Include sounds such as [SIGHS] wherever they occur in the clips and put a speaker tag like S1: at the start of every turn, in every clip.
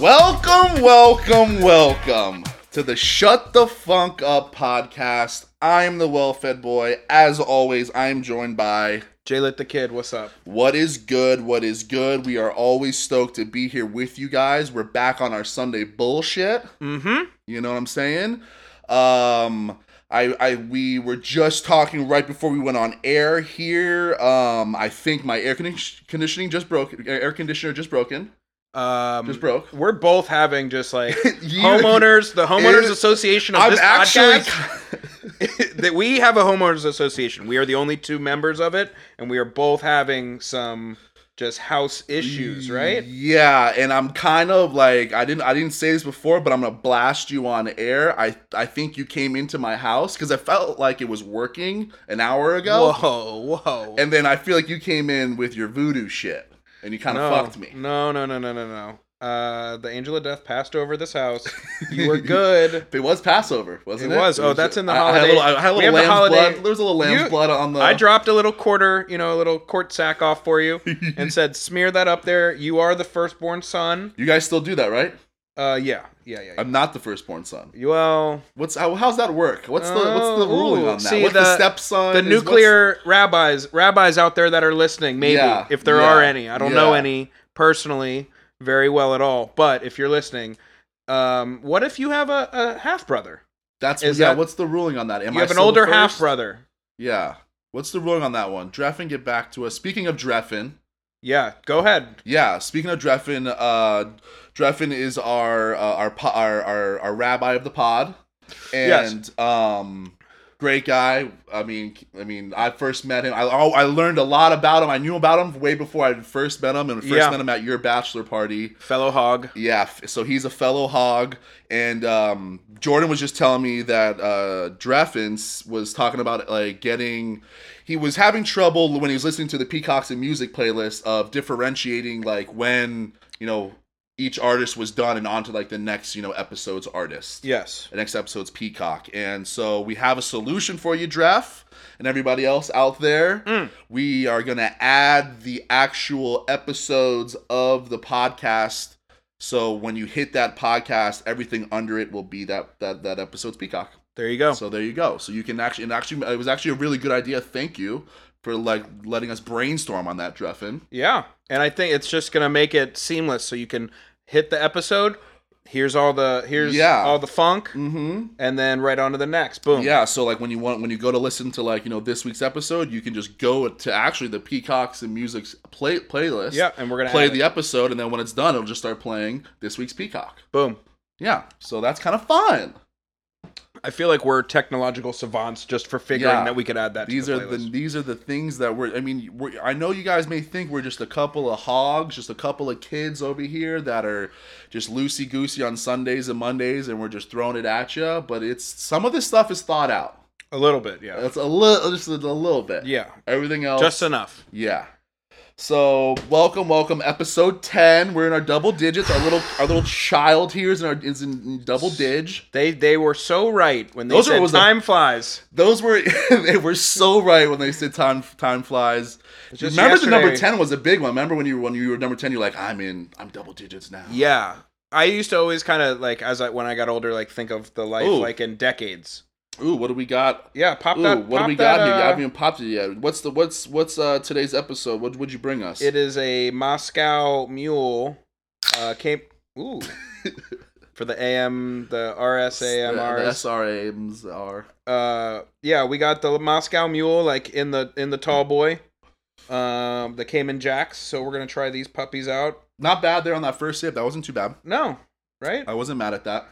S1: Welcome, welcome, welcome to the Shut the Funk Up podcast. I'm the well fed boy. As always, I'm joined by
S2: Jay Lit the Kid, what's up?
S1: What is good? What is good? We are always stoked to be here with you guys. We're back on our Sunday bullshit.
S2: Mm-hmm.
S1: You know what I'm saying? Um, I, I we were just talking right before we went on air here. Um, I think my air condi- conditioning just broke. Air conditioner just broken.
S2: Um,
S1: Just broke.
S2: We're both having just like
S1: [LAUGHS] You-
S2: [LAUGHS] homeowners, the homeowners
S1: It-
S2: association of
S1: I'm
S2: this
S1: actually.
S2: podcast. [LAUGHS] that we have a homeowners association. We are the only two members of it, and we are both having some just house issues, right?
S1: Yeah, and I'm kind of like I didn't I didn't say this before, but I'm gonna blast you on air. I I think you came into my house because I felt like it was working an hour ago,
S2: Whoa, whoa.
S1: and then I feel like you came in with your voodoo shit, and you kind of
S2: no,
S1: fucked me.
S2: No, no, no, no, no, no. Uh, the angel of death passed over
S1: [LAUGHS]
S2: this house. You were good.
S1: It was Passover, wasn't it?
S2: It was. Oh, that's in the
S1: I- I had a
S2: holiday-
S1: little- I had a
S2: we
S1: little
S2: have the
S1: lamb's
S2: holiday-
S1: blood. There was a little lamb's
S2: You-
S1: blood on the.
S2: I dropped a little quarter, you know, a little quart sack off
S1: [LAUGHS]
S2: for you, and said, "Smear that up there. You are the firstborn son."
S1: you guys still do that, right?
S2: Uh, yeah, yeah, yeah. yeah.
S1: I'm not the firstborn son.
S2: Well,
S1: What's how, how's that work? What's the what's the
S2: Oh,
S1: ruling
S2: ooh,
S1: on that?
S2: see,
S1: what's the,
S2: the-
S1: stepson?
S2: the
S1: is what's-
S2: nuclear rabbis, rabbis out there that are listening, maybe
S1: Yeah,
S2: if there
S1: yeah,
S2: are any. I don't know
S1: yeah.
S2: any personally very well at all, but if you're listening, um, what if you have a, a half brother?
S1: That's
S2: is
S1: yeah.
S2: that-
S1: what's the ruling on that? Am
S2: You
S1: I
S2: have an
S1: still the
S2: older
S1: first?
S2: half brother.
S1: Yeah. What's the ruling on that one? Dreffin, get back to us. Speaking of Dreffin,
S2: Yeah, go ahead.
S1: yeah. Speaking of Dreffin, uh, Dreffin is our uh, our, po- our our our rabbi of the pod, and um, great guy. I mean, I mean, I first met him. I oh, I learned a lot about him. I knew about him way before I first met him, and first
S2: Yeah.
S1: met him at your bachelor party.
S2: Fellow hog.
S1: Yeah, f- so he's a fellow hog, and um, Jordan was just telling me that uh, Dreffens was talking about like getting, he was having trouble when he was listening to the Peacocks and Music playlist of differentiating like when you know each artist was done and onto like the next you know episode's artist.
S2: Yes.
S1: The next episode's Peacock, and so we have a solution for you, Dreff, and everybody else out there
S2: Mm.
S1: we are going to add the actual episodes of the podcast so when you hit that podcast everything under it will be that that that episode's peacock
S2: There you go.
S1: so there you go so you can actually and actually it was actually a really good idea thank you for like letting us brainstorm on that Dreffin.
S2: Yeah, and I think it's just gonna make it seamless, so you can hit the episode. Here's all the here's
S1: Yeah.
S2: all the funk,
S1: mm-hmm
S2: and then right on to the next. Boom.
S1: yeah so like when you want when you go to listen to like you know this week's episode you can just go to actually the peacocks and music's play playlist
S2: yeah, and we're gonna
S1: play
S2: add
S1: the
S2: it.
S1: episode and then when it's done it'll just start playing this week's peacock
S2: boom.
S1: yeah so that's kind of fun
S2: I feel like we're technological savants just for figuring
S1: Yeah.
S2: that we could add that.
S1: these
S2: to the
S1: are the
S2: playlist.
S1: these are the things that we're i mean we're, i know you guys may think we're just a couple of hogs just a couple of kids over here that are just loosey goosey on sundays and mondays and we're just throwing it at you but it's some of this stuff is thought out
S2: a little bit, yeah,
S1: it's a little just a little bit
S2: yeah,
S1: everything else
S2: just enough.
S1: yeah so welcome welcome episode 10 we're in our double digits our little our little child here is in our is in double dig
S2: They they were so right when they
S1: Those are-
S2: said
S1: was the-
S2: time flies.
S1: those were [LAUGHS] they were so right when they said time time flies.
S2: Just
S1: remember the number
S2: yesterday-
S1: ten was a big one. Remember when you were when you were number ten, you're like, I'm in, I'm double digits now.
S2: Yeah, I used to always kind of like as I when I got older, like think of the life
S1: Ooh.
S2: like in decades.
S1: Ooh, what do we got?
S2: Yeah, pop
S1: Ooh,
S2: that.
S1: what do
S2: pop
S1: we
S2: that,
S1: got here?
S2: uh,
S1: I haven't even popped it yet. What's the what's what's uh today's episode? What would you bring us?
S2: It is a Moscow Mule. Uh, came [LAUGHS] ooh for the AM, the RSAMRs.
S1: SRAMs are.
S2: Uh, yeah, we got the Moscow Mule like in the in the tall boy. Um, the Cayman Jacks. So we're gonna try these puppies out.
S1: Not bad there on that first sip. That wasn't too bad.
S2: No, right?
S1: I wasn't mad at that.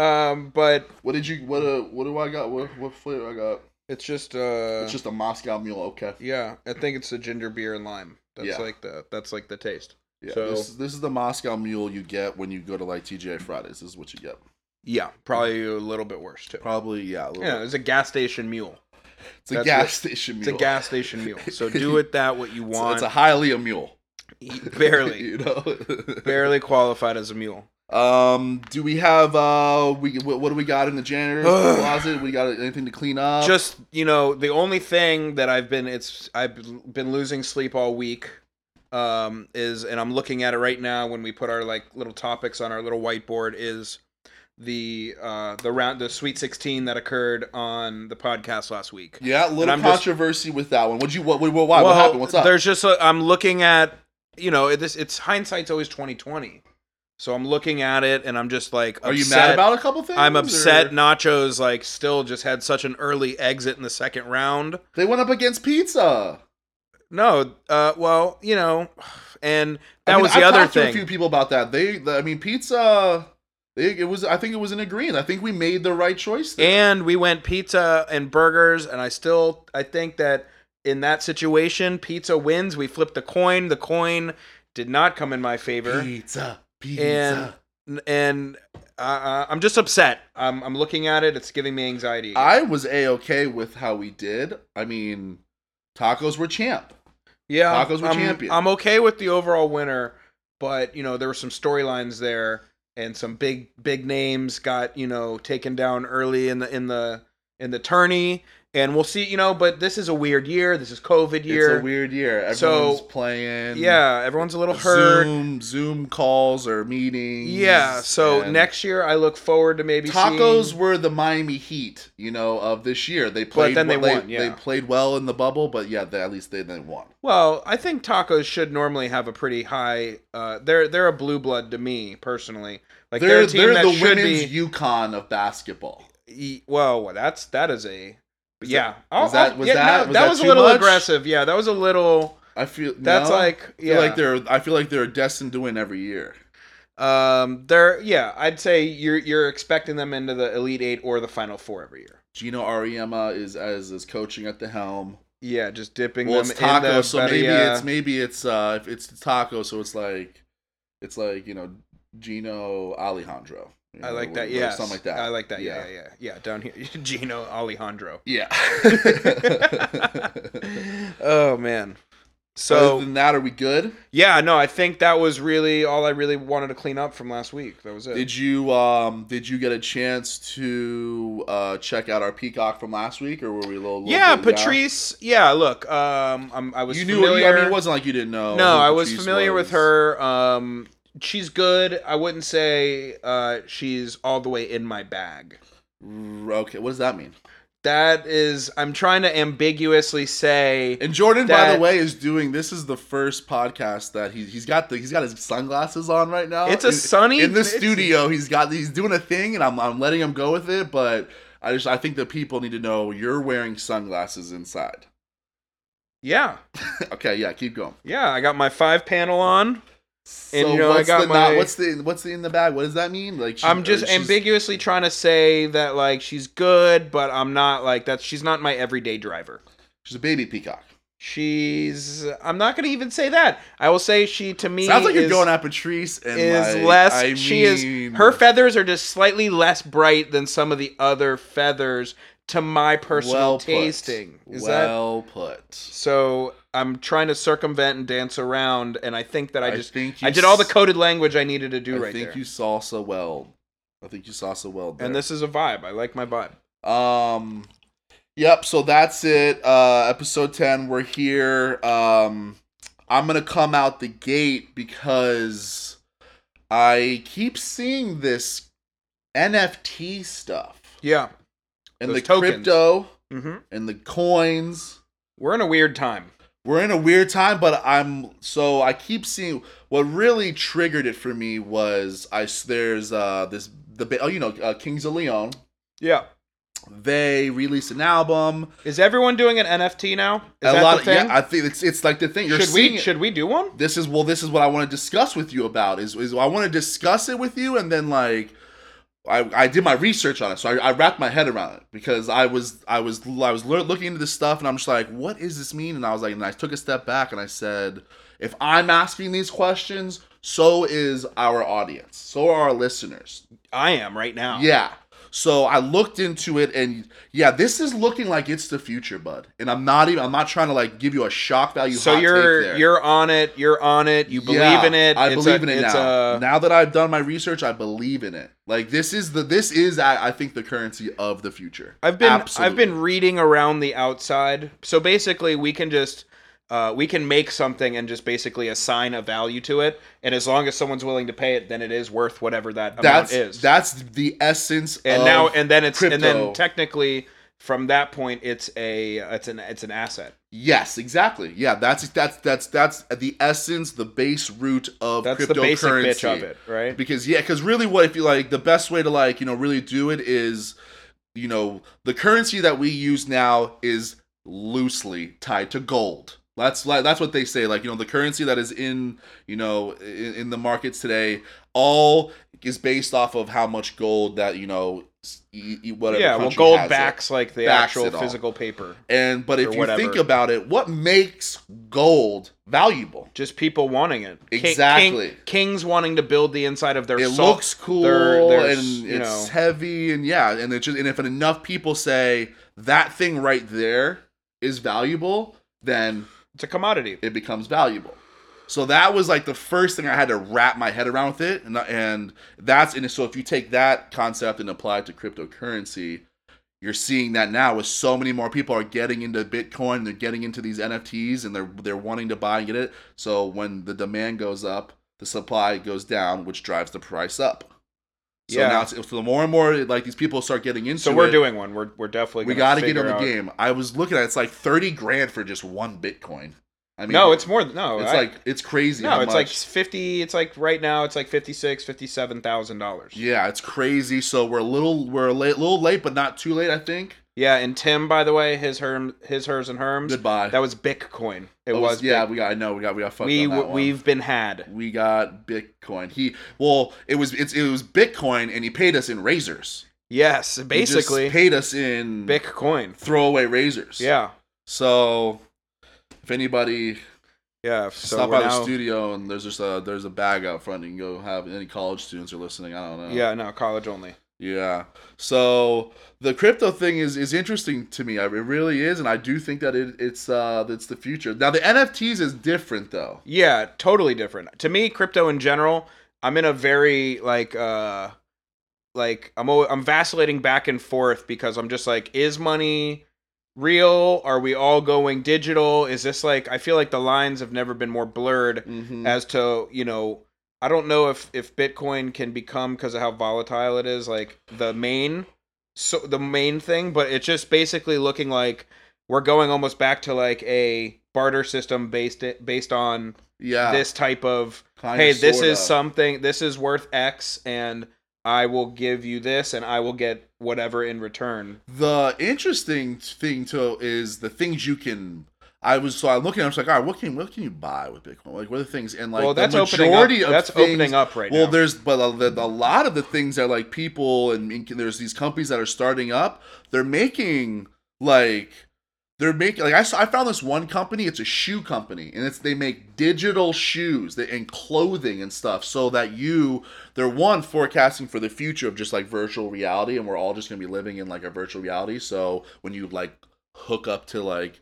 S2: Um, but
S1: What did you what uh what do I got? What what flavor I got?
S2: it's just uh,
S1: It's just a Moscow mule, okay.
S2: yeah. I think it's the ginger beer and lime. That's
S1: Yeah.
S2: like the that's like the taste.
S1: Yeah.
S2: So-
S1: this, this is the Moscow mule you get when you go to like TGI Fridays. This is what you get.
S2: Yeah, probably a little bit worse too.
S1: Probably, yeah. A little
S2: Yeah, it's a gas station mule.
S1: It's a
S2: That's
S1: gas
S2: what-
S1: station
S2: It's
S1: mule.
S2: a gas station mule. [LAUGHS] So do with that what you
S1: It's, it's
S2: want.
S1: a highly a mule.
S2: [LAUGHS] barely,
S1: [LAUGHS] you know.
S2: barely qualified as a mule.
S1: Um, do we have uh, we what, what do we got in the janitor's
S2: [SIGHS] Ugh.
S1: closet? We got anything to clean up?
S2: Just you know, the only thing that I've been it's I've been losing sleep all week um, is, and I'm looking at it right now when we put our like little topics on our little whiteboard is the uh, the round the Sweet 16 that occurred on the podcast last week.
S1: Yeah, a little
S2: I'm just-
S1: controversy with that one. Would you? What? What? what why? what happened? What's up?
S2: There's just i I'm looking at you know it- this. It's hindsight's always 2020. So I'm looking at it and I'm just like,
S1: Are you
S2: upset.
S1: mad about a couple things?
S2: I'm upset.
S1: or-
S2: Nachos like still just had such an early exit in the second round.
S1: They went up against pizza.
S2: No, uh, well, you know, and that
S1: I mean,
S2: was the
S1: I've
S2: other
S1: talked To a
S2: thing.
S1: few people about that. They, the, I mean, pizza. They, it was. I think it was an agreement. I think we made the right choice. There.
S2: and we went pizza and burgers, and I still I think that in that situation, pizza wins. We flipped the coin. The coin did not come in my favor.
S1: pizza, pizza.
S2: and and uh, uh, I'm just upset. I'm I'm looking at it. It's giving me anxiety.
S1: I was a okay with how we did. I mean, tacos were champ.
S2: yeah,
S1: Tacos were
S2: I'm,
S1: champion.
S2: I'm okay with the overall winner, but you know there were some storylines there and some big big names got you know taken down early in the in the in the tourney, and we'll see. You know, but this is a weird year. This is COVID year.
S1: It's a weird year.
S2: So,
S1: Everyone's playing.
S2: yeah, everyone's a little hurt.
S1: Zoom Zoom calls or meetings.
S2: Yeah, so
S1: and-
S2: next year I look forward to maybe
S1: Tacos
S2: seeing-
S1: were the Miami Heat, you know, of this year. They played.
S2: then they
S1: well-
S2: won, yeah.
S1: they played well in the bubble, but yeah, they, at least they they won.
S2: Well, I think tacos should normally have a pretty high. Uh, they're they're a blue blood to me personally. Like they're,
S1: they're
S2: a team
S1: they're
S2: that
S1: the
S2: should
S1: women's
S2: be.
S1: Yukon of basketball.
S2: e- Well, that's that is a.
S1: Is
S2: yeah,
S1: that- was that- was that- was
S2: that,
S1: that
S2: was a
S1: too
S2: little
S1: much?
S2: aggressive. Yeah, that was a little.
S1: I feel
S2: That's
S1: no?
S2: like
S1: I feel
S2: yeah.
S1: like they're I feel like they're destined to win every year.
S2: um, they're yeah. I'd say you're you're expecting them into the elite eight or the final four every year.
S1: Gino Ariema is as is coaching at the helm.
S2: Yeah, just dipping
S1: Well,
S2: them
S1: it's
S2: in the
S1: tacos, so maybe
S2: Barilla.
S1: it's maybe it's uh if it's taco, so it's like it's like you know Gino Alejandro. you
S2: I
S1: know,
S2: like
S1: or-
S2: that.
S1: or
S2: Yeah,
S1: something like that.
S2: I like that. Yeah,
S1: Yeah.
S2: yeah, yeah. yeah down here, [LAUGHS] Gino
S1: [LAUGHS]
S2: Alejandro. [LAUGHS]
S1: yeah.
S2: oh man.
S1: Other
S2: So
S1: than that, are we good?
S2: yeah, no, I think that was really all I really wanted to clean up from last week. That was it.
S1: Did you um did you get a chance to uh check out our peacock from last week, or were we a little? little
S2: yeah,
S1: bit-
S2: Patrice. Yeah, look, um, I'm, I was
S1: you knew.
S2: familiar.
S1: I mean, it wasn't like you didn't know.
S2: no,
S1: who
S2: I was
S1: Patrice
S2: familiar
S1: was.
S2: with her. Um, she's good. I wouldn't say uh, she's all the way in my bag.
S1: R- Okay, what does that mean?
S2: That is, I'm trying to ambiguously say.
S1: And Jordan, by
S2: That-
S1: the way, is doing. This is the first podcast that he he's got the he's got his sunglasses on right now.
S2: It's a
S1: Uh, In-
S2: sunny
S1: in the
S2: it's-
S1: studio. He's got he's doing a thing, and I'm I'm letting him go with it. But I just I think that people need to know you're wearing sunglasses inside. [LAUGHS]
S2: Yeah,
S1: okay, yeah, keep going.
S2: yeah. I got my five panel on.
S1: So
S2: And, you know, I
S1: what's
S2: got
S1: the not-
S2: my-
S1: what's the what's the in the bag? What does that mean? Like she's-
S2: I'm just
S1: uh, she's-
S2: ambiguously trying to say that like she's good, but I'm not like that's she's not my everyday driver.
S1: She's a baby peacock.
S2: She's I'm not gonna even say that. I will say she to me
S1: Sounds like
S2: is,
S1: you're going at Patrice and
S2: is
S1: like,
S2: less
S1: I
S2: she is
S1: mean-
S2: her feathers are just slightly less bright than some of the other feathers to my personal
S1: well put.
S2: tasting. Is that
S1: well put.
S2: so I'm trying to circumvent and dance around and I think that I just
S1: think
S2: I did all the
S1: s-
S2: coded language I needed to do
S1: I
S2: right
S1: think
S2: there.
S1: you salsa well. I think you salsa well. There.
S2: and this is a vibe. I like my vibe.
S1: um, yep. So that's it. Uh, episode ten. We're here. Um, I'm gonna come out the gate because I keep seeing this NFT stuff
S2: Yeah.
S1: and
S2: Those
S1: the
S2: tokens.
S1: crypto
S2: Mm-hmm.
S1: and the coins.
S2: We're in a weird time.
S1: we're in a weird time but i'm so i keep seeing what really triggered it for me was i s- there's uh this the ba- oh you know uh, kings of leon
S2: Yeah.
S1: they released an album
S2: Is everyone doing an NFT now? Is
S1: a
S2: that
S1: lot
S2: the thing?
S1: of yeah i think it's it's like the thing you're
S2: should
S1: seeing
S2: we
S1: it.
S2: should we do one?
S1: this is well this is what i want to discuss with you about is, is i want to discuss it with you and then like I, I did my research on it, so I, I wrapped my head around it because I was I was I was lear- looking into this stuff, and I'm just like, what is this mean? And I was like, and I took a step back and I said, if I'm asking these questions, so is our audience, so are our listeners.
S2: I am right now.
S1: Yeah. So I looked into it and yeah, this is looking like it's the future, bud. And I'm not even I'm not trying to like give you a shock value.
S2: so
S1: hot
S2: you're
S1: take there.
S2: you're on it. You're on it. You believe
S1: Yeah,
S2: in it.
S1: I
S2: It's
S1: believe
S2: a-
S1: in it
S2: it's
S1: now.
S2: a-
S1: now that I've done my research, I believe in it. Like this is the this is I, I think the currency of the future.
S2: I've been I've
S1: Absolutely.
S2: been reading around the outside. So basically, we can just uh, we can make something and just basically assign a value to it, and as long as someone's willing to pay it, then it is worth whatever that amount
S1: That's
S2: is.
S1: that's the essence.
S2: and
S1: of,
S2: now and then it's and
S1: crypto.
S2: then technically from that point it's a it's an it's an asset.
S1: yes, exactly. Yeah, that's that's that's that's the essence, the base root of
S2: That's
S1: cryptocurrency.
S2: the basic bitch of it, right?
S1: because yeah because really what if you like the best way to like you know really do it is you know the currency that we use now is loosely tied to gold that's like that's what they say like you know the currency that is in you know in, in the markets today all is based off of how much gold that you know s- e- e- whatever
S2: yeah, well,
S1: country
S2: gold
S1: has it.
S2: backs like the
S1: Backs
S2: actual
S1: it all.
S2: physical paper.
S1: and but if
S2: or
S1: you
S2: whatever.
S1: think about it what makes gold valuable
S2: Just people wanting it. Ki- king-
S1: Exactly.
S2: kings wanting to build the inside of their.
S1: it
S2: sol-
S1: looks cool
S2: they're- they're s-
S1: and
S2: you
S1: it's
S2: know.
S1: heavy and yeah and it's just and if enough people say that thing right there is valuable then
S2: It's a commodity.
S1: it becomes valuable so that was like the first thing i had to wrap my head around with it and, and that's and so if you take that concept and apply it to cryptocurrency you're seeing that now with so many more people are getting into bitcoin they're getting into these nfts and they're they're wanting to buy and get it so when the demand goes up the supply goes down which drives the price up so
S2: Yeah.
S1: now it's, so the more and more like these people start getting into
S2: So we're
S1: it,
S2: doing one. We're we're definitely.
S1: we
S2: got to
S1: get on the
S2: out.
S1: game i was looking at it, it's like 30 grand for just one bitcoin i mean
S2: no, it's more. than No,
S1: it's
S2: I-
S1: like it's crazy.
S2: no,
S1: how
S2: it's like
S1: much-
S2: fifty. It's like right now, it's like fifty six, fifty seven thousand dollars.
S1: yeah, it's crazy. So we're a little we're a late, little late, but not too late. I think.
S2: Yeah, and Tim, by the way, his herm, his hers and herms.
S1: Goodbye.
S2: That was Bitcoin. It
S1: Oh,
S2: was.
S1: yeah.
S2: Bitcoin.
S1: We got I know we got we got fucked
S2: We
S1: on that
S2: w-
S1: one.
S2: we've been had.
S1: we got Bitcoin. He well, it was it's it was Bitcoin, and he paid us in razors.
S2: Yes,
S1: He just
S2: basically
S1: paid us in [LAUGHS]
S2: Bitcoin.
S1: throwaway razors.
S2: Yeah,
S1: So if anybody
S2: yeah. So
S1: stop
S2: we're
S1: by
S2: now-
S1: the studio and there's just a there's a bag out front, you can go have any college students are listening. I don't know.
S2: Yeah, no, college only.
S1: Yeah. So the crypto thing is is interesting to me. I- It really is, and I do think that it, it's uh that's the future. Now the NFTs is different though.
S2: Yeah, totally different. To me, crypto in general, I'm in a very like uh like I'm always, I'm vacillating back and forth because I'm just like is money real? Are we all going digital? Is this like I feel like the lines have never been more blurred
S1: Mm-hmm.
S2: as to, you know, I don't know if if Bitcoin can become because of how volatile it is like the main so the main thing, but it's just basically looking like we're going almost back to like a barter system based based on
S1: Yeah.
S2: this type of
S1: Ah. kinda,
S2: hey this
S1: sorta.
S2: is something this is worth x and i will give you this and i will get whatever in return
S1: the interesting thing too is the things you can. I was so I'm looking. I was like, all right, what can what can you buy with Bitcoin? Like, what are the things? And like
S2: well that's
S1: the
S2: opening up
S1: majority of
S2: that's
S1: things,
S2: opening up right
S1: well,
S2: now
S1: there's but a, the, a lot of the things that like people and, and there's these companies that are starting up. They're making like they're making like I, saw, I found this one company. It's a shoe company, and it's they make digital shoes that, and clothing and stuff, so that you they're one forecasting for the future of just like virtual reality, and we're all just gonna be living in like a virtual reality. So when you like hook up to like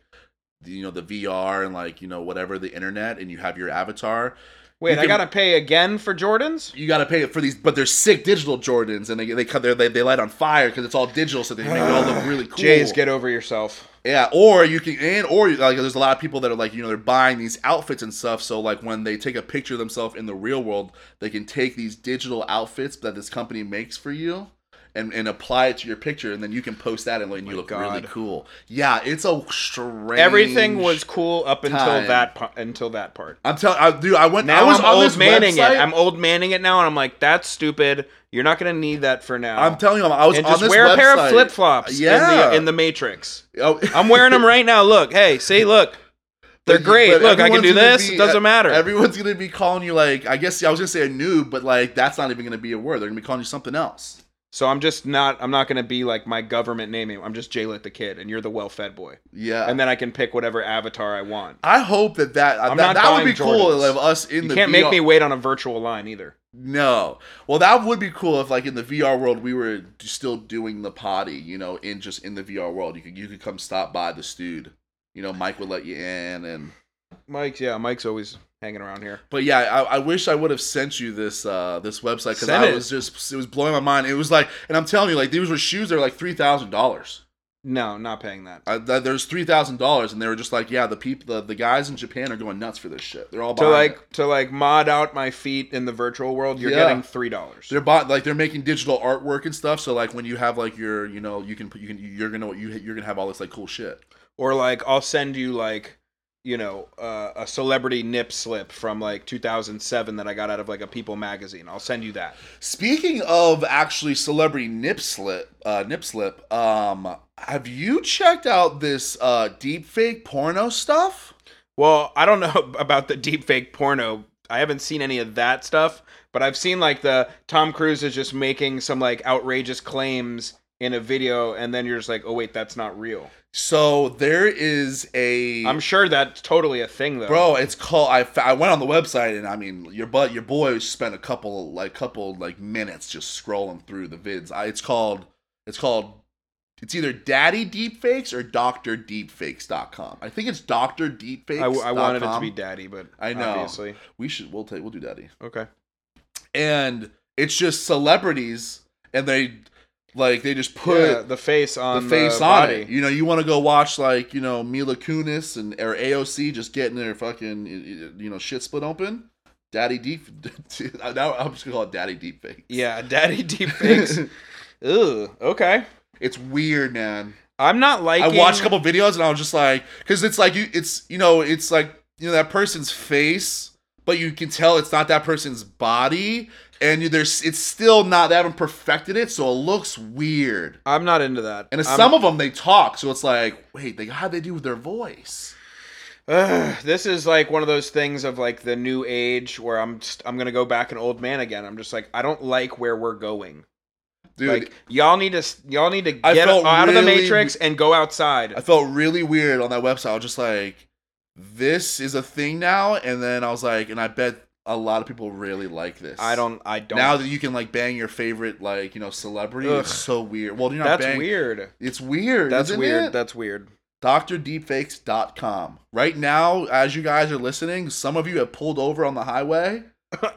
S1: the- you know the VR and like you know whatever the internet, and you have your avatar,
S2: wait
S1: you
S2: i
S1: can-
S2: gotta pay again for jordans
S1: you got to pay for these, but they're sick digital Jordans, and they they cut- they're- they they light on fire because it's all digital, so they make it all look really cool.
S2: [SIGHS] jays get over yourself
S1: yeah, or you can and or like there's a lot of people that are like you know they're buying these outfits and stuff, so like when they take a picture of themselves in the real world, they can take these digital outfits that this company makes for you. And, and apply it to your picture, and then you can post that, and, and you
S2: Oh my
S1: look really
S2: God.
S1: cool. Yeah, it's a strange.
S2: everything was cool up until
S1: time.
S2: that pu- until that part
S1: I'm telling, I, dude. I went.
S2: now
S1: I was
S2: I'm
S1: on
S2: old
S1: this
S2: manning
S1: website.
S2: it. I'm old manning it now, and I'm like, that's stupid. You're not gonna need that for now.
S1: I'm telling you, I was
S2: and
S1: on
S2: just
S1: this
S2: wear a pair of
S1: website.
S2: flip flops.
S1: Yeah.
S2: in the, in the Matrix.
S1: Oh.
S2: I'm wearing them right now. Look, hey, see, look, they're
S1: But-
S2: great.
S1: but
S2: Look, I can
S1: everyone's
S2: do
S1: gonna
S2: this.
S1: be- e-
S2: It doesn't matter.
S1: Everyone's gonna be calling you like I guess I was gonna say a noob, but like that's not even gonna be a word. They're gonna be calling you something else.
S2: so I'm just not. I'm not gonna be like my government name. anymore. I'm just Jaylit the kid, and you're the well-fed boy.
S1: Yeah.
S2: And then I can pick whatever avatar I want.
S1: I hope that that uh,
S2: I'm
S1: that,
S2: not
S1: that would be
S2: buying
S1: cool
S2: Jordans.
S1: if us in
S2: You
S1: the
S2: can't
S1: VR
S2: make me wait on a virtual line either.
S1: No. Well, that would be cool if like in the VR world we were d- still doing the potty, you know, in just in the VR world. You could you could come stop by the stude. You know, Mike would let you in and
S2: Mike's yeah, Mike's always hanging around here.
S1: But yeah, I, I wish I would have sent you this uh, this website because
S2: Send
S1: I
S2: it.
S1: was just it was blowing my mind. It was like, and I'm telling you, like these were shoes that were like three thousand dollars.
S2: No, not paying that.
S1: I, th- there's three thousand dollars, and they were just like, "Yeah, the people, the, the guys in Japan are going nuts for this shit. They're all
S2: To
S1: buying
S2: like
S1: it.
S2: to like mod out my feet in the virtual world, you're
S1: Yeah.
S2: getting three dollars.
S1: They're bought like they're making digital artwork and stuff. So like when you have like your, you know, you can put- you can you're gonna you you're gonna have all this like cool shit.
S2: Or like I'll send you like you know uh, a celebrity nip slip from like 2007 that I got out of like a People magazine. I'll send you that.
S1: Speaking of actually celebrity nip slip, uh, nip slip. Um, have you checked out this uh deep fake porno stuff?
S2: Well, I don't know [LAUGHS] about the deepfake porno. I haven't seen any of that stuff, but I've seen like the Tom Cruise is just making some like outrageous claims in a video, and then you're just like, oh wait, that's not real.
S1: So there is a
S2: I'm sure that's totally a thing though.
S1: Bro, it's called. I, fa- I went on the website and I mean, your but your boy spent a couple like couple like minutes just scrolling through the vids. I, it's called it's called it's either Daddy Deepfakes or Doctor Deepfakes.com. I think it's Doctor Deepfakes.
S2: I, I wanted it to be daddy, but
S1: I know.
S2: Obviously,
S1: We should we'll take we'll do Daddy.
S2: okay.
S1: And it's just celebrities and they like they just put
S2: yeah, the face on
S1: the face on
S2: body.
S1: it. You know, you want to go watch like you know Mila Kunis and or AOC just getting their fucking you know shit split open. Daddy deep. [LAUGHS] now I'm just gonna call it Daddy deep fake.
S2: Yeah, [LAUGHS] daddy deepfakes.
S1: [LAUGHS]
S2: Ugh. Okay.
S1: it's weird, man.
S2: I'm not liking.
S1: I watched a couple videos and I was just like, because it's like you, it's you know, it's like you know that person's face, but you can tell it's not that person's body, and you, there's it's still not they haven't perfected it, so it looks weird.
S2: I'm not into that.
S1: And it's,
S2: I'm-
S1: some of them they talk, so it's like, wait, they how they do with their voice.
S2: Ugh, [SIGHS] this is like one of those things of like the new age where I'm just, I'm gonna go back an old man again. I'm just like I don't like where we're going.
S1: Dude,
S2: like y'all need to s- y'all need to
S1: I
S2: get
S1: felt
S2: out of the
S1: really
S2: matrix and go outside.
S1: I felt really weird on that website. I was just like, this is a thing now. And then I was like, and I bet a lot of people really like this.
S2: I don't I don't.
S1: Now that you can like bang your favorite like you know celebrity,
S2: Ugh.
S1: it's so weird. Well, you're not
S2: that's
S1: bang-
S2: weird.
S1: It's weird.
S2: That's
S1: isn't
S2: weird.
S1: It? [LAUGHS]
S2: That's weird.
S1: DrDeepfakes.com. Right now, as you guys are listening, some of you have pulled over on the highway.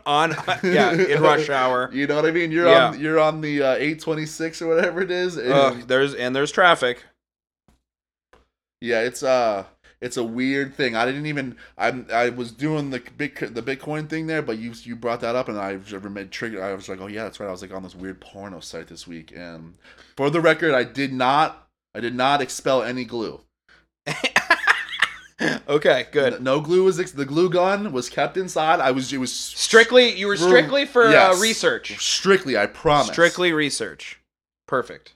S2: on yeah in
S1: [LAUGHS]
S2: rush hour.
S1: You know what I mean? You're on you're on the uh, 826 or whatever it is. and-
S2: Ugh, there's and there's traffic.
S1: Yeah, it's uh it's a weird thing. I didn't even I I was doing the big the Bitcoin thing there, but you you brought that up and I just remembered triggered. I was like, "Oh yeah, that's right. I was like on this weird porno site this week." And for the record, I did not I did not expel any glue.
S2: Okay,
S1: [LAUGHS]
S2: good.
S1: No glue was ex- the glue gun was kept inside. I was it was
S2: Strictly you were
S1: We're-
S2: strictly for
S1: yes.
S2: uh, research.
S1: strictly, I promise.
S2: Strictly research. Perfect.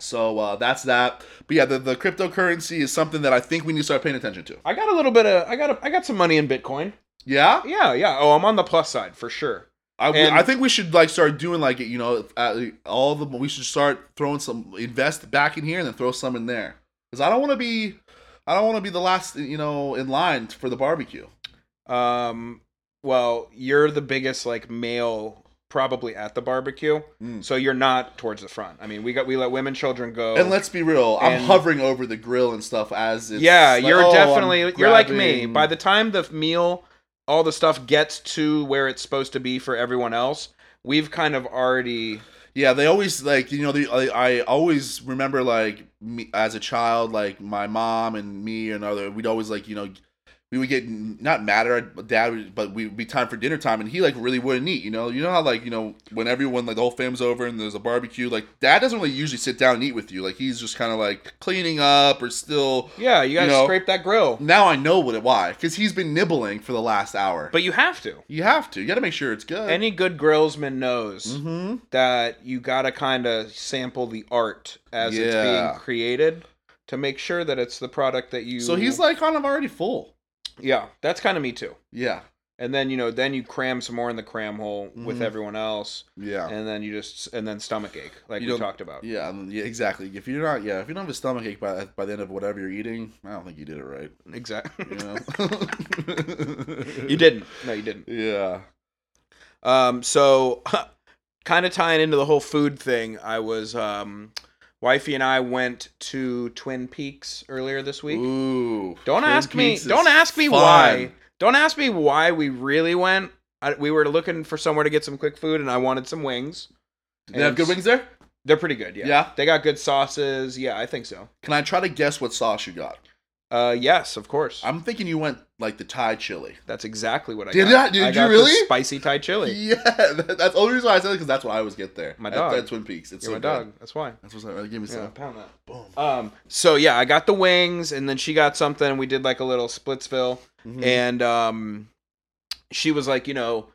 S1: So uh that's that. But yeah, the the cryptocurrency is something that I think we need to start paying attention to.
S2: I got a little bit of I got a, I got some money in Bitcoin.
S1: Yeah?
S2: Yeah, yeah. Oh, I'm on the plus side for sure.
S1: I,
S2: And-
S1: I think we should like start doing like you know uh, all the we should start throwing some invest back in here and then throw some in there because I don't want to be I don't want to be the last you know in line for the barbecue.
S2: Um, well, you're the biggest like male probably at the barbecue,
S1: Mm.
S2: so you're not towards the front. I mean, we got we let women, children go.
S1: And let's be real, I'm
S2: Oh. And-
S1: hovering over the grill and stuff as it's
S2: yeah,
S1: like,
S2: you're
S1: oh, I'm
S2: definitely you're like me.
S1: grabbing-
S2: By the time the meal, all the stuff gets to where it's supposed to be for everyone else, we've kind of already.
S1: Yeah, they always like you know. The, I, I always remember like me as a child, like my mom and me and other. We'd always like you know, we would get not mad at our dad, would- but we'd be time for dinner time, and he like really wouldn't eat. You know, you know how like you know when everyone like the whole family's over and there's a barbecue, like dad doesn't really usually sit down and eat with you. Like he's just kind of like cleaning up or still.
S2: Yeah, you gotta
S1: You know.
S2: scrape that grill,
S1: Now I know what it why because he's been nibbling for the last hour.
S2: but you have to.
S1: you have to. You got to make sure it's good.
S2: Any good grillsman knows.
S1: hmm
S2: that you gotta kind of sample the art as it's
S1: Yeah.
S2: being created to make sure that it's the product that you
S1: So he's like kind of already full.
S2: yeah that's kind of me too
S1: Yeah.
S2: and then you know then you cram some more in the cram hole with
S1: Mhm.
S2: everyone else
S1: Yeah.
S2: and then you just and then stomach ache like
S1: You
S2: we
S1: don't-
S2: talked about
S1: Yeah, um, yeah, exactly. If you're not, yeah, if you don't have a stomach ache by by the end of whatever you're eating, I don't think you did it right.
S2: exactly
S1: You know,
S2: [LAUGHS] you didn't no you didn't
S1: Yeah,
S2: Um, so [LAUGHS] kind of tying into the whole food thing, I was um, wifey and I went to Twin Peaks earlier this week.
S1: Ooh,
S2: Don't
S1: Twin
S2: ask me.
S1: Peaks is
S2: Don't ask me
S1: fun.
S2: why. Don't ask me why we really went. I, we were looking for somewhere to get some quick food, and I wanted some wings.
S1: Did they have
S2: And
S1: good wings there?
S2: They're pretty good. Yeah.
S1: Yeah?
S2: They got good sauces. Yeah, I think so.
S1: Can I try to guess what sauce you got?
S2: Uh, yes, of course.
S1: I'm thinking you went like the Thai chili.
S2: That's exactly what I
S1: Did I?
S2: got.
S1: Did
S2: I
S1: you
S2: got the
S1: really?
S2: spicy Thai
S1: [LAUGHS]
S2: chili.
S1: Yeah, that, that's the only reason why I said it because that's what I always get there.
S2: My
S1: At-
S2: dog.
S1: At, Twin Peaks. It's
S2: You're
S1: so
S2: my
S1: good.
S2: dog. That's why.
S1: That's what's that. Give me
S2: Yeah,
S1: some.
S2: pound that.
S1: Boom.
S2: Um. So yeah, I got the wings, and then she got something. and We did like a little Splitsville,
S1: Mhm.
S2: and um, she was like, you know,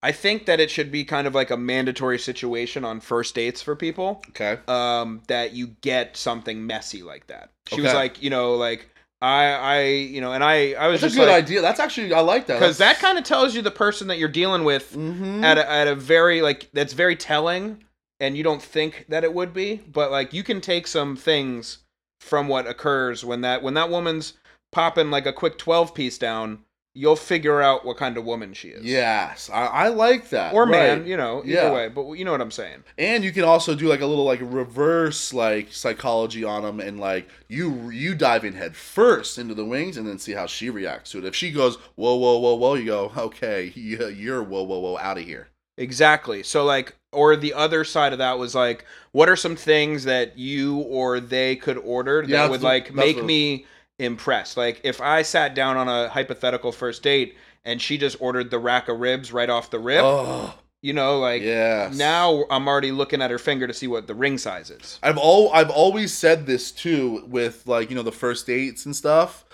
S2: I think that it should be kind of like a mandatory situation on first dates for people.
S1: Okay.
S2: um, that you get something messy like that. She was
S1: Okay.
S2: like, you know, like I, I, you know, and I, I was
S1: That's a
S2: just
S1: good
S2: like,
S1: idea. That's actually I like that.
S2: because that kind of tells you the person that you're dealing with
S1: Mm-hmm.
S2: at a, at a very like that's very telling, and you don't think that it would be, but like you can take some things from what occurs when that when that woman's popping like a quick twelve piece down, you'll figure out what kind of woman she is.
S1: yes, I, I like that.
S2: Or
S1: Right.
S2: man, you know, either
S1: Yeah.
S2: way, but you know what I'm saying.
S1: And you can also do like a little like reverse like psychology on them, and like you you dive in head first into the wings, and then see how she reacts to it. If she goes whoa whoa whoa whoa, you go okay, [LAUGHS] yeah, you're whoa whoa whoa out of here.
S2: Exactly. So like or the other side of that was like what are some things that you or they could order that
S1: Yeah, that's
S2: would
S1: the-
S2: like
S1: that's
S2: make
S1: the-
S2: me impressed? Like if I sat down on a hypothetical first date and she just ordered the rack of ribs right off the rip,
S1: Oh
S2: you know, like
S1: yes.
S2: now I'm already looking at her finger to see what the ring size is.
S1: I've all I've always said this too with like you know the first dates and stuff.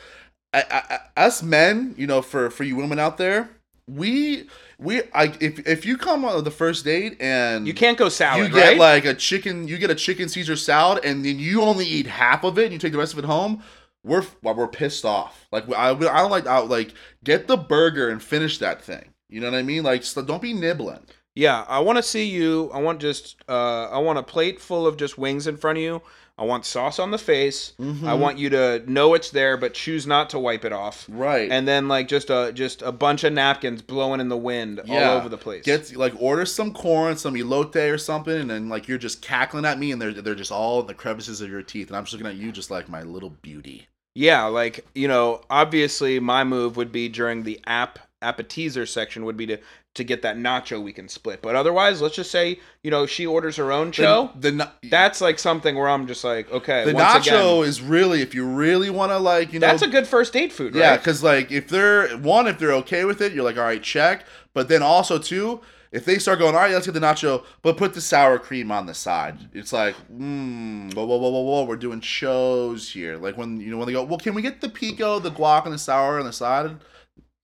S1: I, I, I, us men, you know, for for you women out there, we we I if if you come on the first date and
S2: You can't go
S1: Mm. you
S2: salad,
S1: get
S2: right?
S1: like a chicken, you get a chicken Caesar salad, and then you only eat half of it, and you take the rest of it home. We're f- well, we're pissed off. Like I, I don't like I, like get the burger and finish that thing. You know what I mean? Like so don't be nibbling.
S2: Yeah, I want to see you. I want just uh I want a plate full of just wings in front of you. I want sauce on the face.
S1: Mm-hmm.
S2: I want you to know it's there, but choose not to wipe it off.
S1: right
S2: And then like just a just a bunch of napkins blowing in the wind
S1: Yeah.
S2: all over the place.
S1: Get like order some corn, some elote or something, and then like you're just cackling at me, and they're they're just all in the crevices of your teeth, and I'm just looking at you, just like my little beauty.
S2: yeah, like you know, obviously my move would be during the app appetizer section would be to to get that nacho we can split. But otherwise, let's just say you know she orders her own cho.
S1: the, the, na-
S2: That's like something where I'm just like, okay,
S1: the
S2: once
S1: nacho
S2: again,
S1: is really if you really want to like you know
S2: that's a good first date food,
S1: yeah,
S2: right?
S1: because like if they're one if they're okay with it, you're like all right, check. But then also two, if they start going all right, let's get the nacho, but put the sour cream on the side. It's like mmm, whoa whoa whoa whoa whoa, we're doing shows here. Like when you know when they go, well, can we get the pico, the guac, and the sour on the side?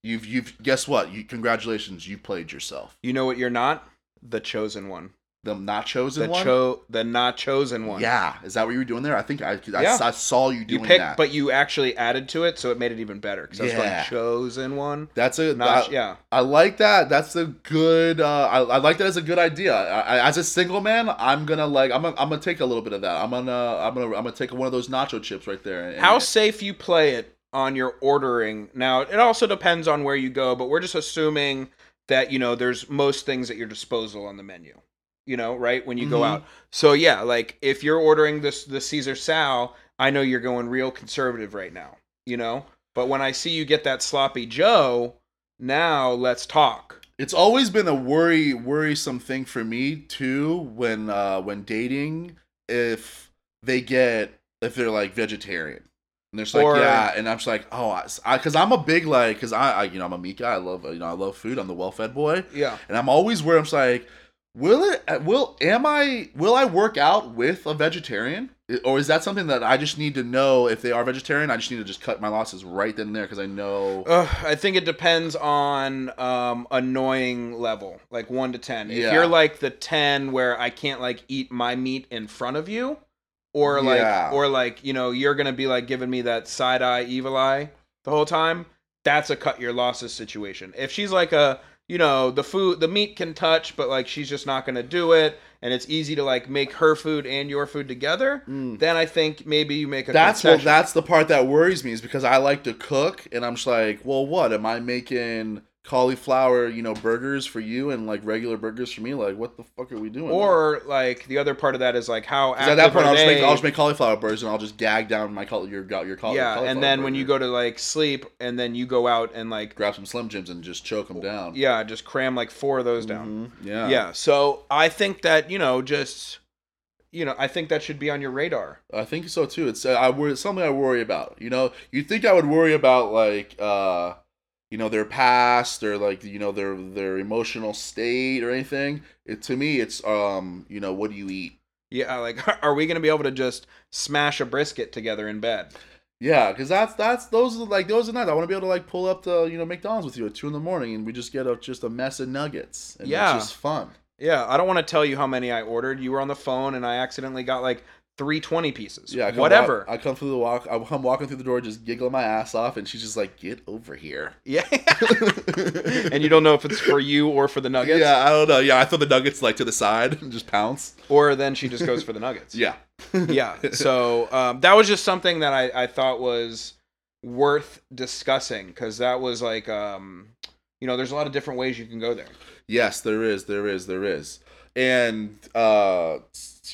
S1: You've you've guess what? You congratulations, you played yourself.
S2: You know what? You're not the chosen one.
S1: The nachos
S2: The
S1: and one.
S2: cho the not chosen one.
S1: Yeah, is that what you were doing there? I think I I,
S2: Yeah.
S1: I saw you
S2: you
S1: doing
S2: picked,
S1: that.
S2: but you actually added to it, so it made it even better. Because I was
S1: Yeah.
S2: going chosen one,
S1: that's a
S2: not
S1: that-
S2: yeah.
S1: I like that. That's a good. Uh, I, I like that as a good idea. I, I, as a single man, I'm gonna like. I'm gonna, I'm gonna take a little bit of that. I'm gonna. I'm gonna. I'm gonna take one of those nacho chips right there. And,
S2: How safe you play it on your ordering? Now it also depends on where you go, but we're just assuming that you know there's most things at your disposal on the menu. You know, right when you go
S1: Mhm.
S2: out. So yeah, like if you're ordering this the Caesar Sal, I know you're going real conservative right now. You know, but when I see you get that sloppy Joe, now let's talk.
S1: It's always been a worry, worrisome thing for me too when uh, when dating if they get if they're like vegetarian. And they're just like,
S2: Or-
S1: yeah, and I'm just like, oh, because I, am a big like, because I, I, you know, I'm a meat guy. I love, you know, I love food. I'm the well-fed boy.
S2: Yeah.
S1: and I'm always where I'm just like, will it? uh, Will am I? Will I work out with a vegetarian, or is that something that I just need to know if they are vegetarian? I just need to just cut my losses right then and there because I know.
S2: Ugh, I think it depends on um, annoying level, like one to ten. If
S1: Yeah.
S2: you're like the ten where I can't like eat my meat in front of you, or like
S1: Yeah.
S2: or like you know you're gonna be like giving me that side eye evil eye the whole time. That's a cut your losses situation. If she's like a you know the food the meat can touch, but like she's just not gonna do it, and it's easy to like make her food and your food together.
S1: Mm.
S2: Then I think maybe you make a
S1: That's well,
S2: concession.
S1: that's the part that worries me is because I like to cook, and I'm just like, well, what am I making? Cauliflower, you know, burgers for you and like regular burgers for me. Like, what the fuck are we doing?
S2: Or like the other part of that is like how
S1: 'Cause at that
S2: active
S1: point,
S2: are
S1: I'll just, make,
S2: they?
S1: I'll just make cauliflower burgers and I'll just gag down my caul- your your, your caul-
S2: yeah,
S1: cauliflower
S2: and then when you
S1: burger.
S2: go to like sleep, and then you go out and like
S1: grab some Slim Jims and just choke them down.
S2: yeah, just cram like four of those down.
S1: Mhm. Mm-hmm. Yeah.
S2: Yeah, so I think that you know just you know, I think that should be on your radar.
S1: I think so too. It's uh, I worry it's something I worry about. You know, you think I would worry about like uh, you know their past or like you know their their emotional state or anything. It to me, it's um you know what do you eat?
S2: Yeah, [LAUGHS] like are we going to be able to just smash a brisket together in bed?
S1: Yeah, because that's that's those are like those are nice. I want to be able to like pull up to you know McDonald's with you at two in the morning and we just get a, just a mess of nuggets and
S2: Yeah.
S1: it's just fun.
S2: Yeah, I don't want to tell you how many I ordered. You were on the phone and I accidentally got like 320 pieces.
S1: Yeah, I come walk-
S2: whatever.
S1: I come through the walk. I come walking through the door, just giggling my ass off, and she's just like, "Get over here."
S2: [LAUGHS]
S1: [LAUGHS]
S2: yeah. and you don't know if it's for you or for the nuggets
S1: Yeah, I don't know. Yeah, I throw the nuggets like to the side [LAUGHS] and just pounce.
S2: or then she just goes for the
S1: [LAUGHS]
S2: nuggets.
S1: Yeah,
S2: yeah. So um, that was just something that I, I thought was worth discussing because that was like, um, you know, there's a lot of different ways you can go there.
S1: yes, there is, there is, there is, and uh,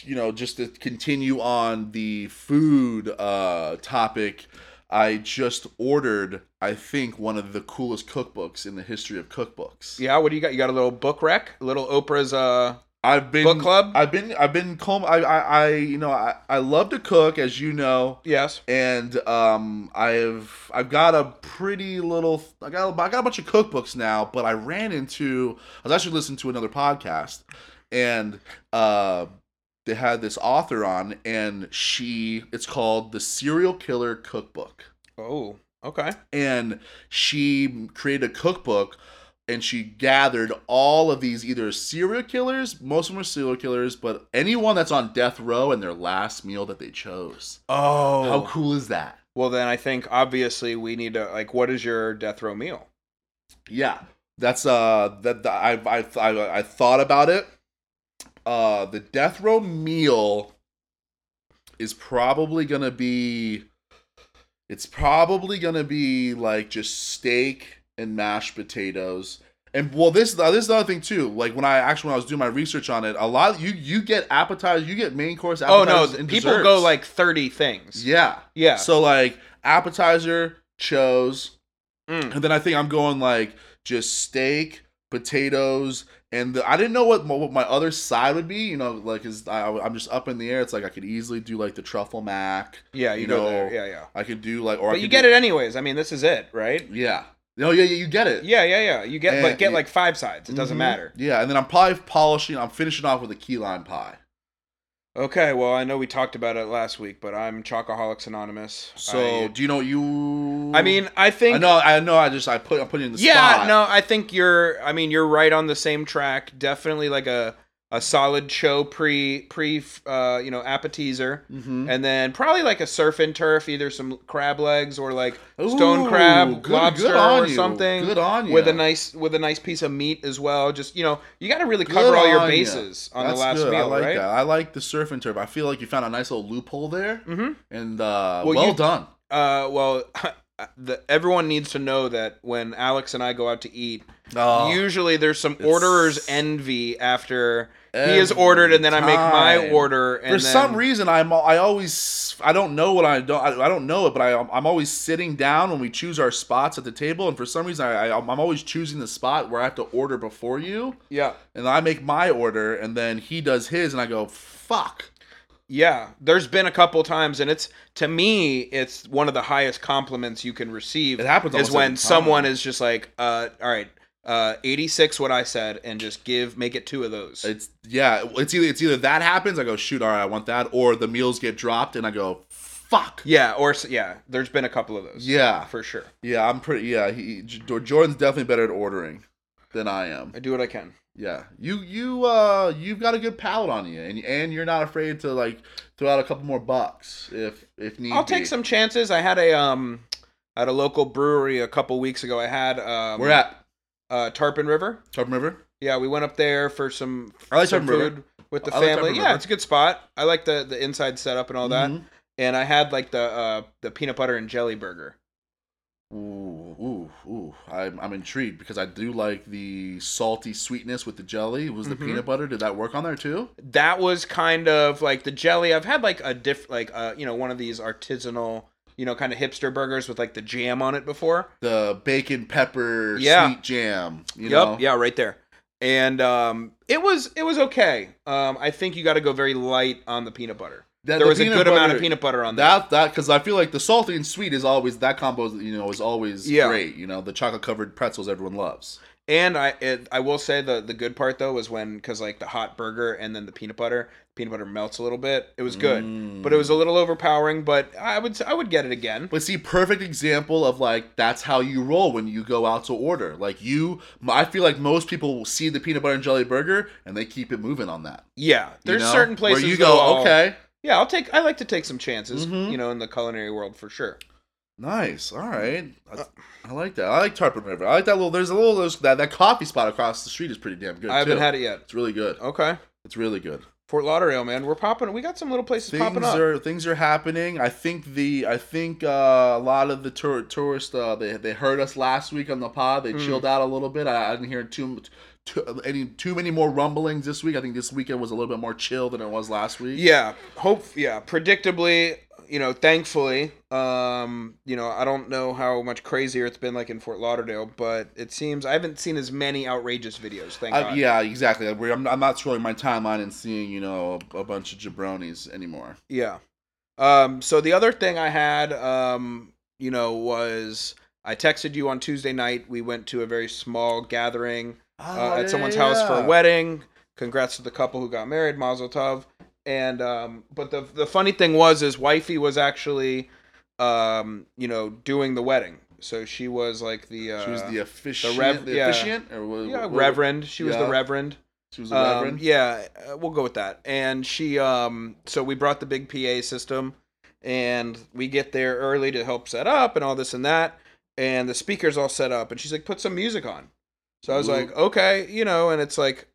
S1: you know, just to continue on the food uh topic, I just ordered, I think, one of the coolest cookbooks in the history of cookbooks.
S2: Yeah. What do you got? You got a little book rec, little Oprah's uh,
S1: I've been
S2: book club.
S1: I've been, I've been calm. I, I, I, you know, I, I love to cook, as you know.
S2: yes.
S1: and um, I've I've got a pretty little I got a, I got a bunch of cookbooks now, but I ran into I was actually listening to another podcast, and uh, they had this author on, and she it's called the Serial Killer Cookbook,
S2: Oh, okay.
S1: and she created a cookbook. And she gathered all of these either serial killers, most of them are serial killers, but anyone that's on death row and their last meal that they chose.
S2: Oh.
S1: How cool is that?
S2: Well, then I think obviously we need to like, what is your death row meal?
S1: Yeah, that's uh that, that I, I I I thought about it. Uh, the death row meal is probably gonna be. It's probably gonna be like just steak and mashed potatoes. And well, this uh, this is another thing too. Like when I actually when I was doing my research on it, a lot you you get appetizers, you get main course.
S2: Oh no,
S1: Appetizers
S2: th-
S1: and
S2: people
S1: desserts.
S2: go like thirty things.
S1: yeah.
S2: Yeah.
S1: So like appetizer, chose,
S2: Mm.
S1: and then I think I'm going like just steak, potatoes, and the, I didn't know what my, what my other side would be. You know, like is I, I'm just up in the air. It's like I could easily do like the truffle mac.
S2: Yeah, you,
S1: you
S2: go
S1: know,
S2: there. Yeah, yeah.
S1: I could do like or
S2: But you get it anyways. I mean, this is it, right?
S1: it. Yeah. No. Yeah. Yeah. You get it.
S2: Yeah, yeah, yeah. You get
S1: Eh,
S2: but get
S1: yeah.
S2: like five sides. It doesn't
S1: Mhm.
S2: matter.
S1: Yeah, and then I'm probably polishing. I'm finishing off with a key lime pie.
S2: Okay, well, I know we talked about it last week, but I'm Chocoholics Anonymous.
S1: So do you know what you?
S2: I, I mean, I think
S1: I know. I know. I just I put I'm putting in the
S2: yeah,
S1: spot.
S2: no, I think you're. I mean, you're right on the same track. Definitely like a a solid show pre pre uh, you know appetizer,
S1: Mm-hmm.
S2: and then probably like a surf and turf, either some crab legs or like stone crab, lobster or something,
S1: Good on you.
S2: with a nice with a nice piece of meat as well. Just you know, you got to really
S1: Good
S2: cover all your
S1: on ya.
S2: bases on the last
S1: I
S2: meal,
S1: like
S2: right?
S1: that. I like the surf and turf. I feel like you found a nice little loophole there,
S2: Mm-hmm.
S1: and uh,
S2: Well,
S1: well,
S2: you-
S1: done.
S2: Uh, well, [LAUGHS] the, everyone needs to know that when Alex and I go out to eat,
S1: Oh,
S2: usually there's some
S1: It's-
S2: orderer's envy after he is ordered and then I make my
S1: time.
S2: order. And
S1: For
S2: then-
S1: some reason, I'm al- I always I don't know what I don't I, I don't know it, but I I'm always sitting down when we choose our spots at the table, and for some reason I, I I'm always choosing the spot where I have to order before you,
S2: yeah,
S1: and I make my order, and then he does his, and I go fuck.
S2: yeah. There's been a couple times, and it's to me, it's one of the highest compliments you can receive.
S1: It happens
S2: is
S1: almost
S2: when
S1: every time.
S2: someone is just like, uh, all right, uh, 86, what I said, and just give, make it two of those.
S1: It's yeah. It's either it's either that happens. I go shoot. All right, I want that, or the meals get dropped, and I go fuck.
S2: yeah, or s- yeah, there's been a couple of those.
S1: Yeah,
S2: for sure.
S1: yeah. I'm pretty. Yeah, he J- Jordan's definitely better at ordering than I am.
S2: I do what I can.
S1: Yeah, you you uh you've got a good palate on you, and and you're not afraid to like throw out a couple more bucks if if need.
S2: I'll take
S1: be.
S2: some chances. I had a um at a local brewery a couple weeks ago. I had um
S1: We're at
S2: uh Tarpon River.
S1: Tarpon River.
S2: Yeah, we went up there for some,
S1: I like
S2: some
S1: Tarpon River.
S2: food with the
S1: I like
S2: family.
S1: Tarpon
S2: yeah,
S1: River.
S2: it's a good spot. I like the the inside setup and all that.
S1: Mhm.
S2: And I had like the uh the peanut butter and jelly burger.
S1: Ooh, ooh, ooh! I'm I'm intrigued because I do like the salty sweetness with the jelly. Was the
S2: Mhm.
S1: peanut butter? Did that work on there too?
S2: That was kind of like the jelly. I've had like a diff like uh you know one of these artisanal you know kind of hipster burgers with like the jam on it before.
S1: The bacon pepper
S2: Yeah.
S1: sweet jam. You
S2: yep.
S1: know?
S2: Yeah, right there. and um, it was it was okay. Um, I think you got to go very light on the peanut butter.
S1: That,
S2: there
S1: the
S2: was a
S1: peanut
S2: good amount of
S1: butter-
S2: peanut butter on
S1: That
S2: that.
S1: that because I feel like the salty and sweet is always that combo. You know, is always
S2: Yeah.
S1: great. You know, the chocolate covered pretzels everyone loves.
S2: And I it, I will say the the good part though was when because like the hot burger and then the peanut butter peanut butter melts a little bit. It was good,
S1: Mm.
S2: but it was a little overpowering. But I would I would get it again.
S1: But see, perfect example of like that's how you roll when you go out to order. Like you, I feel like most people will see the peanut butter and jelly burger and they keep it moving on that.
S2: Yeah,
S1: you
S2: there's
S1: know?
S2: certain places
S1: where you
S2: though um,
S1: go,
S2: I'll-
S1: okay,
S2: Yeah, I'll take. I like to take some chances,
S1: Mhm.
S2: you know, in the culinary world for sure.
S1: nice, all right. I, I like that. I like Tarpon River. I like that little. There's a little there's that that coffee spot across the street is pretty damn good.
S2: I haven't
S1: too.
S2: had it yet.
S1: It's really good.
S2: Okay,
S1: It's really good.
S2: Fort Lauderdale, man, we're popping. We got some little places popping
S1: things
S2: up.
S1: are things are happening. I think the I think uh, a lot of the tour, tourists uh, they they heard us last week on the pod. They
S2: Mm.
S1: chilled out a little bit. I, I didn't hear too, m- too any too many more rumblings this week. I think this weekend was a little bit more chill than it was last week.
S2: Yeah, hope. Yeah, predictably, you know, thankfully, um, you know, I don't know how much crazier it's been like in Fort Lauderdale, but it seems I haven't seen as many outrageous videos. Thank
S1: I-
S2: God.
S1: yeah, exactly. We're- I'm, I'm not scrolling my timeline and seeing you know a, a bunch of jabronis anymore.
S2: Yeah. Um, so the other thing I had, um, you know, was I texted you on Tuesday night. We went to a very small gathering
S1: Oh,
S2: uh, at someone's house for a wedding. Congrats to the couple who got married, Mazel Tov. And um, but the the funny thing was, is wifey was actually, um, you know, doing the wedding. So she was like the uh,
S1: She was the officiant. The,
S2: rev- yeah.
S1: officiant or what,
S2: yeah,
S1: what- what-
S2: reverend. She was the
S1: yeah.
S2: reverend.
S1: She was the
S2: Um,
S1: reverend.
S2: yeah, uh, we'll go with that. And she, um, so we brought the big PA system, and we get there early to help set up and all this and that. And the speakers all set up, and she's like, "Put some music on." So I was
S1: Ooh.
S2: like, "Okay," you know, and it's like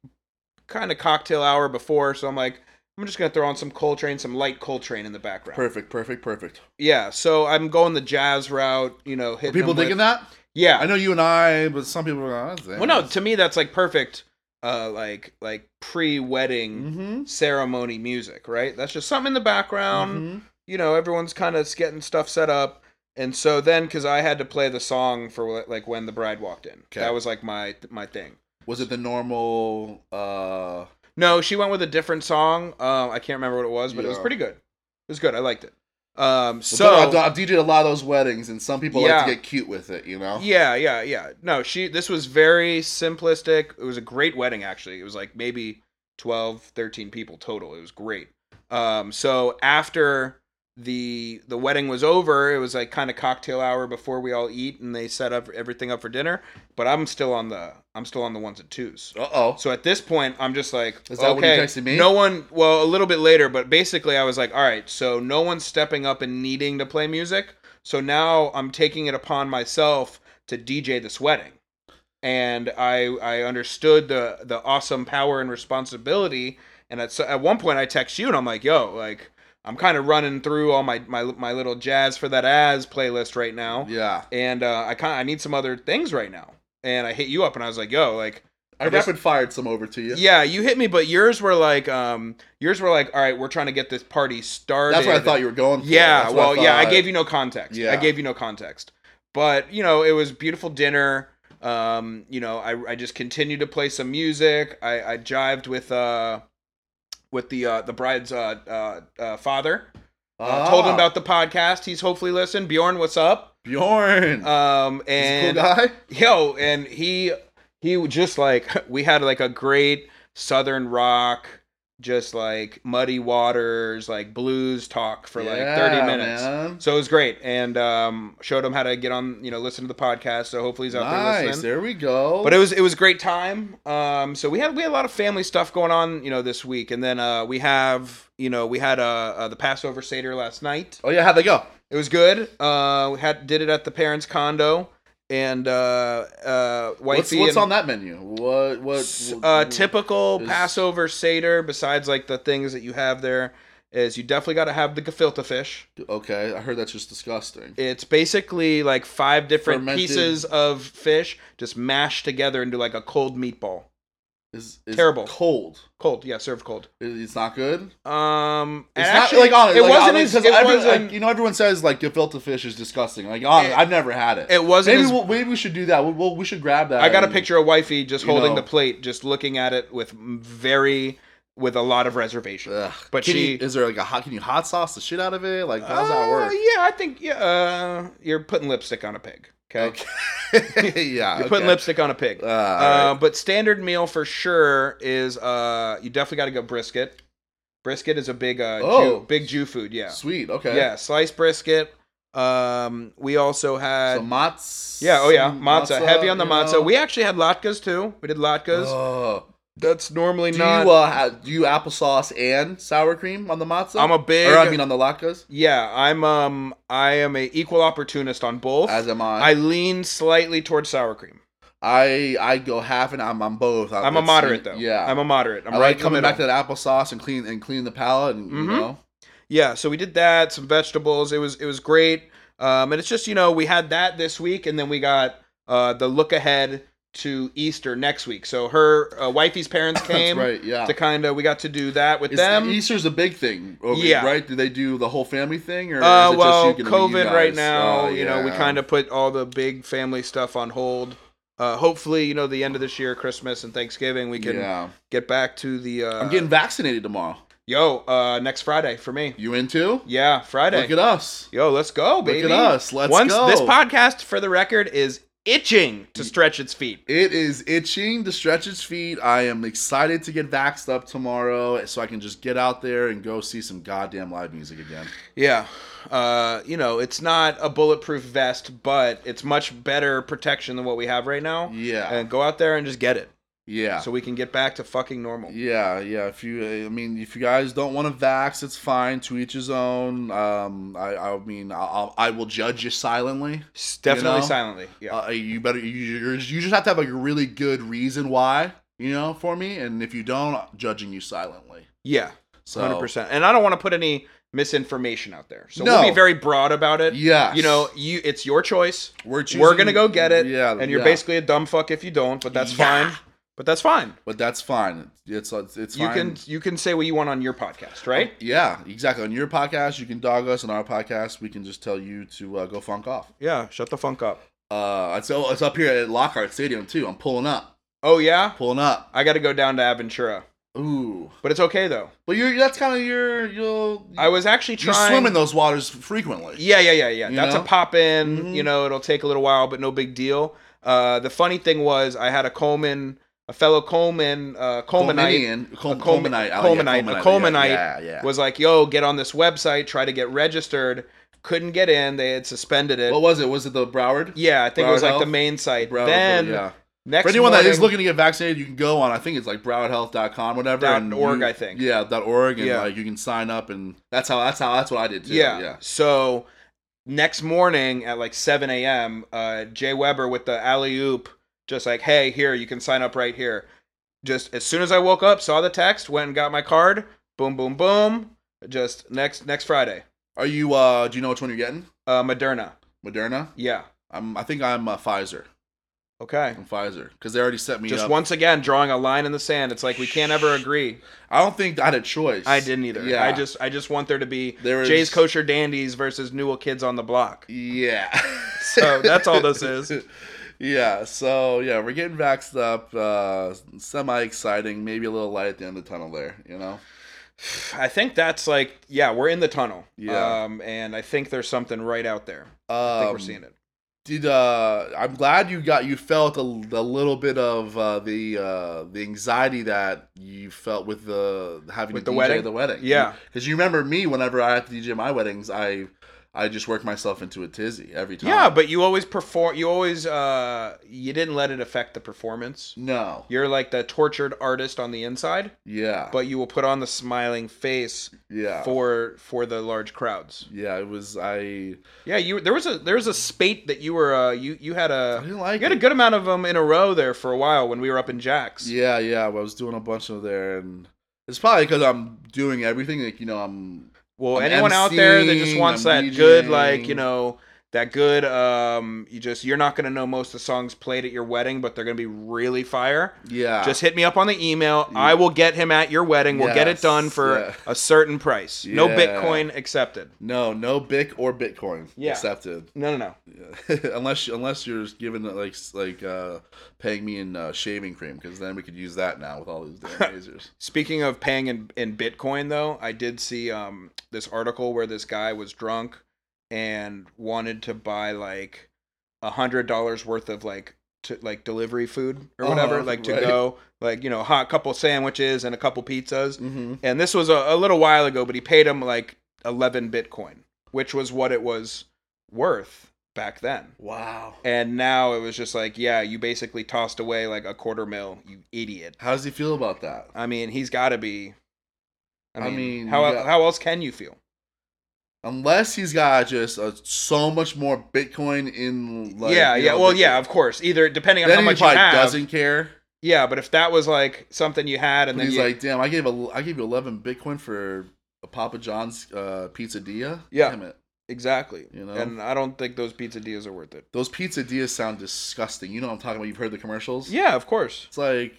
S2: kind of cocktail hour before, so I'm like, "I'm just gonna throw on some Coltrane, some light Coltrane in the background."
S1: Perfect, perfect, perfect.
S2: Yeah, so I'm going the jazz route, you know, hitting
S1: People
S2: them with-
S1: digging that?
S2: Yeah,
S1: I know you and I, but some people are like, oh,
S2: well, no, to me that's like perfect, uh, like like pre-wedding.
S1: Mm-hmm.
S2: ceremony music, right? That's just something in the background.
S1: Mm-hmm.
S2: You know, everyone's kind of getting stuff set up. And so then, because I had to play the song for like when the bride walked in,
S1: Okay.
S2: that was like my my thing.
S1: Was it the normal? uh
S2: No, she went with a different song. Um, I can't remember what it was, but it was
S1: Yeah.
S2: pretty good. It was good. I liked it. Um,
S1: So I've,
S2: so
S1: I've DJed a lot of those weddings, and some people like
S2: Yeah.
S1: to get cute with it, you know.
S2: yeah, yeah, yeah. No, she. This was very simplistic. It was a great wedding, actually. It was like maybe 12, 13 people total. It was great. Um, so after the the wedding was over, it was like kind of cocktail hour before we all eat, and they set up everything up for dinner. But I'm still on the I'm still on the ones and twos.
S1: Uh oh.
S2: So at this point, I'm just like,
S1: Is that when you
S2: okay,
S1: texted me?
S2: no one. Well, a little bit later, but basically, I was like, all right, so no one's stepping up and needing to play music. So now I'm taking it upon myself to DJ this wedding, and I I understood the the awesome power and responsibility. And at so at one point, I text you, and I'm like, yo, like. I'm kind of running through all my, my my little jazz for that as playlist right now,
S1: Yeah.
S2: and uh, I kind I need some other things right now. And I hit you up, and I was like, "Yo, like
S1: I
S2: That's-
S1: rapid fired some over to you.
S2: yeah, you hit me, but yours were like, um, yours were like, all right, we're trying to get this party started.
S1: That's what I thought you were going for.
S2: Yeah,
S1: That's what
S2: well, yeah, I
S1: thought.
S2: gave you no context.
S1: Yeah.
S2: I gave you no context, but you know, it was beautiful dinner. Um, you know, I I just continued to play some music. I I jived with uh, with the uh the bride's uh uh, uh father. Uh,
S1: Ah,
S2: Told him about the podcast. He's hopefully listened. Bjorn, what's up?
S1: Bjorn.
S2: Um,
S1: He's a
S2: and
S1: cool guy.
S2: yo and he he would just like [LAUGHS] we had like a great southern rock just like muddy waters like blues talk for like 30
S1: Yeah,
S2: minutes
S1: man.
S2: so it was great and um showed him how to get on you know listen to the podcast so hopefully he's out there
S1: Nice.
S2: listening
S1: There we go.
S2: but it was it was a great time. Um, so we had we had a lot of family stuff going on, you know, this week, and then uh, we have you know we had uh, uh the Passover seder last night.
S1: oh yeah, how'd they go?
S2: It was good. Uh, we had did it at the parents' condo, and uh, uh, wifey.
S1: What's, what's
S2: and,
S1: on that menu? What what?
S2: S-
S1: what-
S2: Uh, typical
S1: is-
S2: Passover seder. Besides, like the things that you have there, is you definitely got to have the gefilte fish.
S1: Okay, I heard that's just disgusting.
S2: It's basically like five different
S1: Fermented.
S2: pieces of fish just mashed together into like a cold meatball.
S1: is, is
S2: Terrible.
S1: cold.
S2: Cold, yeah, served cold.
S1: It- It's not good.
S2: Um, and
S1: It's not
S2: actually,
S1: like honest.
S2: it
S1: like,
S2: wasn't
S1: honest,
S2: as
S1: 'cause
S2: it
S1: every-
S2: wasn't
S1: like, you know everyone says like gefilte fish is disgusting. Like honest,
S2: It-
S1: I've never had it.
S2: it wasn't
S1: maybe
S2: as
S1: we'll, maybe we should do that. We'll, we'll, we should grab that.
S2: I got a
S1: and-
S2: picture of wifey just
S1: Um, you
S2: holding
S1: know.
S2: the plate, just looking at it with very with a lot of reservation.
S1: Ugh.
S2: But
S1: Can
S2: she-
S1: you- is there like a hot? Can you hot sauce the shit out of it? Like how's that [LAUGHS]
S2: Uh,
S1: work?
S2: Yeah, I think yeah, uh, you're putting lipstick on a pig. Okay,
S1: Okay. yeah,
S2: you're putting
S1: okay.
S2: lipstick on a pig.
S1: Ah,
S2: Uh,
S1: alright.
S2: But standard meal for sure is uh, you definitely got to go brisket. Brisket is a big uh,
S1: Oh.
S2: Jew, big Jew food. Yeah,
S1: sweet. Okay.
S2: yeah, sliced brisket. Um, we also had
S1: So matz.
S2: yeah, oh yeah, matzah, heavy on the
S1: you
S2: matzah.
S1: know?
S2: We actually had latkes too. We did latkes.
S1: Ugh.
S2: That's normally
S1: do you
S2: not.
S1: uh, have, do you applesauce and sour cream on the matzah?
S2: I'm a big.
S1: or I mean on the latkes.
S2: yeah, I'm um, I am a equal opportunist on both.
S1: As am
S2: I
S1: I.
S2: lean slightly towards sour cream.
S1: I I go half and I'm on both.
S2: I'm a
S1: Oh, It's-
S2: moderate though.
S1: Yeah.
S2: I'm a moderate. I'm
S1: I
S2: right
S1: like coming back to
S2: To-
S1: that applesauce and clean and clean the palate and
S2: Mhm.
S1: you know.
S2: yeah, so we did that. Some vegetables. It was it was great. Um, and it's just you know we had that this week, and then we got uh the look ahead to Easter next week. So her uh, wifey's parents
S1: [LAUGHS] That's
S2: came
S1: right. Yeah.
S2: to kind of we got to do that with
S1: Is-
S2: them.
S1: Easter's a big thing, over,
S2: Yeah.
S1: right? Do they do the whole family thing, or is
S2: Uh,
S1: it
S2: well,
S1: just you gonna be you
S2: COVID right
S1: guys?
S2: now,
S1: Oh,
S2: you know, we
S1: yeah.
S2: kind of put all the big family stuff on hold. Uh, hopefully, you know, the end of this year, Christmas and Thanksgiving, we can
S1: yeah.
S2: get back to the. Uh,
S1: I'm getting vaccinated tomorrow.
S2: yo uh, next Friday for me.
S1: You in too?
S2: Yeah, Friday.
S1: Look at us.
S2: yo, let's go, baby.
S1: Look at us. Let's
S2: Once
S1: go.
S2: this podcast, for the record, is itching to stretch its feet.
S1: it is itching to stretch its feet. I am excited to get vaxxed up tomorrow so I can just get out there and go see some goddamn live music again.
S2: Yeah, uh, you know, it's not a bulletproof vest, but it's much better protection than what we have right now.
S1: Yeah.
S2: And go out there and just get it,
S1: yeah.
S2: so we can get back to fucking normal.
S1: Yeah, yeah. If you, I mean, if you guys don't want to vax, it's fine. To each his own. Um, I, I mean, I'll, I will judge you silently.
S2: S- Definitely
S1: know?
S2: silently. Yeah.
S1: Uh, you better, you, you're, you just have to have a really good reason why, you know, for me. And if you don't, I'm judging you silently.
S2: yeah.
S1: So,
S2: Hundred percent. And I don't want to put any misinformation out there. So
S1: No.
S2: we'll be very broad about it.
S1: Yes.
S2: You know, you it's your choice.
S1: we're
S2: We're gonna go get it.
S1: Yeah,
S2: And you're
S1: yeah.
S2: basically a dumb fuck if you don't, but that's
S1: Yeah.
S2: fine. But that's fine.
S1: But that's fine. It's it's, it's
S2: You
S1: fine. Oh.
S2: can you can say what you want on your podcast, right?
S1: Yeah, exactly. On your podcast, you can dog us. On our podcast, we can just tell you to uh, go funk off.
S2: Yeah. Shut the funk up.
S1: Uh, it's oh, it's up here at Lockhart Stadium too. I'm pulling up,
S2: Oh yeah?
S1: pulling up.
S2: I gotta go down to Aventura.
S1: Ooh.
S2: But it's okay though.
S1: But you're that's kind of your you'll
S2: I was actually
S1: you
S2: trying
S1: swim in those waters frequently.
S2: Yeah, yeah, yeah, yeah.
S1: You
S2: That's
S1: know?
S2: a pop in.
S1: Mhm.
S2: You know, it'll take a little while, but no big deal. Uh, the funny thing was, I had a Coleman, a fellow Coleman, uh, Colemanite
S1: Colemanite, Col-
S2: A Colman-
S1: Colemanite, oh, yeah,
S2: Colemanite, a Colemanite
S1: yeah, yeah, yeah.
S2: was like, "Yo, get on this website, try to get registered." Couldn't get in. They had suspended it.
S1: What was it? Was it the Broward?
S2: yeah, I think it was
S1: Broward
S2: like the
S1: Health?
S2: main site.
S1: Broward,
S2: then
S1: yeah.
S2: next
S1: For anyone that is
S2: morning-
S1: looking to get vaccinated, you can go on. I think it's like BrowardHealth.com, whatever.
S2: Dot
S1: and
S2: org,
S1: you-
S2: I think.
S1: Yeah, dot .org, and
S2: Yeah.
S1: like you can sign up, and that's how that's how that's what I did too.
S2: yeah.
S1: yeah.
S2: So next morning at like 7 a.m., uh, Jay Weber with the alley oop, just like, hey, here, you can sign up right here. Just as soon as I woke up, saw the text, went and got my card. Boom, boom, boom. Just next next Friday,
S1: Are you? uh Do you know which one you're getting?
S2: uh, Moderna.
S1: Moderna.
S2: Yeah.
S1: I'm. I think I'm uh, Pfizer.
S2: Okay.
S1: I'm Pfizer because they already set me
S2: Just
S1: up.
S2: once again, drawing a line in the sand. It's like we can't ever agree.
S1: I don't think I had a choice.
S2: I didn't either.
S1: Yeah.
S2: I just I just want there to be
S1: There was-
S2: Jay's Kosher Dandies versus Newell Kids on the
S1: [LAUGHS]
S2: Block.
S1: Yeah.
S2: [LAUGHS] So that's all this is.
S1: [LAUGHS] Yeah, so yeah, we're getting vaxxed up. Uh, Semi exciting, maybe a little light at the end of the tunnel there, you know?
S2: I think that's like yeah, we're in the tunnel.
S1: Yeah.
S2: Um, and I think there's something right out there.
S1: Um,
S2: I think we're seeing it.
S1: Did uh, I'm glad you got you felt a, a little bit of uh, the uh, the anxiety that you felt with the having
S2: With
S1: to
S2: the
S1: DJ
S2: wedding?
S1: the wedding.
S2: Yeah.
S1: because you remember me whenever I have to DJ my weddings, I I just work myself into a tizzy every time.
S2: Yeah, but you always perform. You always uh, you didn't let it affect the performance.
S1: no,
S2: You're like the tortured artist on the inside,
S1: yeah,
S2: but you will put on the smiling face
S1: yeah,
S2: for for the large crowds.
S1: yeah. It was I.
S2: Yeah, you there was a there was a spate that you were uh, you you had
S1: I
S2: a
S1: didn't like
S2: you had a
S1: it.
S2: good amount of them in a row there for a while when we were up in Jack's.
S1: Yeah, yeah. I was doing a bunch of there, and it's probably because I'm doing everything. Like you know, I'm
S2: Well,
S1: I'm
S2: anyone out there that just
S1: emceeing,
S2: wants
S1: I'm
S2: that good,
S1: DJing.
S2: like you know, that good. Um, you just you're not gonna know most of the songs played at your wedding, but they're gonna be really fire.
S1: Yeah.
S2: Just hit me up on the email.
S1: Yeah.
S2: I will get him at your wedding. We'll get it
S1: Yes,
S2: done for
S1: yeah.
S2: a certain price. No
S1: Yeah.
S2: Bitcoin accepted.
S1: no, no Bic or Bitcoin
S2: Yeah.
S1: accepted. [LAUGHS]
S2: No, no, no.
S1: unless unless you're giving like s- like uh paying me in uh, shaving cream because then we could use that now with all these
S2: [LAUGHS]
S1: damn lasers.
S2: Speaking of paying in, in Bitcoin, though, I did see um, this article where this guy was drunk and wanted to buy like a hundred dollars worth of like to, like delivery food or whatever,
S1: Uh-huh,
S2: like to
S1: right.
S2: go, like you know, a hot couple sandwiches and a couple pizzas.
S1: Mm-hmm.
S2: And this was a, a little while ago, but he paid him like eleven Bitcoin, which was what it was worth back then.
S1: Wow.
S2: And now it was just like, yeah, you basically tossed away like a quarter mil, you idiot.
S1: How does he feel about that?
S2: I mean, he's got to be. I
S1: I
S2: mean,
S1: mean,
S2: how
S1: yeah.
S2: how else can you feel?
S1: Unless he's got just uh so much more Bitcoin in like
S2: yeah,
S1: you
S2: yeah.
S1: know,
S2: Well,
S1: Bitcoin.
S2: yeah, of course. Either depending on
S1: Then
S2: how
S1: he
S2: much you
S1: probably
S2: have.
S1: doesn't care.
S2: Yeah, but if that was like something you had, and
S1: And
S2: then
S1: he's
S2: you,
S1: like, "Damn, I gave a, I gave you eleven Bitcoin for a Papa John's uh, pizzadilla.
S2: Yeah.
S1: Damn it.
S2: exactly.
S1: You know?
S2: And I don't think those pizzadillas are worth it.
S1: Those pizzadillas sound disgusting. You know what I'm talking about. You've heard the commercials.
S2: Yeah, of course.
S1: It's like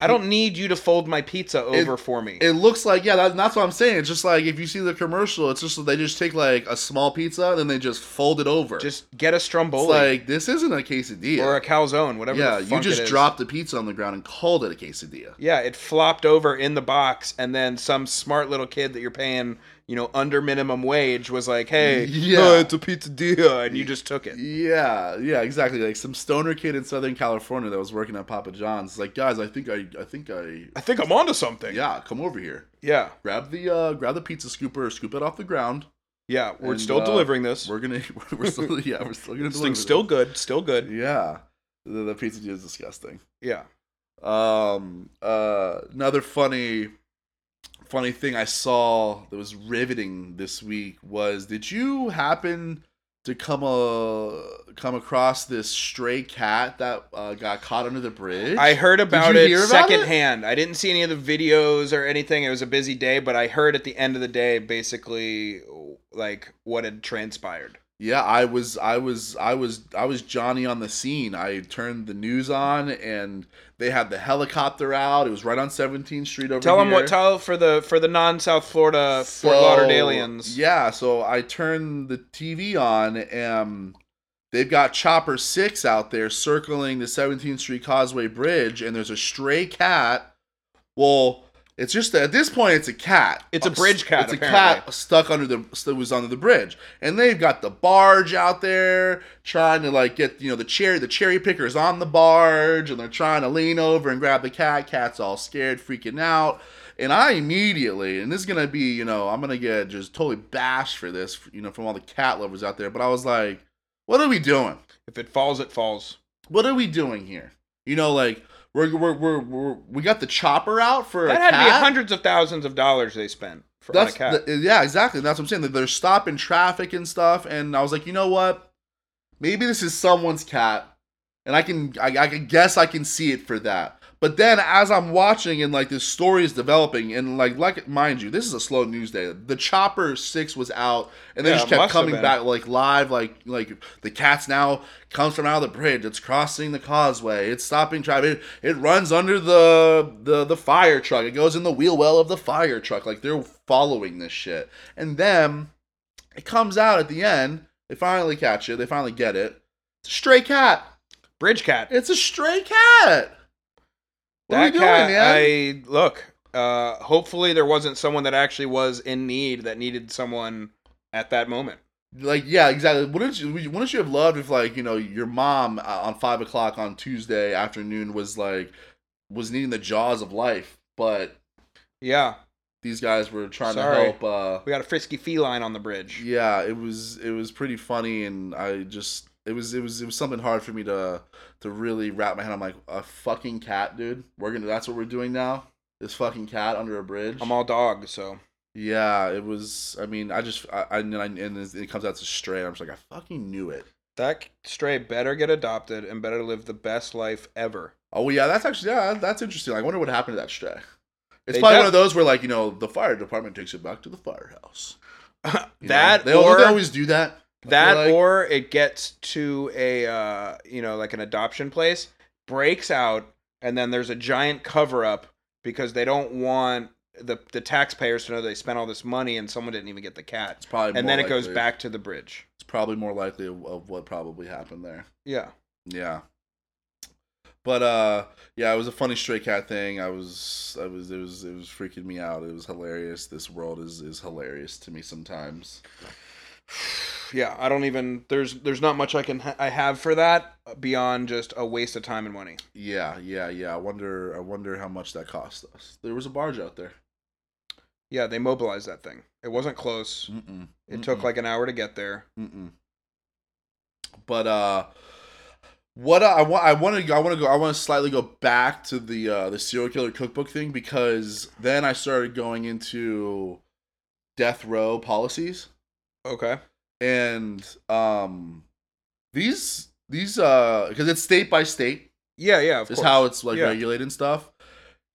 S2: I don't need you to fold my pizza over for me.
S1: it looks like yeah. That, that's what I'm saying. It's just like if you see the commercial, it's just they just take like a small pizza and then they just fold it over.
S2: just get a
S1: it's
S2: stromboli
S1: like this isn't a quesadilla.
S2: or a calzone, whatever.
S1: yeah,
S2: the
S1: you
S2: funk
S1: just
S2: it is.
S1: dropped the pizza on the ground and called it a quesadilla.
S2: Yeah, it flopped over in the box, and then some smart little kid that you're paying, you know, under minimum wage was like,
S1: [LAUGHS]
S2: "Hey,
S1: Yeah.
S2: oh, [LAUGHS] it's a pizza deal," and you just took it.
S1: Yeah, yeah, exactly. Like some stoner kid in Southern California that was working at Papa John's. is Like, guys, I think I, I think I,
S2: I think I'm onto something.
S1: yeah, come over here.
S2: yeah,
S1: Grab the, uh, grab the pizza scooper, scoop it off the ground.
S2: yeah. We're
S1: And,
S2: still
S1: uh,
S2: delivering this.
S1: We're gonna, [LAUGHS] we're
S2: [LAUGHS]
S1: still, yeah, we're still gonna.
S2: This
S1: deliver
S2: thing's still good. Still good.
S1: Yeah, the, the pizza is disgusting.
S2: Yeah.
S1: Um, uh, another funny, funny thing I saw that was riveting this week was: Did you happen to come a come across this stray cat that uh, got caught under the bridge?
S2: I heard about
S1: you
S2: it
S1: hear about it?
S2: secondhand. I didn't see any of the videos or anything. It was a busy day, but I heard at the end of the day basically like what had transpired.
S1: Yeah, I was, I was, I was, I was Johnny on the scene. I turned the news on, and they had the helicopter out. It was right on 17th Street over
S2: Tell
S1: here.
S2: them what. Tell for the for the non South Florida Fort
S1: So,
S2: Lauderdaleans.
S1: Yeah, so I turned the TV on and they've got Chopper 6 out there circling the 17th Street Causeway Bridge and there's a stray cat. Well, it's just at this point it's a cat.
S2: It's a bridge cat,
S1: It's a
S2: apparently.
S1: cat stuck under the that was under the bridge. And they've got the barge out there trying to like get, you know, the cherry the cherry pickers on the barge and they're trying to lean over and grab the cat. Cat's all scared, freaking out. And I immediately, and this is gonna be, you know, I'm gonna get just totally bashed for this, you know, from all the cat lovers out there. But I was like, what are we doing?
S2: If it falls, it falls.
S1: What are we doing here? You know, like we're we're we're, we're we got the chopper out for
S2: That
S1: a
S2: had to be
S1: cat?
S2: hundreds of thousands of dollars they spent for on a
S1: That's
S2: cat.
S1: the- yeah, exactly. That's what I'm saying. Like, They're stopping traffic and stuff, and I was like, you know what? Maybe this is someone's cat, and I can I, I can guess I can see it for that. But then as I'm watching and like this story is developing, and like like mind you, this is a slow news day. The Chopper Six was out, and they
S2: Yeah,
S1: just
S2: it
S1: kept
S2: must have
S1: coming
S2: been.
S1: back like live, like like the cat's now comes from out of the bridge. It's crossing the causeway. It's stopping traffic. It, it runs under the the the fire truck. It goes in the wheel well of the fire truck. Like they're following this shit, and then it comes out at the end. They finally catch it. They finally get it. It's a stray cat.
S2: Bridge cat.
S1: It's a stray cat. What are we
S2: that
S1: doing,
S2: cat.
S1: man?
S2: I look. Uh, hopefully, there wasn't someone that actually was in need that needed someone at that moment.
S1: Like, yeah, exactly. Wouldn't you, wouldn't you have loved if, like, you know, your mom uh, on five o'clock on Tuesday afternoon was like, was needing the jaws of life, but
S2: Yeah,
S1: these guys were trying
S2: Sorry.
S1: to help. Uh,
S2: we got a frisky feline on the bridge.
S1: yeah, it was it was pretty funny, and I just it was it was it was something hard for me to to really wrap my head. I'm like a fucking cat, dude. We're gonna that's what we're doing now. This fucking cat under a bridge.
S2: I'm all dog, so
S1: Yeah, it was. I mean, I just, I, I and, I, and it comes out to stray. and I'm just like, I fucking knew it.
S2: that stray better get adopted and better live the best life ever. [LAUGHS]
S1: Oh yeah, that's actually yeah, that's interesting. I wonder what happened to that stray. It's
S2: They
S1: probably
S2: def-
S1: one of those where like you know the fire department takes it back to the firehouse. you know?
S2: that
S1: they, don't
S2: or
S1: they always do that. feel
S2: That
S1: like-
S2: or it gets to a uh, you know like an adoption place, breaks out, and then there's a giant cover up because they don't want the the taxpayers to know they spent all this money and someone didn't even get the cat,
S1: It's probably
S2: and
S1: more
S2: then it goes
S1: likely-
S2: back to the bridge.
S1: It's probably more likely of, of what probably happened there.
S2: Yeah,
S1: Yeah. But uh yeah, it was a funny stray cat thing. I was I was it was it was freaking me out. It was hilarious. This world is is hilarious to me sometimes.
S2: yeah. I don't even there's there's not much I can ha- I have for that beyond just a waste of time and money.
S1: Yeah, yeah, yeah. I wonder I wonder how much that cost us. There was a barge out there.
S2: Yeah, they mobilized that thing. It wasn't close.
S1: Mm-mm.
S2: It took like an hour to get there.
S1: Mm-mm. But uh, what I want, I want to, I want to go, I want to slightly go back to the uh, the serial killer cookbook thing because then I started going into death row policies
S2: Okay.
S1: and um these these uh because it's state by state
S2: Yeah, yeah. Of
S1: is
S2: course.
S1: how it's like
S2: Yeah.
S1: regulated and stuff.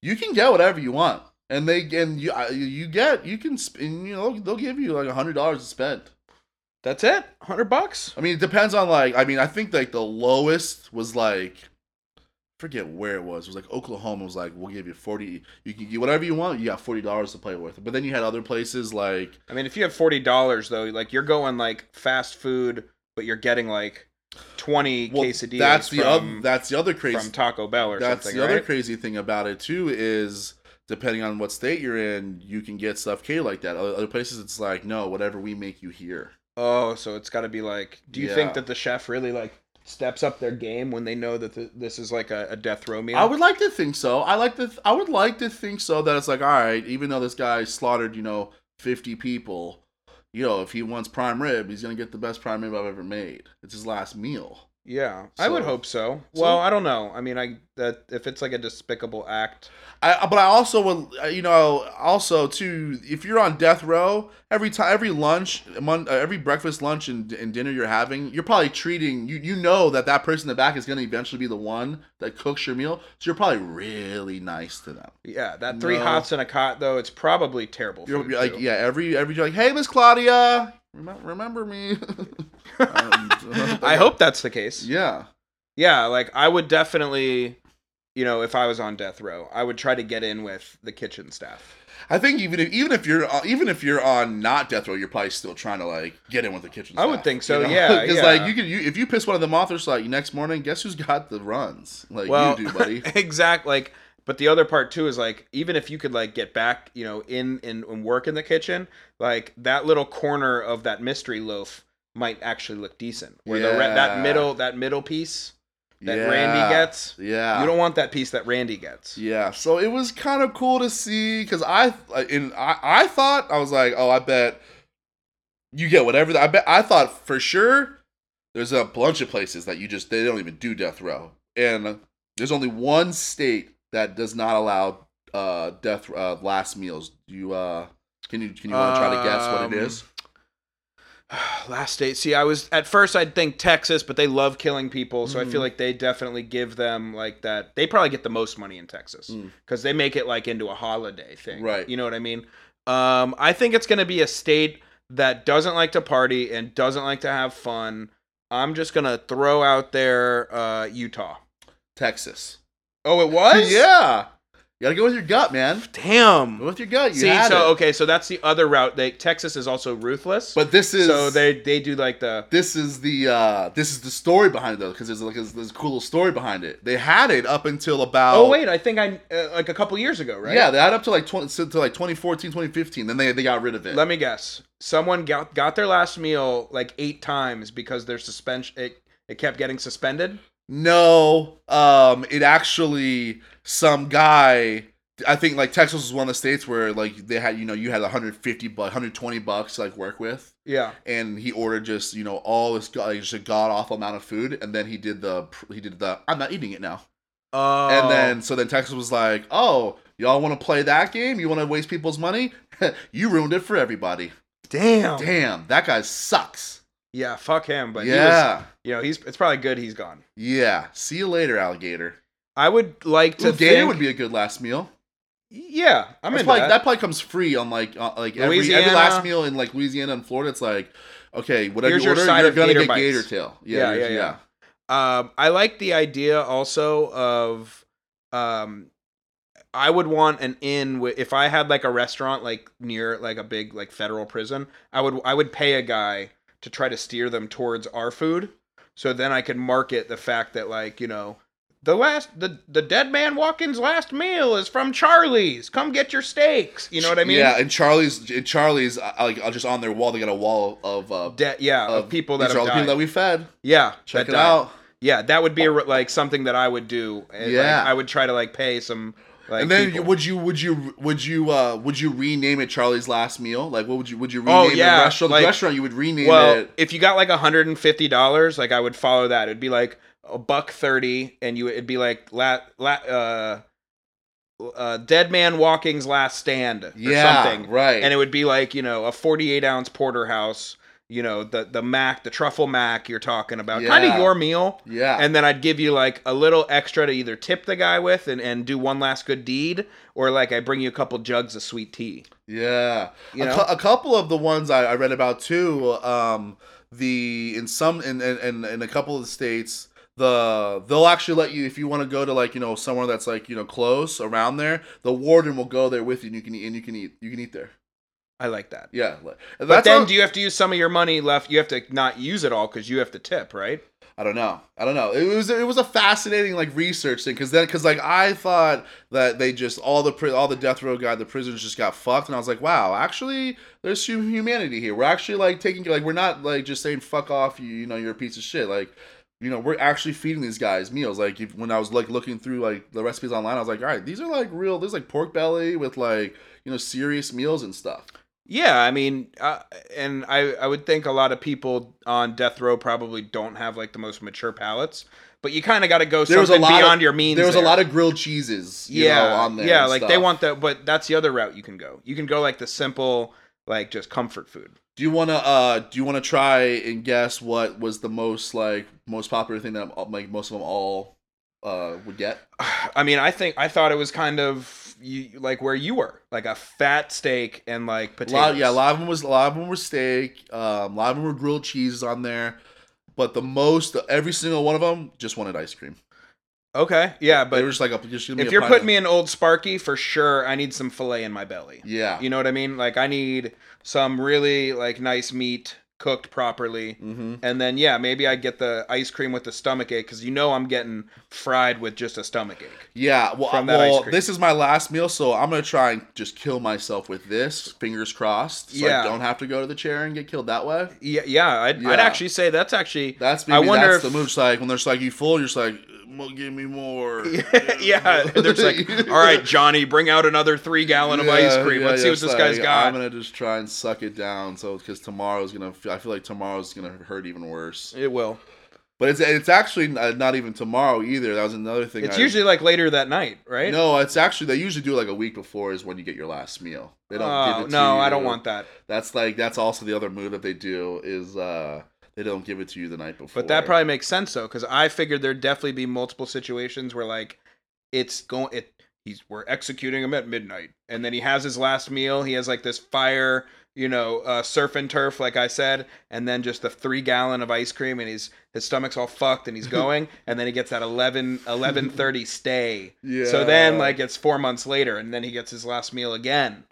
S1: You can get whatever you want, and they and you I- you get you can sp- and, you know they'll give you like a hundred dollars to spend.
S2: That's it. Hundred bucks.
S1: I mean, it depends on like. I mean, I think like the lowest was like, forget where it was. It was like Oklahoma was like, we'll give you forty. You can get whatever you want. You got forty dollars to play with. But then you had other places like
S2: I mean, if you have forty dollars though, like you're going like fast food, but you're getting like twenty
S1: well,
S2: quesadillas
S1: that's the
S2: from,
S1: other that's the other crazy
S2: from Taco Bell or
S1: that's
S2: something,
S1: the other
S2: right?
S1: crazy thing about it too is depending on what state you're in, you can get stuff catered like that. Other, other places, it's like no, whatever we make you here.
S2: oh, so it's got to be like. Do you
S1: Yeah.
S2: think that the chef really like steps up their game when they know that th- this is like a, a death row meal?
S1: I would like to think so. I like to. Th- I would like to think so that it's like, all right, even though this guy slaughtered, you know, fifty people, you know, if he wants prime rib, he's gonna get the best prime rib I've ever made. It's his last meal.
S2: yeah, I would
S1: So-
S2: hope so.
S1: so-
S2: Well, I don't know. I mean, I that if it's like a despicable act.
S1: I, but I also would, uh, you know, also too, if you're on death row, every time, every lunch, mon- uh, every breakfast, lunch, and, and dinner you're having, you're probably treating you. You know that that person in the back is gonna eventually be the one that cooks your meal, so you're probably really nice to them.
S2: Yeah, that three
S1: No.
S2: hots and a cot though, it's probably terrible.
S1: You're
S2: food,
S1: you're like,
S2: too.
S1: yeah, every every you're like, hey, Miss Claudia, remember, remember me? [LAUGHS] Um,
S2: [LAUGHS]
S1: [LAUGHS]
S2: [LAUGHS] I hope that's the case.
S1: Yeah,
S2: Yeah, like I would definitely, you know, if I was on death row, I would try to get in with the kitchen staff.
S1: [LAUGHS] I think even if even if you're uh, even if you're on not death row, you're probably still trying to like get in with the kitchen.
S2: I would
S1: staff,
S2: think so,
S1: you know? [LAUGHS]
S2: yeah, yeah.
S1: like you can you if you piss one of them off, they're just like next morning, guess who's got the runs? Like
S2: well,
S1: you do, buddy.
S2: exact. Like, but the other part too is like, even if you could like get back, you know, in in and work in the kitchen, like that little corner of that mystery loaf might actually look decent. Where the re- that
S1: Yeah.
S2: middle that middle piece [LAUGHS] that
S1: yeah.
S2: Randy gets,
S1: Yeah.
S2: you don't want that piece that Randy gets.
S1: Yeah, so it was kind of cool to see because I and I, I thought I was like, oh, I bet you get whatever. I bet I thought for sure there's a bunch of places that you just they don't even do death row, and there's only one state that does not allow uh death uh, last meals. You uh, can you can you want to try to guess what it
S2: Um,
S1: is?
S2: [SIGHS] Last state. See, I was at first I'd think Texas, but they love killing people, so I feel
S1: Mhm.
S2: like they definitely give them like that. They probably get the most money in Texas
S1: Mm.
S2: because they make it like into a holiday thing,
S1: Right.
S2: You know what I mean? Um, I think it's going to be a state that doesn't like to party and doesn't like to have fun. I'm just gonna throw out there uh, Utah.
S1: Texas.
S2: Oh, it [LAUGHS] was
S1: Yeah, you gotta go with your gut, man.
S2: Damn.
S1: Go with your gut. You
S2: See,
S1: had
S2: so
S1: it.
S2: okay, so that's the other route. They Texas is also ruthless,
S1: But this is
S2: so they they do like the
S1: this is the uh this is the story behind it though because there's like there's, there's a cool little story behind it they had it up until about
S2: Oh wait, I think I uh, like a couple years ago, right?
S1: yeah they had up to like 20 so- to like 2014 2015 then they they got rid of it
S2: Let me guess. Someone got got their last meal like eight times because their suspension it, it kept getting suspended.
S1: no um it actually some guy i think like texas was one of the states where like they had you know you had 150 but 120 bucks to, like work with
S2: Yeah.
S1: and he ordered just you know all this go- like, just a god awful amount of food and then he did the pr- he did the i'm not eating it now
S2: Oh.
S1: And then so then Texas was like, "Oh, y'all want to play that game? You want to waste people's money? [LAUGHS] you ruined it for everybody.
S2: damn.
S1: Damn, that guy sucks.
S2: Yeah, fuck him. Oh. But yeah,
S1: yeah,
S2: you know he's it's probably good he's gone.
S1: yeah. See you later, alligator.
S2: I would like to
S1: Ooh, gator
S2: think-
S1: would be a good last meal.
S2: Yeah, I'm
S1: That's
S2: in
S1: probably,
S2: that.
S1: that probably comes free on like uh, like every, every
S2: Louisiana.
S1: last meal in like Louisiana and Florida. It's like okay, whatever
S2: Here's
S1: you
S2: your
S1: order,
S2: side
S1: you're
S2: of
S1: gonna
S2: gator
S1: get
S2: bites.
S1: gator tail.
S2: Yeah,
S1: Yeah,
S2: yeah,
S1: yeah, yeah,
S2: yeah. Um, I like the idea also of, um, I would want an inn with, if I had like a restaurant like near like a big like federal prison. I would I would pay a guy to try to steer them towards our food, so then I could market the fact that like you know the last the the dead man Watkins last meal is from Charlie's. Come get your steaks. You know what I mean?
S1: Yeah, and Charlie's, and Charlie's, uh, like uh, just on their wall, they got a wall of uh,
S2: De- yeah, of, people that
S1: these are
S2: have
S1: all the
S2: died.
S1: people that we fed.
S2: yeah,
S1: Check
S2: that
S1: it
S2: died.
S1: out.
S2: Yeah, that would be a, re- like something that I would do. And,
S1: Oh. Yeah.
S2: like, I would try to like pay some. Like,
S1: and then
S2: people.
S1: would you would you would you uh would you rename it Charlie's Last Meal? Like what would you would you rename
S2: Oh,
S1: the
S2: yeah,
S1: restaurant?
S2: like-
S1: the restaurant you would rename
S2: well,
S1: it.
S2: if you got like hundred and fifty dollars, like I would follow that. It'd be like a buck thirty, and you it'd be like la, la, uh, uh, Dead Man Walking's Last Stand or
S1: Yeah,
S2: something,
S1: right.
S2: and it would be like you know a forty-eight ounce porterhouse. You know the the mac, the truffle mac you're talking about, kind of
S1: Yeah.
S2: your meal.
S1: yeah,
S2: and then I'd give you like a little extra to either tip the guy with and, and do one last good deed, or like I bring you a couple jugs of sweet tea.
S1: yeah.
S2: You
S1: a,
S2: know?
S1: cou- a couple of the ones I, I read about too. Um, the in some in in, in, in a couple of the states. The they'll actually let you if you want to go to like you know somewhere that's like you know close around there. The warden will go there with you, and you can eat and you can eat you can eat there.
S2: I like that.
S1: Yeah, like-
S2: But
S1: that's
S2: then
S1: how-
S2: do you have to use some of your money left? You have to not use it all because you have to tip, right?
S1: I don't know. I don't know. It was it was a fascinating like research thing because then because like I thought that they just all the pri- all the death row guy the prisoners just got fucked and I was like wow actually there's some humanity here we're actually like taking like we're not like just saying fuck off you you know you're a piece of shit like you know we're actually feeding these guys meals like if, when I was like looking through like the recipes online I was like all right these are like real there's like pork belly with like you know serious meals and stuff
S2: Yeah, I mean, uh, and I I would think a lot of people on death row probably don't have like the most mature palates, but you kind of got to go
S1: There was a
S2: something
S1: lot of-
S2: beyond your means.
S1: there was a
S2: there.
S1: lot of grilled cheeses you
S2: yeah,
S1: know, on there
S2: yeah,
S1: and
S2: like they
S1: stuff.
S2: want that, but that's the other route you can go. You can go like the simple, like just comfort food.
S1: Do you wanna uh do you wanna try and guess what was the most like most popular thing that um, like most of them all uh would get?
S2: I mean, I think I thought it was kind of you, like where you were, like a fat steak and like
S1: A
S2: potatoes.
S1: lot, yeah, a lot of them was a lot of them were steak, um, a lot of them were grilled cheeses on there, but the most every single one of them just wanted ice cream.
S2: Okay, yeah,
S1: But they were
S2: but
S1: just like a, just give me
S2: if
S1: a
S2: you're
S1: pint
S2: putting
S1: of-
S2: me in old Sparky for sure, I need some fillet in my belly.
S1: yeah,
S2: You know what I mean? Like I need some really like nice meat cooked properly.
S1: mm-hmm.
S2: And then yeah, maybe I get the ice cream with the stomach ache cuz you know I'm getting fried with just a stomach ache.
S1: yeah. Well,
S2: From that ice
S1: well
S2: cream.
S1: this is my last meal, so I'm gonna try and just kill myself with this. Fingers crossed, so
S2: Yeah.
S1: I don't have to go to the chair and get killed that way.
S2: Yeah, yeah, I'd,
S1: Yeah.
S2: I'd actually say that's actually
S1: That's
S2: I
S1: maybe
S2: wonder
S1: that's
S2: if-
S1: the move. It's like when they're just like you full, you're just like "Mo- give me more.
S2: [LAUGHS]
S1: [LAUGHS]
S2: yeah, there's like, all right, Johnny, bring out another three gallon of ice
S1: Yeah,
S2: cream.
S1: yeah,
S2: Let's see
S1: yeah,
S2: what
S1: it's
S2: this guy's
S1: like,
S2: got.
S1: I'm gonna just try and suck it down. So because tomorrow's gonna, I feel like tomorrow's gonna hurt even worse.
S2: It will.
S1: But it's it's actually uh, not even tomorrow either. That was another thing.
S2: It's
S1: I-
S2: usually like later that night, right?
S1: no. It's actually they usually do like a week before is when you get your last meal. They don't.
S2: Oh,
S1: give it to
S2: no,
S1: you.
S2: I don't want that.
S1: That's like that's also the other move that they do is uh they don't give it to you the night before.
S2: But that probably makes sense though, because I figured there'd definitely be multiple situations where like it's going it he's we're executing him at midnight. And then he has his last meal. He has like this fire, you know, uh, surf and turf, like I said, and then just the three gallon of ice cream and he's his stomach's all fucked and he's going, and then he gets that 11, 11.30 stay.
S1: Yeah.
S2: So then, like, it's four months later, and then he gets his last meal again.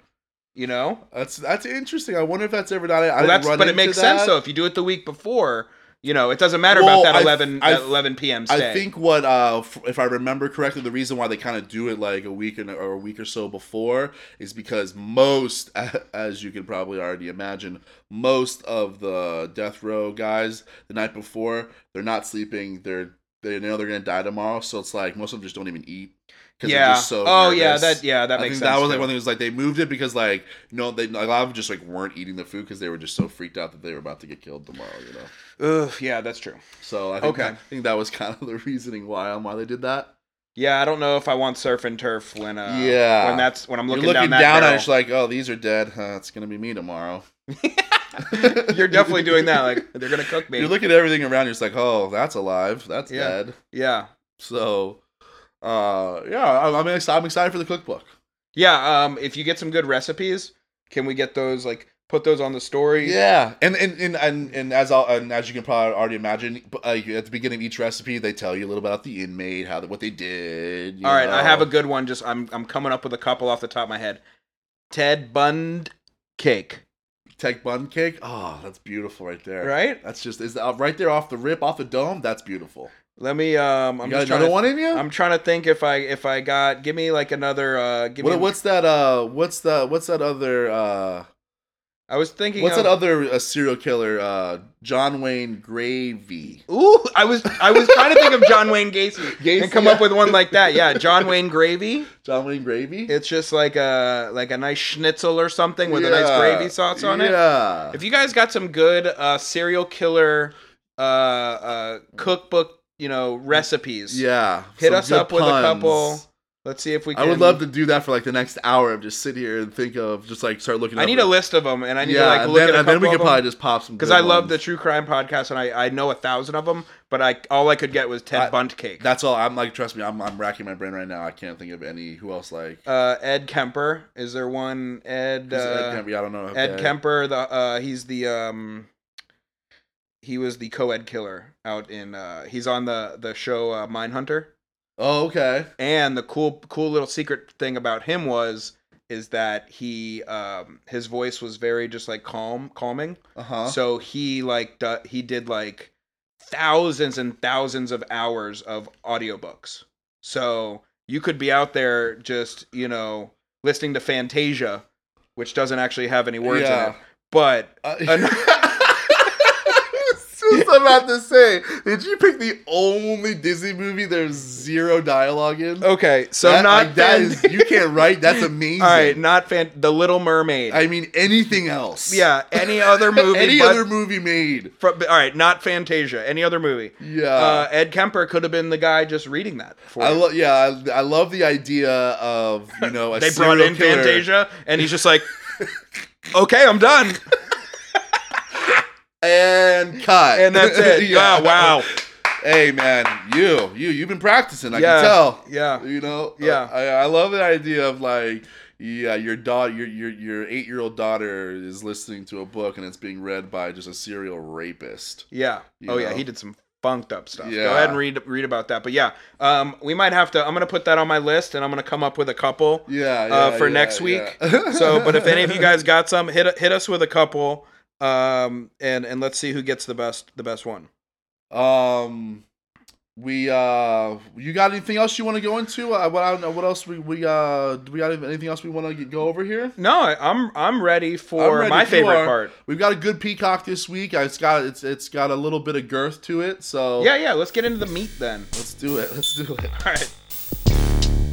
S2: You know,
S1: That's that's interesting. I wonder if that's ever done. I, I
S2: well,
S1: didn't
S2: that's
S1: run
S2: but it
S1: into
S2: makes
S1: that.
S2: sense though. If you do it the week before, you know, it doesn't matter
S1: Well,
S2: about that
S1: I-
S2: eleven
S1: I-
S2: that eleven p.m. stay.
S1: I think what uh, f- if I remember correctly, the reason why they kind of do it like a week and, or a week or so before is because most, as you can probably already imagine, most of the death row guys the night before they're not sleeping. They're they know they're gonna die tomorrow, so it's like most of them just don't even eat. 'cause they're
S2: yeah.
S1: just so
S2: oh yeah,
S1: nervous.
S2: that yeah that
S1: I think
S2: makes sense.
S1: that was like
S2: too.
S1: one thing was like they moved it because like no they like, a lot of them just like weren't eating the food because they were just so freaked out that they were about to get killed tomorrow you know
S2: Ugh, yeah, that's true.
S1: so I think
S2: Okay.
S1: I think that was [LAUGHS] kind of the reasoning why on why they did that
S2: Yeah, I don't know if I want surf and turf when uh
S1: Yeah.
S2: when that's when I'm looking,
S1: You're looking
S2: down,
S1: down, at it,
S2: that
S1: [LAUGHS]
S2: barrel.
S1: it's like, oh, these are dead. Huh, it's gonna be me tomorrow.
S2: [LAUGHS] You're definitely doing that. Like they're gonna cook
S1: [LAUGHS]
S2: me.
S1: You're looking at everything around you. It's like, oh, that's alive. That's
S2: Yeah.
S1: dead.
S2: yeah.
S1: So, uh, yeah, I'm, I'm, excited, I'm excited for the cookbook.
S2: Yeah, um, if you get some good recipes, can we get those like put those on the story.
S1: Yeah, and and and and, and as I'll, and as you can probably already imagine, b- uh, you- at the beginning of each recipe, they tell you a little about the inmate, how the, what they did. you
S2: All right, I have a
S1: know.
S2: good one. Just I'm I'm coming up with a couple off the top of my head. Ted Bund cake,
S1: tech bun cake. Oh, that's beautiful right there.
S2: right?
S1: That's just is uh, right there off the rip, off the dome. That's beautiful.
S2: Let me. Um,
S1: You
S2: I'm
S1: got
S2: just
S1: another
S2: trying to,
S1: one in you.
S2: I'm trying to think if I if I got. Give me like another. Uh, give me.
S1: What, what's that? Uh, what's that? What's that other? Uh,
S2: I was thinking.
S1: what's
S2: of,
S1: that other uh, serial killer? Uh, John Wayne Gravy.
S2: Ooh, I was I was trying to think of John Wayne Gacy,
S1: [LAUGHS] Gacy,
S2: and come
S1: yeah.
S2: up with one like that. Yeah, John
S1: [LAUGHS]
S2: Wayne gravy.
S1: John Wayne Gravy.
S2: It's just like a like a nice schnitzel or something with a nice gravy sauce on it.
S1: Yeah.
S2: If you guys got some good uh, serial killer uh, uh, cookbook, you know, recipes,
S1: yeah.
S2: hit
S1: some
S2: us
S1: good
S2: up with a
S1: puns.
S2: couple. Let's see if we. can...
S1: I would love to do that for like the next hour of just sit here and think of just like start looking.
S2: I
S1: up
S2: need a
S1: re-
S2: list of them, and I need to like
S1: and
S2: look
S1: then,
S2: at a
S1: and then we
S2: couple
S1: could
S2: of
S1: probably
S2: them
S1: just pop some
S2: because
S1: good
S2: I love the
S1: ones.
S2: true crime podcast, and I I know a thousand of them, but I all I could get was Ted
S1: I-
S2: Bundt cake.
S1: That's all. I'm like, trust me, I'm I'm racking my brain right now. I can't think of any. Who else like?
S2: uh, Ed Kemper. Is there one Ed?
S1: Who's Ed
S2: Uh,
S1: Kemper? Yeah, I don't know.
S2: Ed
S1: Okay.
S2: Kemper. The uh, he's the um, he was the co-ed killer out in. Uh, he's on the the show uh, Mindhunter.
S1: Oh, okay.
S2: And the cool cool little secret thing about him was is that he um, his voice was very just like calm calming.
S1: Uh huh.
S2: So he like du- he did like thousands and thousands of hours of audiobooks. So you could be out there just, you know, listening to Fantasia, which doesn't actually have any words in
S1: Yeah.
S2: it. But
S1: Uh, [LAUGHS]
S2: An-
S1: Just about to say, did you pick the only Disney movie there's zero dialogue in?
S2: okay, Oh, so
S1: That-
S2: not
S1: like, that
S2: Fan-
S1: is you can't write. That's amazing.
S2: [LAUGHS] All right, not fan The Little Mermaid.
S1: I mean anything else?
S2: yeah, any
S1: [LAUGHS]
S2: other movie
S1: Any
S2: but
S1: other movie made?
S2: from, all right, not Fantasia. Any other movie?
S1: Yeah.
S2: Uh, Ed Kemper could have been the guy just reading that. For
S1: I
S2: you.
S1: love, yeah, I, I love the idea of you
S2: [LAUGHS]
S1: know a
S2: they
S1: serial
S2: brought in
S1: killer.
S2: Fantasia, and he's [LAUGHS] just like, "Okay, I'm done,"
S1: and cut,
S2: and
S1: [LAUGHS]
S2: that's it. [LAUGHS] yeah. Oh, wow.
S1: Hey man, you you you've been practicing. I
S2: Yeah.
S1: can tell.
S2: Yeah,
S1: You know. Uh,
S2: Yeah.
S1: I, I love the idea of like. Yeah, your daughter, your your your eight year old daughter is listening to a book and it's being read by just a serial rapist.
S2: yeah.
S1: You
S2: Oh yeah,
S1: know.
S2: he did some funked up stuff. Go
S1: Yeah.
S2: ahead and read read about that. But yeah, um, we might have to. I'm gonna put that on my list, and I'm gonna come up with a couple.
S1: Yeah,
S2: Uh,
S1: yeah,
S2: for
S1: yeah,
S2: next week.
S1: yeah.
S2: So, but if any
S1: [LAUGHS]
S2: of you guys got some, hit hit us with a couple, um, and and let's see who gets the best the best one.
S1: Um, we uh, you got anything else you want to go into? I, well, I don't know what else we we uh, do we got anything else we want to go over here?
S2: No, I, I'm I'm ready for
S1: ready
S2: my
S1: if you
S2: favorite
S1: are.
S2: part.
S1: We've got a good peacock this week. Uh, It's got it's it's got a little bit of girth to it. So
S2: Yeah, yeah. Let's get into the meat then.
S1: let's do it. Let's do it.
S2: All right.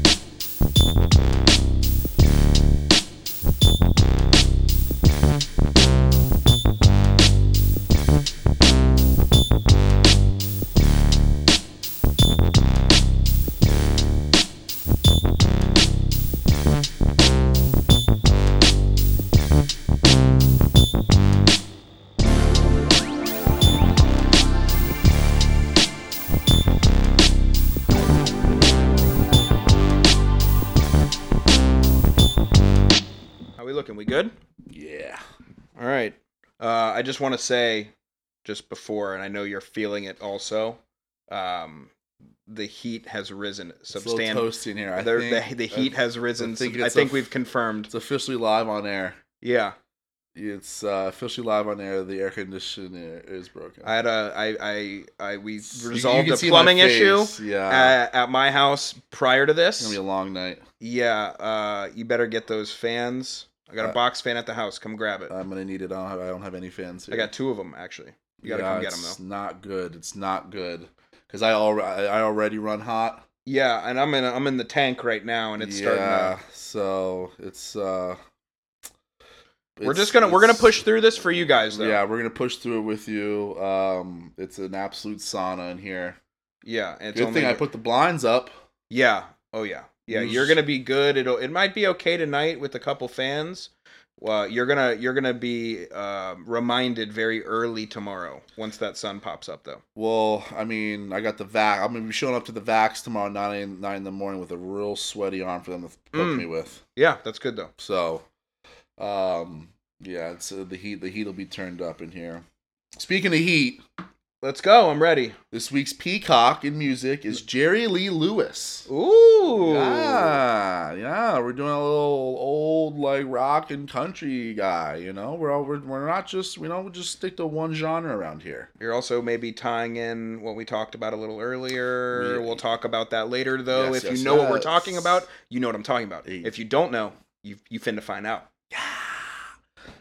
S2: How we looking? We good?
S1: Yeah.
S2: All right. Uh, I just want to say, just before, and I know you're feeling it also. Um, the heat has risen
S1: It's a little
S2: substantially.
S1: toasty in here. I
S2: The,
S1: think
S2: the heat has risen.
S1: I
S2: I
S1: think
S2: think,
S1: it's a-
S2: we've confirmed.
S1: It's officially live on air.
S2: Yeah,
S1: It's uh, officially live on air. The air conditioner is broken.
S2: I had a I I I we
S1: You- you
S2: resolved
S1: can
S2: a
S1: see my
S2: plumbing issue Uh,
S1: face. Yeah.
S2: at, at my house prior to
S1: it's
S2: this.
S1: gonna be a long night.
S2: yeah, uh, you better get those fans. I got a
S1: Uh,
S2: box fan at the house. Come grab it.
S1: I'm gonna need it. I don't have, I don't have any fans here.
S2: I got two of them actually. You gotta come get 'em,
S1: It's not good. It's not good because I already I already run hot.
S2: Yeah, and I'm in I'm in the tank right now, and it's starting. To,
S1: Yeah, So it's uh.
S2: we're
S1: it's-
S2: just gonna we're gonna
S1: it's-
S2: push through this for you guys though.
S1: Yeah, we're gonna push through it with you. Um, it's an absolute sauna in here.
S2: yeah. and It's
S1: good
S2: only,
S1: thing I put the blinds up.
S2: Yeah. Oh yeah. Yeah.
S1: Use-
S2: You're gonna be good. It'll it might be okay tonight with a couple fans. Well, you're gonna you're gonna be um, reminded very early tomorrow once that sun pops up though.
S1: Well, I mean, I got the vac. I'm gonna be showing up to the vax tomorrow nine in- nine in the morning with a real sweaty arm for them to poke
S2: Mm.
S1: me with.
S2: Yeah, that's good though.
S1: So, um, Yeah, it's uh, the heat. The heat will be turned up in here. Speaking of heat,
S2: Let's go. I'm ready.
S1: this week's peacock in music is Jerry Lee Lewis.
S2: Ooh.
S1: Yeah, yeah, we're doing a little old like rock and country guy. You know, we're all, we're, we're not just we don't just stick to one genre around here.
S2: You're also maybe tying in what we talked about a little earlier.
S1: Yeah.
S2: We'll talk about that later, though.
S1: Yes,
S2: if
S1: yes,
S2: you know what we're
S1: yes.
S2: talking about, you know what I'm talking about.
S1: Hey.
S2: If you don't know, you you finna find out.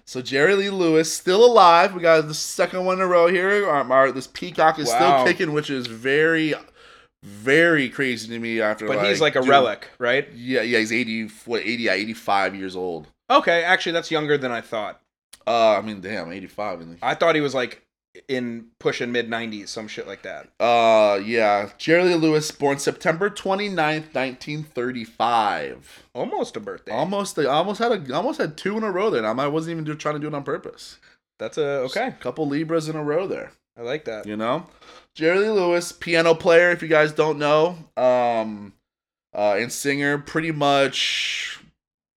S1: So Jerry Lee Lewis still alive. We got the second one in a row here. Our, our- this peacock is
S2: Wow.
S1: still kicking, which is very, very crazy to me. After,
S2: But he's like a
S1: dude,
S2: relic, right?
S1: Yeah, yeah, he's eighty, what eighty, yeah, eighty-five years old.
S2: Okay, actually, that's younger than I thought.
S1: Uh, I mean, damn, eighty-five. And
S2: I thought he was like in pushing mid 90s, some shit like that.
S1: uh, yeah, Jerry Lee Lewis, born September 29th, nineteen thirty-five.
S2: Almost a birthday.
S1: Almost, I almost had a, almost had two in a row there. and I wasn't even do, trying to do it on purpose.
S2: that's a okay.
S1: couple libras in a row there.
S2: I like that.
S1: You know, Jerry Lee Lewis, piano player. If you guys don't know, um, uh, and singer, pretty much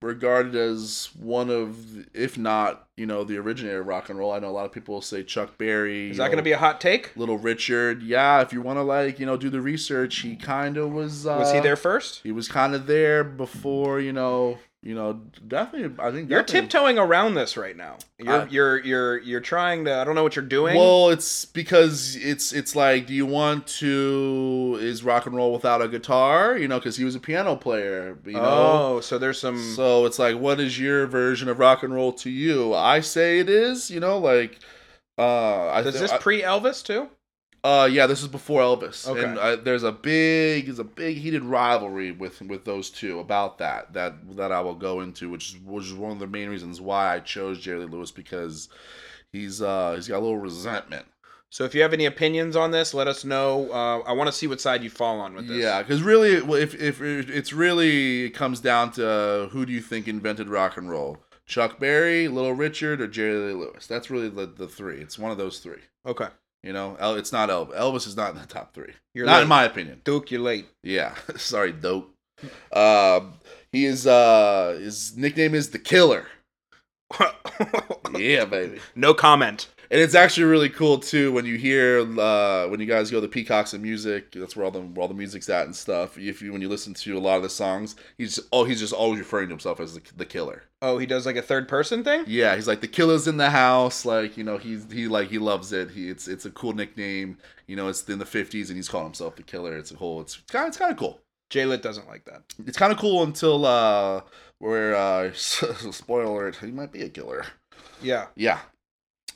S1: regarded as one of, the, if not, you know, the originator of rock and roll. I know a lot of people say Chuck Berry.
S2: Is that going to be a hot take?
S1: Little Richard? Yeah, if you want to like, you know, do the research, he kind of was. Uh,
S2: Was he there first?
S1: He was kind of there before, you know. You know, definitely. I think
S2: You're
S1: definitely-
S2: tiptoeing around this right now. You're
S1: I-
S2: you're you're you're trying to. I don't know what you're doing.
S1: Well, it's because it's it's like, do you want to is rock and roll without a guitar? You know, because he was a piano player. You know,
S2: Oh, so there's some.
S1: so it's like, what is your version of rock and roll to you? I say it is. You know, like, uh, I
S2: Does
S1: thi-
S2: this
S1: I-
S2: pre Elvis too?
S1: uh, yeah, this is before Elvis,
S2: Okay.
S1: and uh, there's a big, there's a big heated rivalry with with those two about that that that I will go into, which is which is one of the main reasons why I chose Jerry Lee Lewis because he's uh he's got a little resentment.
S2: So if you have any opinions on this, let us know. Uh, I want to see what side you fall on with this.
S1: Yeah, because really, well, if, if it's really it comes down to who do you think invented rock and roll? Chuck Berry, Little Richard, or Jerry Lee Lewis? That's really the, the three. It's one of those three.
S2: Okay.
S1: You know, El- it's not Elvis. Elvis is not in the top 3
S2: You're
S1: not
S2: late.
S1: in my opinion.
S2: Duke, you're late. [LAUGHS]
S1: Yeah, [LAUGHS] sorry, dope. Um, he is. Uh, his nickname is the Killer. Yeah, baby.
S2: no comment.
S1: And it's actually really cool too when you hear uh, when you guys go to Peacocks and Music. That's where all the where all the music's at and stuff. If you when you listen to a lot of the songs, he's oh he's just always referring to himself as the, the killer.
S2: Oh, he does like a third person thing.
S1: Yeah, he's like the killer's in the house. Like you know he's he like he loves it. He it's it's a cool nickname. You know it's in the fifties and he's calling himself the killer. It's a whole it's kind it's kind of cool.
S2: Jay Lit doesn't like that.
S1: It's kind of cool until uh where uh [LAUGHS] spoiler alert he might be a killer.
S2: Yeah.
S1: Yeah.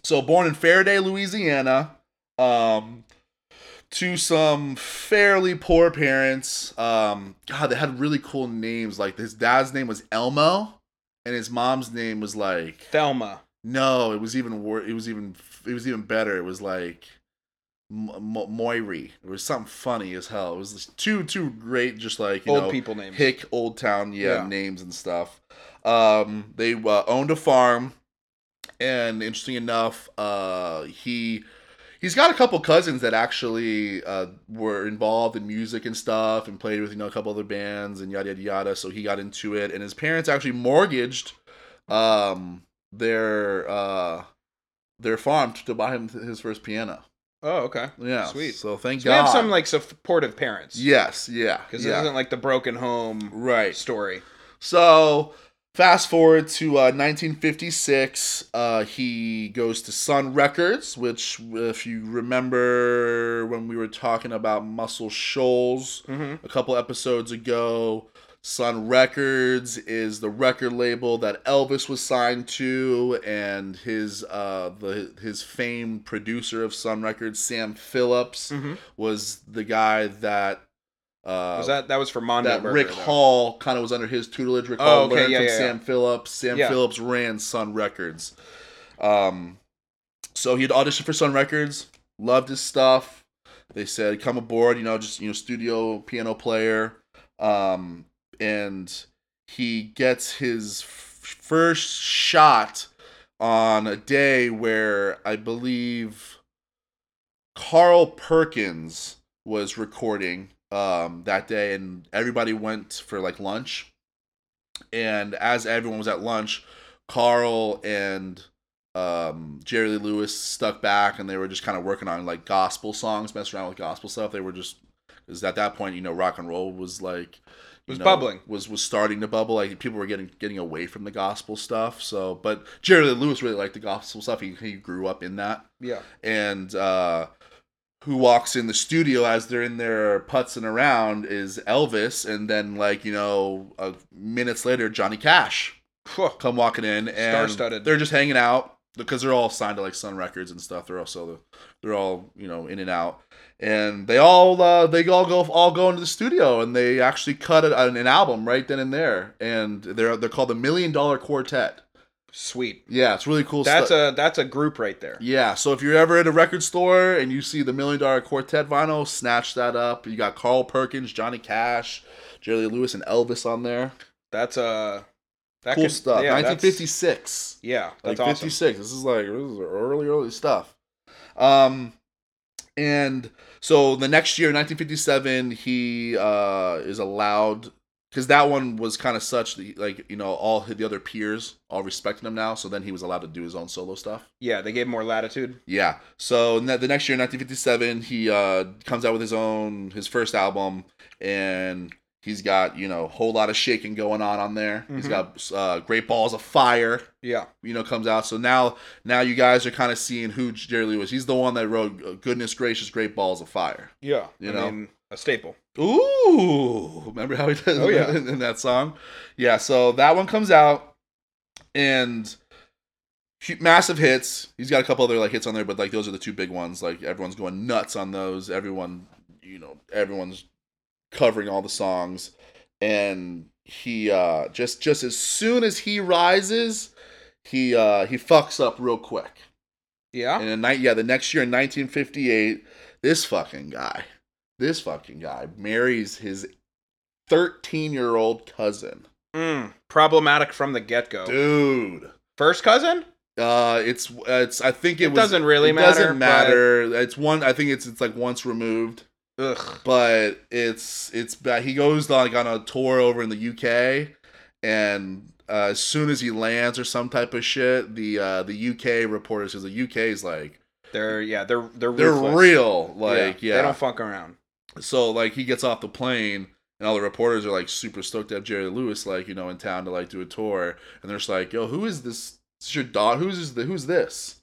S1: So born in Faraday, Louisiana, um, to some fairly poor parents. Um, God, they had really cool names. Like his dad's name was Elmo, and his mom's name was like
S2: Thelma.
S1: no, it was even wor- It was even it was even better. It was like Mo- Mo- Moiri. It was something funny as hell. It was just two two great, just like you
S2: Old
S1: know,
S2: people names.
S1: hick old town yeah,
S2: Yeah.
S1: names and stuff um they uh, owned a farm and interesting enough uh he he's got a couple cousins that actually uh were involved in music and stuff and played with you know a couple other bands and yada yada yada so he got into it and his parents actually mortgaged um their uh their farm to buy him his first piano
S2: Oh, okay.
S1: yeah
S2: Sweet.
S1: so thank
S2: So we
S1: god
S2: have some like supportive parents.
S1: yes yeah
S2: Because this
S1: yeah.
S2: isn't like the broken home
S1: right
S2: story.
S1: So, fast forward to uh, 1956. Uh, he goes to Sun Records, which, if you remember when we were talking about Muscle Shoals
S2: Mm-hmm.
S1: a couple episodes ago, Sun Records is the record label that Elvis was signed to, and his uh, the his famed producer of Sun Records, Sam Phillips,
S2: Mm-hmm.
S1: was the guy that. Uh,
S2: was that that was for Mondo
S1: that
S2: Burger,
S1: Rick
S2: though.
S1: Hall kind of was under his tutelage. Rick
S2: Oh,
S1: Hall
S2: okay,
S1: learned
S2: yeah,
S1: from
S2: yeah,
S1: Sam Phillips. Sam
S2: Yeah.
S1: Phillips ran Sun Records. Um, so he'd auditioned for Sun Records, loved his stuff. They said, "Come aboard," you know, just you know, studio piano player. Um, and he gets his f- first shot on a day where I believe Carl Perkins was recording um, that day, and everybody went for like lunch. And as everyone was at lunch, Carl and um, Jerry Lee Lewis stuck back and they were just kind of working on like gospel songs, messing around with gospel stuff. They were just because at that point, you know, rock and roll was like you
S2: Was
S1: know,
S2: bubbling.
S1: was was starting to bubble. Like people were getting getting away from the gospel stuff. So, but Jerry Lee Lewis really liked the gospel stuff. He he grew up in that
S2: Yeah.
S1: and uh, who walks in the studio as they're in there putzing around is Elvis, and then like you know, uh, minutes later, Johnny Cash
S2: Phew.
S1: come walking in, and
S2: Star-studded.
S1: They're just hanging out because they're all signed to like Sun Records and stuff. They're also they're all you know in and out, and they all uh, they all go all go into the studio, and they actually cut it- an, an album right then and there, and they're they're called the Million Dollar Quartet.
S2: Sweet.
S1: Yeah, it's really cool.
S2: That's
S1: stu-
S2: a that's a group right there.
S1: yeah, so if you're ever at a record store and you see the Million Dollar Quartet vinyl, snatch that up. You got Carl Perkins, Johnny Cash, Jerry Lee Lewis, and Elvis on there.
S2: That's a that
S1: cool
S2: could-
S1: stuff.
S2: Yeah, that's-
S1: 1956.
S2: Yeah, that's
S1: like
S2: awesome.
S1: 56. This is like this is early, early stuff. Um, and so the next year, 1957, he uh is allowed because that one was kind of such that like you know all the other peers all respecting him now. So then he was allowed to do his own solo stuff.
S2: Yeah, they gave him more latitude.
S1: Yeah. So ne- the next year, 1957, he uh, comes out with his own his first album, and he's got you know a whole lot of shaking going on on there. He's got uh, Great Balls of Fire,
S2: Yeah.
S1: you know, comes out. So now now you guys are kind of seeing who Jerry Lee was. He's the one that wrote uh, Goodness Gracious, Great Balls of Fire.
S2: Yeah.
S1: You
S2: I
S1: know?
S2: mean, a staple.
S1: Ooh, remember how he does
S2: Oh,
S1: [LAUGHS]
S2: yeah.
S1: in, in that song? Yeah, so that one comes out and hu- massive hits. He's got a couple other like hits on there, but like those are the two big ones. Like everyone's going nuts on those. Everyone, you know, everyone's covering all the songs and he uh just just as soon as he rises, he uh he fucks up real quick.
S2: Yeah.
S1: And in night, yeah, the next year in 1958, this fucking guy, this fucking guy marries his 13 year old cousin,
S2: Mm, problematic from the get go.
S1: dude.
S2: First cousin?
S1: Uh, it's it's. I think it,
S2: It
S1: was,
S2: doesn't really
S1: it
S2: matter.
S1: Doesn't matter. It's one. I think it's it's like once removed,
S2: but- ugh.
S1: but it's it's bad. He goes like on a tour over in the UK, and uh, as soon as he lands or some type of shit, the uh, the UK reporters because the UK is like
S2: They're yeah. They're they're
S1: they're
S2: ruthless.
S1: real. Like yeah,
S2: They don't fuck around.
S1: so like he gets off the plane and all the reporters are like super stoked to have Jerry Lewis like you know in town to like do a tour and they're just like yo who is this it's your daughter who's is the who's this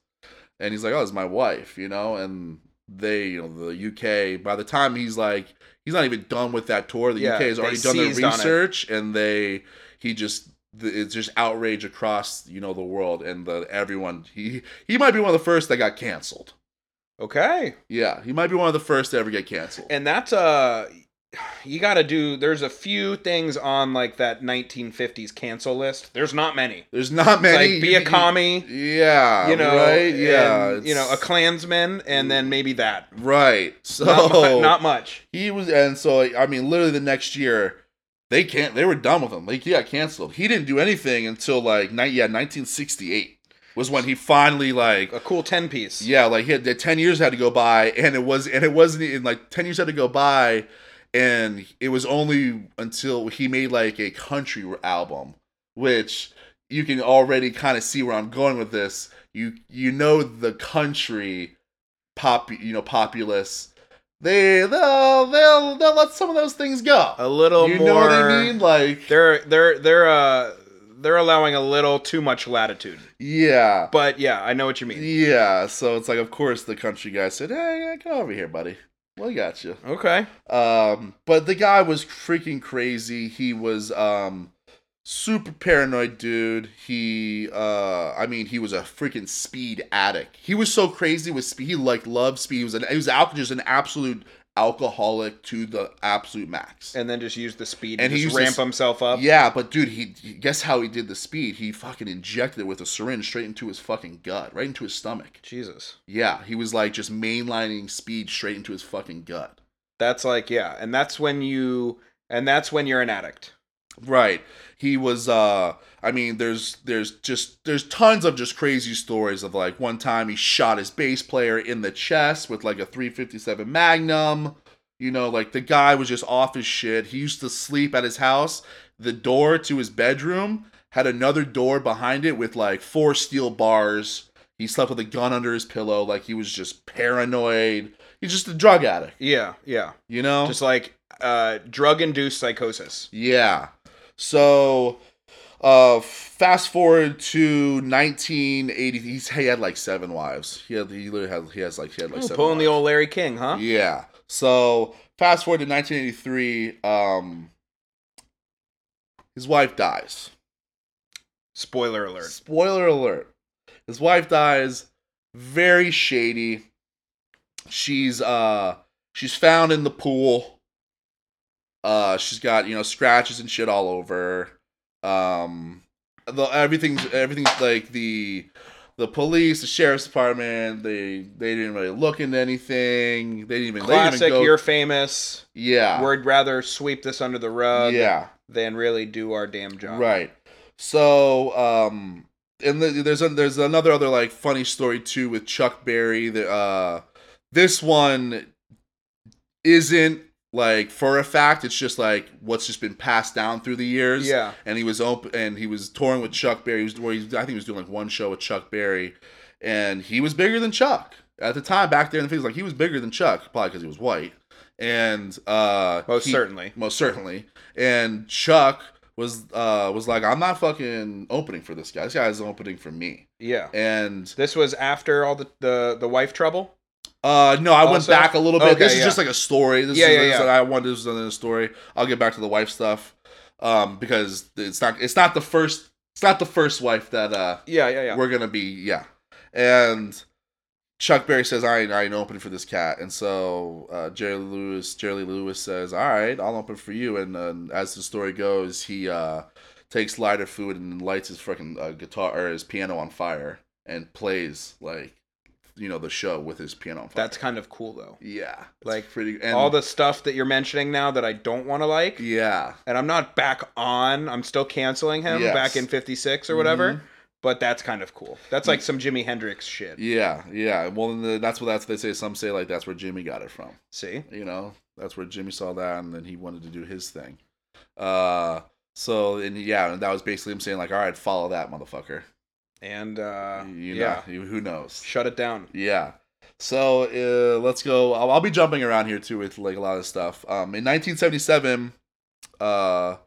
S1: and he's like oh it's my wife you know and they you know the UK by the time he's like he's not even done with that tour the
S2: Yeah,
S1: UK has
S2: they
S1: already done their
S2: seized on it.
S1: research and they he just the- it's just outrage across you know the world and the everyone he he might be one of the first that got canceled
S2: Okay.
S1: yeah he might be one of the first to ever get canceled
S2: and that's uh you got to do there's a few things on like that 1950s cancel list there's not many
S1: There's not many.
S2: like be
S1: You-
S2: a commie
S1: Yeah.
S2: you know
S1: Right. Yeah.
S2: and, you know a
S1: it's-
S2: klansman and then
S1: [LAUGHS]
S2: maybe that
S1: right. So
S2: not, mu- not much
S1: he was, and so I mean, literally the next year, they can't. They were done with him. Like he got canceled. He didn't do anything until like ni- yeah, 1968 was when he finally like
S2: a cool 10 piece
S1: yeah, like he had, the ten years had to go by, and it was and it wasn't in like ten years had to go by, and it was only until he made like a country album, which you can already kind of see where I'm going with this. You you know the country, pop you know populace, they they'll they'll, they'll let some of those things go.
S2: a little
S1: you
S2: more
S1: know what I mean? Like
S2: they're they're they're uh they're allowing a little too much latitude
S1: yeah.
S2: but yeah i know what you mean
S1: Yeah, so it's like, of course, the country guy said, "Hey, yeah, come over here, buddy. We got you."
S2: okay
S1: Um, but the guy was freaking crazy. He was um super paranoid dude. He uh I mean he was a freaking speed addict. He was so crazy with speed. He like loved speed. He was an he was al- just an absolute alcoholic to the absolute max.
S2: and uh, then just use the speed
S1: And
S2: and
S1: he used
S2: just
S1: to
S2: ramp
S1: s-
S2: himself up
S1: yeah, but dude, he, he guess how he did the speed. He fucking injected it with a syringe straight into his fucking gut, right into his stomach.
S2: jesus
S1: Yeah, he was like just mainlining speed straight into his fucking gut.
S2: that's like yeah and that's when you and that's when you're an addict
S1: Right. He was uh I mean there's there's just there's tons of just crazy stories of like one time he shot his bass player in the chest with like a 357 Magnum. You know, like the guy was just off his shit. He used to sleep at his house. The door to his bedroom had another door behind it with like four steel bars. He slept with a gun under his pillow, like he was just paranoid. He's just a drug addict,
S2: Yeah, yeah.
S1: you know?
S2: Just like uh, drug induced psychosis.
S1: Yeah. So, uh, fast forward to 1980. He's, he had like seven wives. He had, he literally had, he has like, he had like
S2: Ooh,
S1: seven.
S2: pulling the
S1: wives.
S2: old Larry King, huh?
S1: Yeah. So fast forward to 1983. Um, his wife dies.
S2: Spoiler alert.
S1: Spoiler alert. His wife dies. Very shady. She's uh she's found in the pool. Uh she's got, you know, scratches and shit all over. Um the everything's everything's like the the police, the sheriff's department, they they didn't really look into anything. They didn't even they didn't
S2: Classic.
S1: even go,
S2: You're famous.
S1: Yeah.
S2: We'd rather sweep this under the rug
S1: yeah.
S2: than really do our damn job.
S1: Right. So, um, and the, there's a, there's another other like funny story too with Chuck Berry. The uh, this one isn't like for a fact. It's just like what's just been passed down through the years.
S2: Yeah.
S1: And he was open and he was touring with Chuck Berry. He was where he, I think he was doing like one show with Chuck Berry, and he was bigger than Chuck at the time back there in the field. Like he was bigger than Chuck probably because he was white. And uh,
S2: Most
S1: he-
S2: certainly.
S1: most certainly. And Chuck was uh was like, I'm not fucking opening for this guy. This guy's opening for me.
S2: Yeah.
S1: And
S2: This was after all the the, the wife trouble.
S1: uh no, I went
S2: Also-
S1: back a little bit.
S2: Oh, Okay,
S1: this is
S2: yeah.
S1: just like a story. This
S2: Yeah,
S1: is
S2: yeah,
S1: this
S2: yeah.
S1: that I wanted this is another story. I'll get back to the wife stuff. Um because it's not it's not the first it's not the first wife that uh
S2: Yeah, yeah, yeah.
S1: we're gonna be yeah. And Chuck Berry says, I ain't, I ain't opening for this cat. And so uh, Jerry Lewis, Jerry Lee Lewis says, All right, I'll open for you. And um, as the story goes, he uh, takes lighter fluid and lights his freaking uh, guitar or his piano on fire and plays like you know the show with his piano on fire.
S2: That's kind of cool though.
S1: yeah, it's
S2: like,
S1: pretty and
S2: all the stuff that you're mentioning now that I don't want to like,
S1: yeah
S2: and I'm not back on. I'm still canceling him
S1: Yes.
S2: back in '56 or whatever.
S1: Mhm.
S2: But that's kind of cool. That's like some Jimi Hendrix shit.
S1: Mm. Yeah, yeah. Well, and the, that's what that's they say. Some say like that's where Jimmy got it from.
S2: See,
S1: you know that's where jimmy saw that and then he wanted to do his thing uh so and yeah and that was basically him saying like all right follow that motherfucker
S2: and uh,
S1: you know
S2: yeah,
S1: you, who knows
S2: shut it down.
S1: yeah so uh, let's go I'll, I'll be jumping around here too with like a lot of stuff um in 1977 uh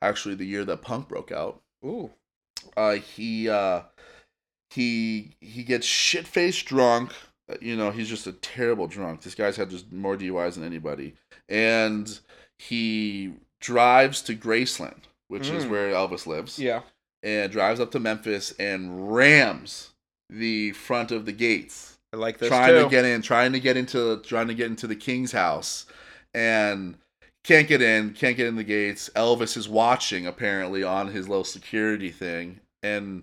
S1: actually the year that punk broke out
S2: Ooh,
S1: uh he uh he he gets shit faced drunk Uh, you know he's just a terrible drunk this guy's had just more duis than anybody and he drives to graceland which is
S2: Mm.
S1: where elvis lives
S2: yeah,
S1: and drives up to memphis and rams the front of the gates
S2: I like this
S1: trying
S2: too.
S1: to get in, trying to get into, trying to get into the king's house, and can't get in, can't get in the gates. Elvis is watching apparently on his low security thing, and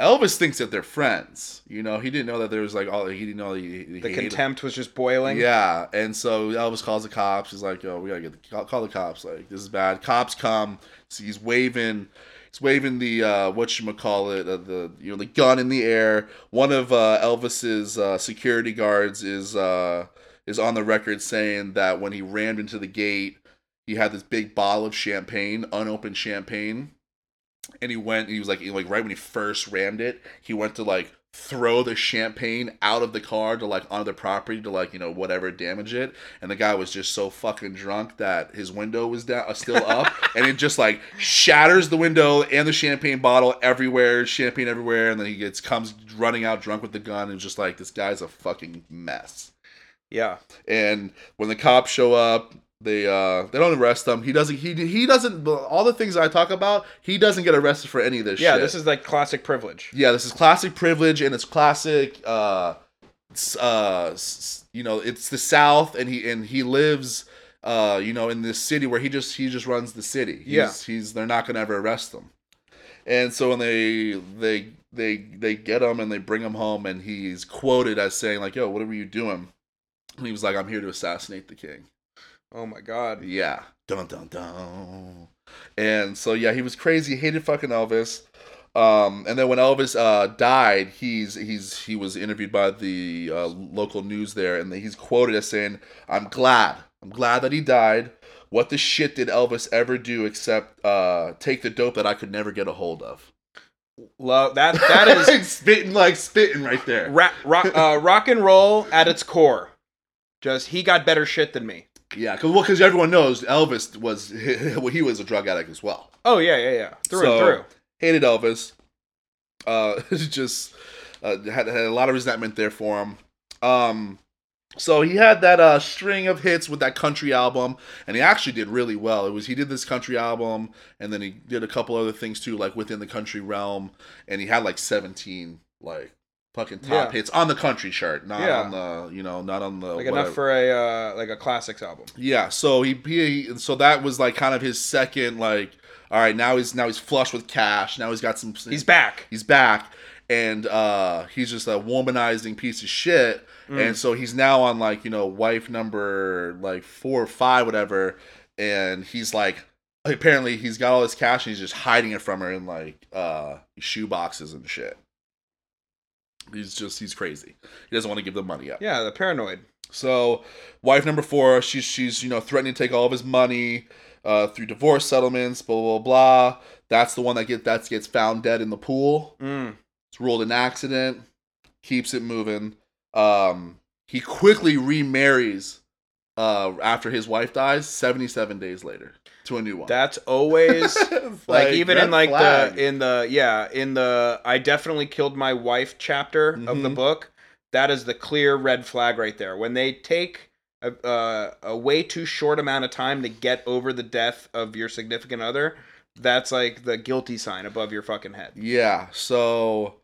S1: Elvis thinks that they're friends. You know, he didn't know that there was like all he didn't know he, he
S2: the
S1: hated-
S2: contempt was just boiling.
S1: yeah, and so Elvis calls the cops. He's like, "Yo, we gotta get the call, call the cops. Like, this is bad." Cops come. So he's waving, he's waving the uh, what you call it, uh, the you know the gun in the air. One of uh, Elvis's uh, security guards is uh, is on the record saying that when he rammed into the gate, he had this big bottle of champagne, unopened champagne, and he went. And he was like, he- like right when he first rammed it, he went to like throw the champagne out of the car to like onto the property to like you know whatever damage it. And the guy was just so fucking drunk that his window was down, uh, still up, and it just like shatters the window and the champagne bottle everywhere, champagne everywhere, and then he gets comes running out drunk with the gun and just like this guy's a fucking mess.
S2: yeah.
S1: And when the cops show up, they uh they don't arrest him. He doesn't he he doesn't all the things I talk about, he doesn't get arrested for any of this
S2: Yeah,
S1: shit.
S2: This is like classic privilege.
S1: Yeah, this is classic privilege and it's classic uh s- uh s- you know, it's the south and he and he lives uh you know in this city where he just he just runs the city. He's,
S2: Yeah.
S1: he's they're not going to ever arrest him. And so when they they they they get him and they bring him home and he's quoted as saying like, "Yo, what were you doing?" And he was like, "I'm here to assassinate the king."
S2: Oh my god.
S1: Yeah. Dun dun dun. And so yeah, he was crazy. He hated fucking Elvis. Um, and then when Elvis uh, died, he's he's he was interviewed by the uh, local news there, and he's quoted as saying, "I'm glad I'm glad that he died. What the shit did Elvis ever do except uh, take the dope that I could never get a hold of?
S2: Love that. That is
S1: spitting [LAUGHS] like spitting right there.
S2: ra- rock, uh, rock and roll at its core. Just he got better shit than me.
S1: Yeah, because everyone knows Elvis was [LAUGHS] well, he was a drug addict as well.
S2: Oh yeah, yeah, yeah. Through
S1: So-
S2: and through.
S1: Hated Elvis. Uh, [LAUGHS] just uh, had had a lot of resentment there for him. Um, so he had that uh, string of hits with that country album, and he actually did really well. It was he did this country album, and then he did a couple other things too, like within the country realm, and he had like seventeen like fucking top
S2: Yeah.
S1: hits on the country chart, not
S2: Yeah.
S1: on the you know not on the
S2: Like
S1: whatever.
S2: enough for a uh, like a classics album.
S1: Yeah, so he, he so that was like kind of his second like all right, now he's now he's flush with cash. Now he's got some
S2: He's back.
S1: he's back and uh he's just a womanizing piece of shit.
S2: Mm.
S1: And so he's now on like, you know, wife number like 4 or 5 whatever and he's like apparently he's got all his cash and he's just hiding it from her in like uh shoe boxes and shit. He's just he's crazy. He doesn't want to give the money up.
S2: Yeah, the paranoid.
S1: So, wife number four, she's she's you know threatening to take all of his money uh, through divorce settlements, blah blah blah. That's the one that get that gets found dead in the pool.
S2: Mm.
S1: It's ruled an accident. Keeps it moving. Um, he quickly remarries uh, after his wife dies. Seventy-seven days later to a new one.
S2: That's always
S1: [LAUGHS] It's
S2: like, even in
S1: red
S2: like
S1: flag.
S2: the in the yeah in the I definitely killed my wife chapter of the
S1: Mhm.
S2: book. That is the clear red flag right there. When they take a, a, a way too short amount of time to get over the death of your significant other, that's like the guilty sign above your fucking head.
S1: Yeah. So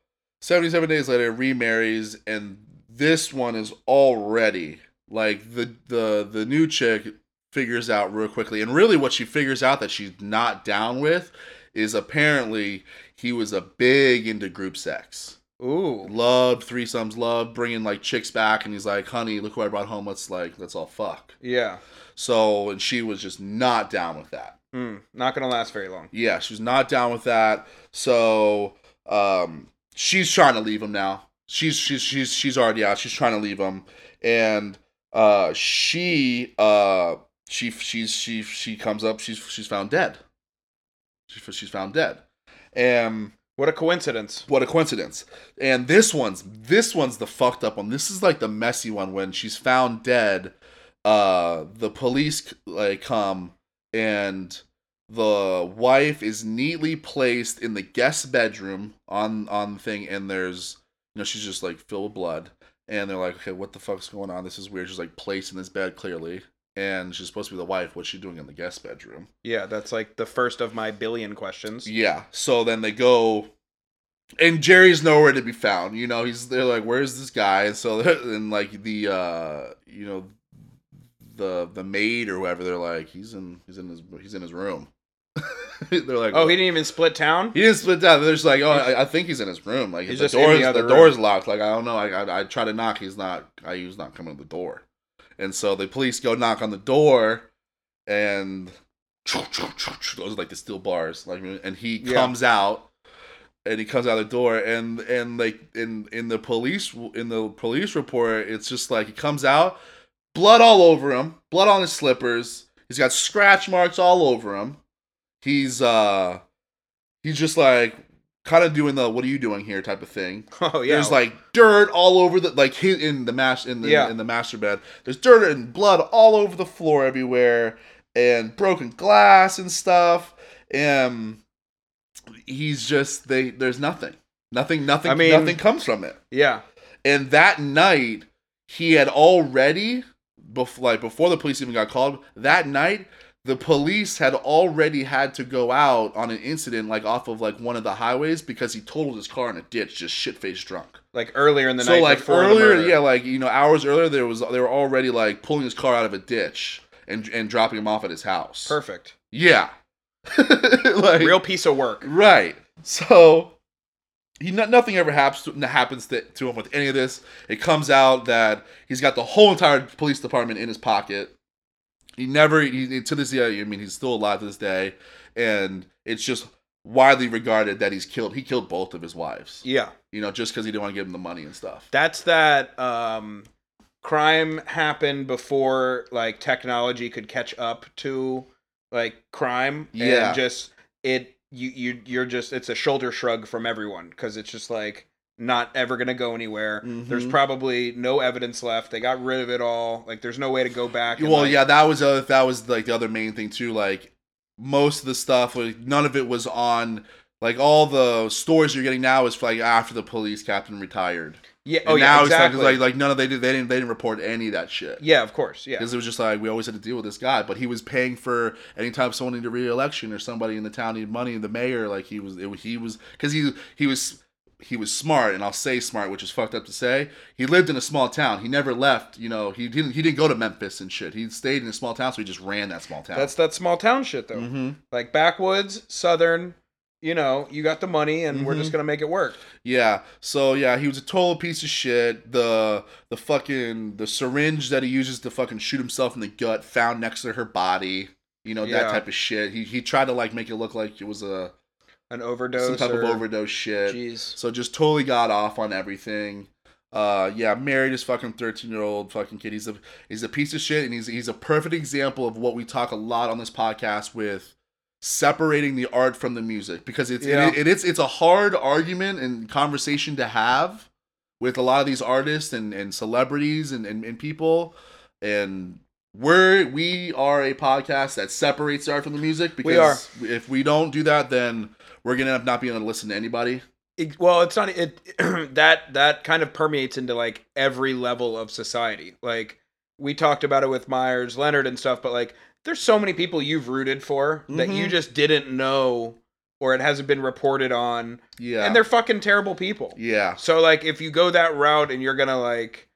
S1: 77 days later remarries and this one is already like the the the new chick figures out real quickly and really what she figures out that she's not down with is apparently he was a big into group sex.
S2: Ooh,
S1: Loved threesomes, loved bringing like chicks back and he's like, "Honey, look who I brought home. Let's like let's all fuck."
S2: yeah,
S1: So, and she was just not down with that.
S2: mm, not gonna last very long.
S1: Yeah, she was not down with that. So um she's trying to leave him now. She's she's she's she's already out. She's trying to leave him. And uh she uh she she's she she comes up, she's she's found dead. She, she's found dead. And
S2: What a coincidence.
S1: what a coincidence. And this one's this one's the fucked up one. This is like the messy one when she's found dead. Uh the police like come and the wife is neatly placed in the guest bedroom on on the thing and there's you know she's just like filled with blood and they're like okay what the fuck's going on this is weird she's like placed in this bed clearly and she's supposed to be the wife what's she doing in the guest bedroom
S2: Yeah, that's like the first of my billion questions.
S1: yeah. So then they go, and Jerry's nowhere to be found. You know, he's they're like, "Where's this guy?" And so [LAUGHS] and like the uh, you know, the the maid or whoever, they're like, "He's in he's in his he's in his room." [LAUGHS] they're like,
S2: Oh, he didn't even split town.
S1: He didn't split down. They're just like, oh, I, I think he's in his room. Like
S2: He's
S1: the
S2: just in the
S1: door's the,
S2: other room.
S1: door's locked. Like I don't know. I, I I try to knock. He's not. I he's not coming to the door. And so the police go knock on the door, and those are like the steel bars. Like and he
S2: Yeah.
S1: comes out, and he comes out the door, and and like in in the police in the police report, it's just like he comes out, blood all over him, blood on his slippers. He's got scratch marks all over him. He's uh he's just like kind of doing the what are you doing here type of thing.
S2: [LAUGHS] Oh yeah,
S1: There's like dirt all over the like hi- in the mas in the
S2: Yeah.
S1: in the master bed. There's dirt and blood all over the floor everywhere and broken glass and stuff. And he's just they there's nothing. Nothing nothing
S2: I mean-
S1: nothing comes from it.
S2: yeah.
S1: And that night, he had already, bef- like before the police even got called, that night, the police had already had to go out on an incident like off of like one of the highways because he totaled his car in a ditch, just shit faced drunk.
S2: Like earlier in the
S1: so
S2: night.
S1: like
S2: before the
S1: earlier,
S2: murder.
S1: yeah, like you know hours earlier, there was they were already like pulling his car out of a ditch and and dropping him off at his house.
S2: Perfect.
S1: Yeah, [LAUGHS] like
S2: Real piece of work.
S1: Right. So he no, nothing ever happens to, happens to, to him with any of this. It comes out that he's got the whole entire police department in his pocket. He never he, to this day. I mean, he's still alive to this day, and it's just widely regarded that he's killed. He killed both of his wives.
S2: Yeah.
S1: You know, just because he didn't want to give him the money and stuff.
S2: That's that um crime happened before like technology could catch up to like crime
S1: Yeah.
S2: and just it you you you're just it's a shoulder shrug from everyone cuz it's just like not ever going to go anywhere. There's
S1: Mhm.
S2: probably no evidence left. They got rid of it all. Like there's no way to go back. and,
S1: Well,
S2: like,
S1: yeah, that was other that was like the other main thing too. Like most of the stuff, like none of it was on. Like all the stories you're getting now is like after the police captain retired.
S2: Yeah.
S1: And
S2: Oh,
S1: now
S2: yeah.
S1: it's like-
S2: Exactly.
S1: like like none of they did they didn't they didn't report any of that shit.
S2: yeah, of course. Yeah.
S1: Because it was just like we always had to deal with this guy, but he was paying for anytime someone needed re-election or somebody in the town needed money. The mayor, like he was, it, was- he was because he he was he was smart, and I'll say smart, which is fucked up to say. He lived in a small town. He never left. You know, he didn't he didn't go to Memphis and shit. He stayed in a small town, so he just ran that small town.
S2: That's that small town shit though.
S1: hmm
S2: Like backwoods, southern, you know, you got the money and we're
S1: Mhm.
S2: just going to make it work.
S1: Yeah. So yeah, he was a total piece of shit. The the fucking the syringe that he uses to fucking shoot himself in the gut found next to her body. You know,
S2: Yeah.
S1: that type of shit. He he tried to like make it look like it was a
S2: An overdose
S1: some type
S2: or
S1: of overdose shit.
S2: Jeez.
S1: So just totally got off on everything. Uh, yeah, married his fucking thirteen year old fucking kid. He's a he's a piece of shit, and he's he's a perfect example of what we talk a lot on this podcast with separating the art from the music because it's
S2: Yeah.
S1: it, it's it's a hard argument and conversation to have with a lot of these artists and and celebrities and and, and people and. We're we are a podcast that separates the art from the music because
S2: We are.
S1: if we don't do that, then we're gonna end up not being able to listen to anybody.
S2: It- well, it's not it [CLEARS THROAT] that that kind of permeates into like every level of society. Like we talked about it with Myers, Leonard and stuff, but like there's so many people you've rooted for that you
S1: Mhm.
S2: just didn't know or it hasn't been reported on
S1: Yeah.
S2: and they're fucking terrible people.
S1: yeah.
S2: So like if you go that route and you're gonna like,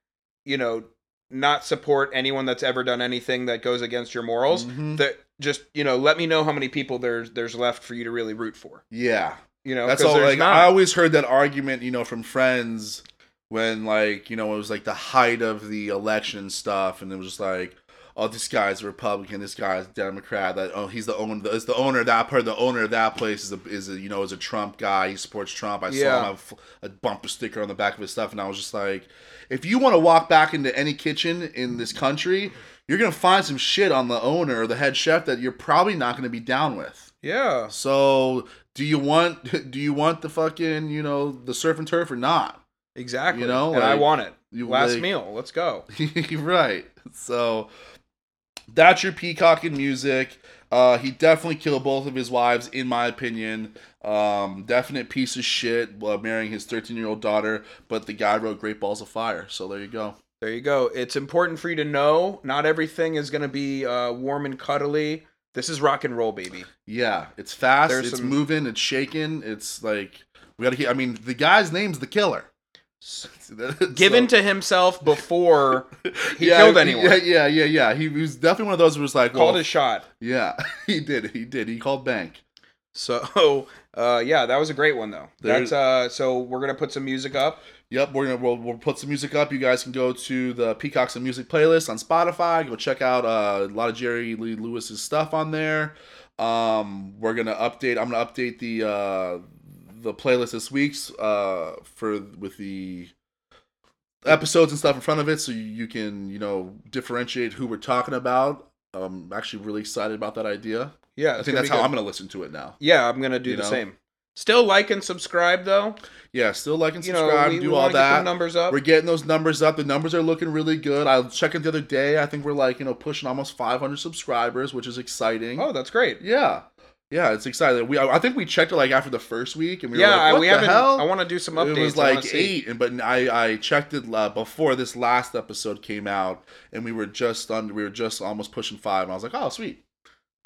S2: you know, not support anyone that's ever done anything that goes against your morals,
S1: Mhm.
S2: that just you know, let me know how many people there's there's left for you to really root for.
S1: Yeah.
S2: You know,
S1: That's
S2: 'cause
S1: all
S2: there's
S1: like
S2: not.
S1: I always heard that argument, you know, from friends when like, you know, it was like the height of the election and stuff and it was just like Oh, this guy's a Republican. This guy's a Democrat. That oh, he's the owner. It's the owner of that part. The owner of that place is a is a you know is a Trump guy. He supports Trump. I
S2: Yeah.
S1: saw him have a bumper sticker on the back of his stuff, and I was just like, if you want to walk back into any kitchen in this country, you're gonna find some shit on the owner or the head chef that you're probably not gonna be down with.
S2: yeah.
S1: So do you want [LAUGHS] do you want the fucking you know the surf and turf or not?
S2: Exactly.
S1: You know,
S2: and I
S1: like,
S2: want it.
S1: You
S2: Last
S1: like-
S2: meal. Let's go.
S1: [LAUGHS] right. So that's your peacock in music. Uh, he definitely killed both of his wives, in my opinion. Um, definite piece of shit uh, marrying his 13 year old daughter, but the guy wrote Great Balls of Fire. So there you go.
S2: There you go. It's important for you to know not everything is gonna be uh, warm and cuddly. This is rock and roll, baby.
S1: Yeah, it's fast,
S2: There's
S1: it's
S2: some-
S1: moving, it's shaking. It's like, we gotta keep, I mean, the guy's name's the killer. [LAUGHS]
S2: Given
S1: So-
S2: to himself before
S1: [LAUGHS]
S2: he killed anyone.
S1: Yeah, yeah, yeah, yeah. He, was definitely one of those who was like,
S2: called
S1: well,
S2: his shot.
S1: yeah, [LAUGHS] he did, he did. He called bank.
S2: So, [LAUGHS] uh, yeah, that was a great one though.
S1: There's-
S2: That's uh, so we're gonna put some music up.
S1: Yep, we're gonna we'll, we'll put some music up. You guys can go to the Peacocks and Music playlist on Spotify. Go check out uh, a lot of Jerry Lee Lewis's stuff on there. Um, we're gonna update. I'm gonna update the uh, the playlist this week's uh, for with the episodes and stuff in front of it, so you, you can you know differentiate who we're talking about. I'm actually really excited about that idea.
S2: Yeah,
S1: I
S2: it's
S1: think
S2: gonna
S1: that's
S2: be
S1: how
S2: good.
S1: I'm gonna listen to it now.
S2: Yeah, I'm gonna do
S1: you
S2: the
S1: know?
S2: same. Still like and subscribe though.
S1: Yeah, still like and
S2: You know,
S1: subscribe,
S2: we,
S1: do
S2: we wanna
S1: all
S2: get
S1: that.
S2: them numbers up.
S1: We're getting those numbers up. The numbers are looking really good. I checked it the other day. I think we're like, you know, pushing almost 500 subscribers, which is exciting.
S2: Oh, that's great.
S1: Yeah. Yeah, it's exciting. We I I think we checked it like after the first week and we
S2: yeah,
S1: were like,
S2: I-
S1: what
S2: we
S1: the
S2: haven't.
S1: hell?
S2: I want to do some updates.
S1: it was
S2: I wanna
S1: like
S2: see.
S1: eight, and but I I checked it uh, before this last episode came out, and we were just on we were just almost pushing five, and I was like, oh sweet,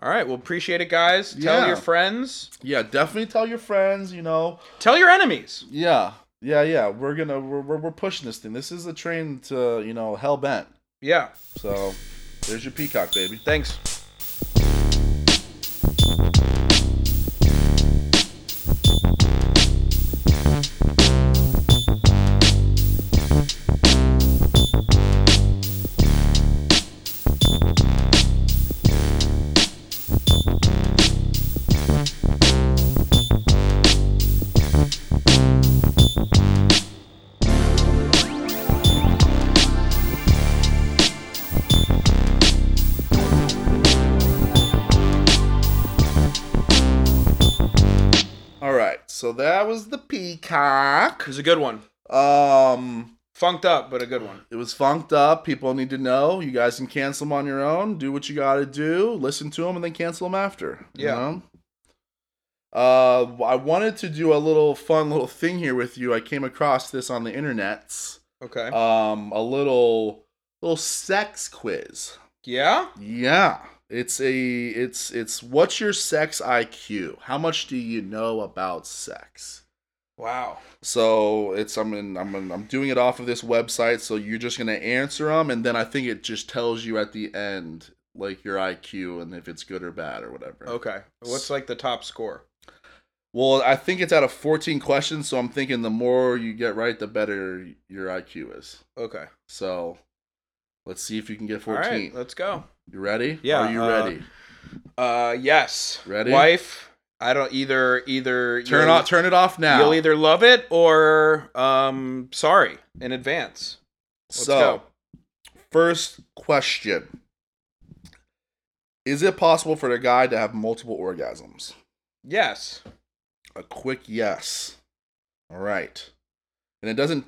S2: All right, well, appreciate it, guys. Tell
S1: Yeah.
S2: your friends.
S1: yeah, definitely tell your friends, you know,
S2: Tell your enemies.
S1: yeah, yeah, yeah, we're gonna we're we're, we're pushing this thing. This is a train to you know hell bent.
S2: Yeah.
S1: So there's your peacock, baby.
S2: Thanks.
S1: So that was the Peacock.
S2: It was a good one.
S1: Um,
S2: Funked up, but a good one.
S1: it was funked up. People need to know. You guys can cancel them on your own. Do what you got to do. Listen to them and then cancel them after. you
S2: Yeah.
S1: know? Uh, I wanted to do a little fun little thing here with you. I came across this on the internets.
S2: Okay.
S1: Um, a little little sex quiz.
S2: yeah.
S1: Yeah. It's a it's it's what's your sex IQ? How much do you know about sex?
S2: Wow.
S1: So it's I'm in, I'm in, I'm doing it off of this website. So you're just gonna answer them, and then I think it just tells you at the end like your IQ and if it's good or bad or whatever.
S2: Okay. What's like the top score?
S1: Well, I think it's out of 14 questions, so I'm thinking the more you get right, the better your IQ is.
S2: Okay.
S1: So let's see if you can get
S2: All
S1: 14.
S2: right. Let's go.
S1: You ready?
S2: Yeah,
S1: Are you
S2: uh,
S1: ready?
S2: Uh, yes.
S1: Ready?
S2: Wife. I don't either. Either
S1: Turn
S2: you'll-
S1: off. Turn it off now.
S2: You'll either love it or um, sorry in advance. Let's
S1: so
S2: go.
S1: first question: Is it possible for the guy to have multiple orgasms?
S2: Yes.
S1: a quick yes. All right. And it doesn't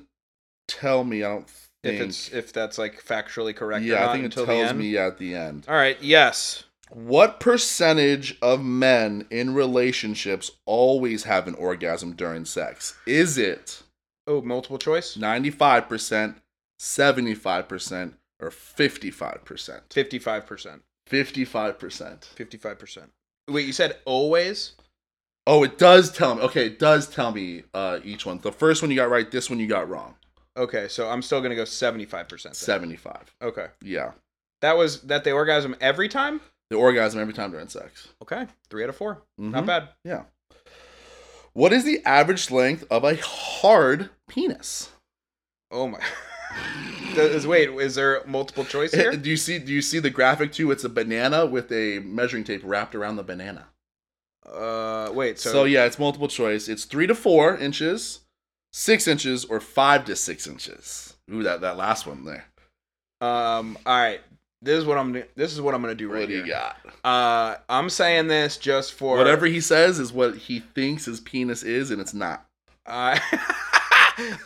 S1: tell me, I don't think.
S2: If it's if that's like factually correct. or
S1: yeah,
S2: not
S1: I think it
S2: until
S1: tells
S2: the end.
S1: me at the end.
S2: All right. Yes.
S1: What percentage of men in relationships always have an orgasm during sex? Is it
S2: Oh, multiple choice.
S1: 95%, 75%, or 55%?
S2: Fifty-five percent.
S1: 55%.
S2: Fifty-five percent. Wait, you said always?
S1: Oh, it does tell me. Okay, it does tell me uh, each one. The first one you got right, this one you got wrong.
S2: Okay, so I'm still gonna go seventy-five percent.
S1: 75.
S2: Okay,
S1: Yeah.
S2: that was that they orgasm every time.
S1: The orgasm every time during sex.
S2: Okay, three out of 4
S1: Mhm.
S2: Not bad.
S1: What is the average length of a hard penis?
S2: Oh my. [LAUGHS] Does, wait, is there multiple choice here?
S1: [LAUGHS] Do you see? Do you see the graphic too? It's a banana with a measuring tape wrapped around the banana.
S2: Uh, wait.
S1: So,
S2: So,
S1: yeah, it's multiple choice. It's three to four inches, six inches, or five to six inches. Ooh, that that last one there.
S2: um, all right. This is what I'm. This is what I'm gonna do right
S1: what do
S2: here.
S1: you got?
S2: Uh, I'm saying this just for
S1: Whatever he says is what he thinks his penis is, and it's not.
S2: I uh, [LAUGHS]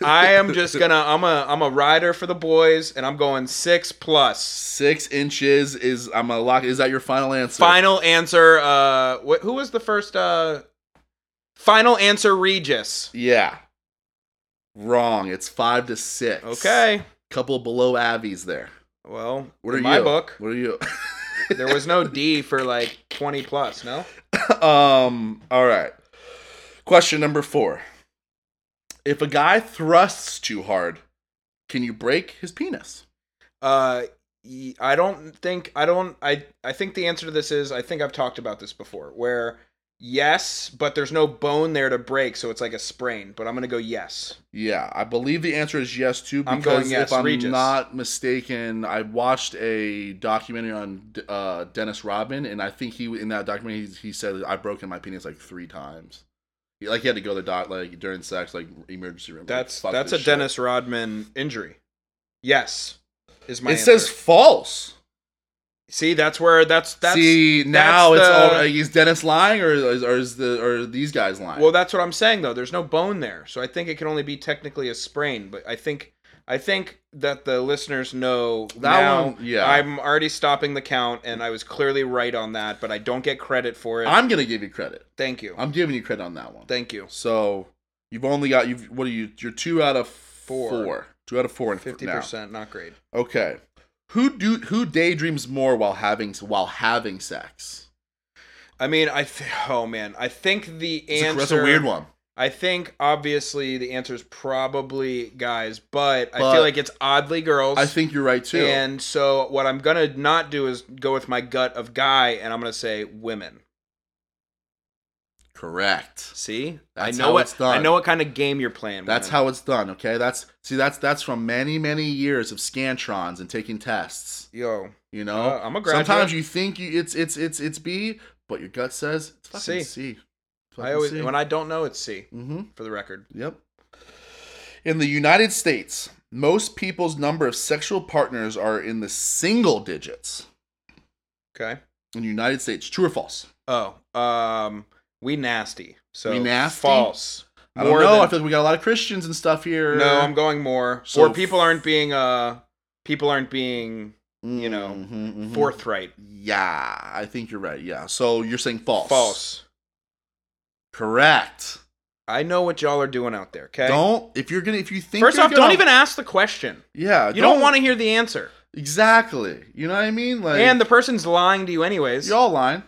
S2: I am
S1: [LAUGHS]
S2: just gonna. I'm a. I'm a rider for the boys, and I'm going six plus.
S1: Six inches is. I'm gonna lock. Is that your final answer?
S2: Final answer. Uh, wh- who was the first? Uh, final answer. Regis.
S1: Yeah. Wrong. It's five to six.
S2: Okay.
S1: Couple below Abby's there.
S2: Well,
S1: What are
S2: in my
S1: you?
S2: book,
S1: What are you? [LAUGHS]
S2: there was no D for like 20 plus. No.
S1: um. All right. Question number four. If a guy thrusts too hard, can you break his penis?
S2: Uh, y- I don't think I don't I I think the answer to this is I think I've talked about this before where yes, but there's no bone there to break, so it's like a sprain. But I'm gonna go yes.
S1: Yeah, I believe the answer is yes too. Because
S2: I'm going yes,
S1: if I'm
S2: Regis.
S1: not mistaken, I watched a documentary on uh, Dennis Rodman, and I think he in that documentary he, he said I broke my penis like three times. He, like he had to go to the doc like during sex, like emergency room. like,
S2: That's
S1: fuck
S2: that's a
S1: this shit.
S2: Dennis Rodman injury. Yes, is my.
S1: It
S2: answer.
S1: says false.
S2: See, that's where that's that's.
S1: See now
S2: that's
S1: it's
S2: the-
S1: all like, is Dennis lying or is, or is the or are these guys lying?
S2: Well, that's what I'm saying though. There's no bone there, so I think it can only be technically a sprain. But I think I think that the listeners know
S1: that
S2: now.
S1: one, yeah. I'm,
S2: I'm already stopping the count, and I was clearly right on that, but I don't get credit for it.
S1: gonna give you credit.
S2: Thank you.
S1: I'm giving you credit on that one. [LAUGHS]
S2: Thank you.
S1: So you've only got you've what are you? You're two out of four.
S2: Four.
S1: Two out of four in fifty
S2: Fifty
S1: percent.
S2: percent, not great.
S1: Okay. Who do who daydreams more while having while having sex?
S2: I mean, I th- [LAUGHS] oh man, I think the
S1: It's a-
S2: answer.
S1: that's a weird one.
S2: I think obviously the answer is probably guys, but, I
S1: But-
S2: feel like it's oddly girls.
S1: I think you're right too.
S2: And so what I'm gonna not do is go with my gut of guy, and I'm gonna say women.
S1: Correct.
S2: See,
S1: That's
S2: I know
S1: how
S2: what
S1: it's done.
S2: I know what kind of game you're playing.
S1: That's
S2: women.
S1: how it's done. Okay. That's see. That's that's from many many years of scantrons and taking tests.
S2: yo.
S1: You know.
S2: Uh, I'm a graduate.
S1: Sometimes you think you it's it's it's it's B, but your gut says it's fucking
S2: C.
S1: C.
S2: I always when I don't know it's C
S1: mm-hmm.
S2: for the record.
S1: Yep. In the United States, most people's number of sexual partners are in the single digits.
S2: Okay.
S1: In the United States, true or false?
S2: Oh, um, We nasty. So
S1: We nasty?
S2: False.
S1: I don't know.
S2: than-
S1: I feel like we got a lot of Christians and stuff here.
S2: no, I'm going more.
S1: So
S2: or people aren't being uh people aren't being you know,
S1: Mhm, mhm.
S2: forthright.
S1: Yeah, I think you're right. Yeah. So you're saying false.
S2: False.
S1: Correct.
S2: I know what y'all are doing out there, okay?
S1: Don't if you're gonna if you think
S2: First
S1: you're
S2: off, don't
S1: gonna-
S2: even ask the question.
S1: yeah
S2: You don't, want to hear the answer.
S1: exactly you know what I mean like
S2: and the person's lying to you anyways. Y'all,
S1: y'all lying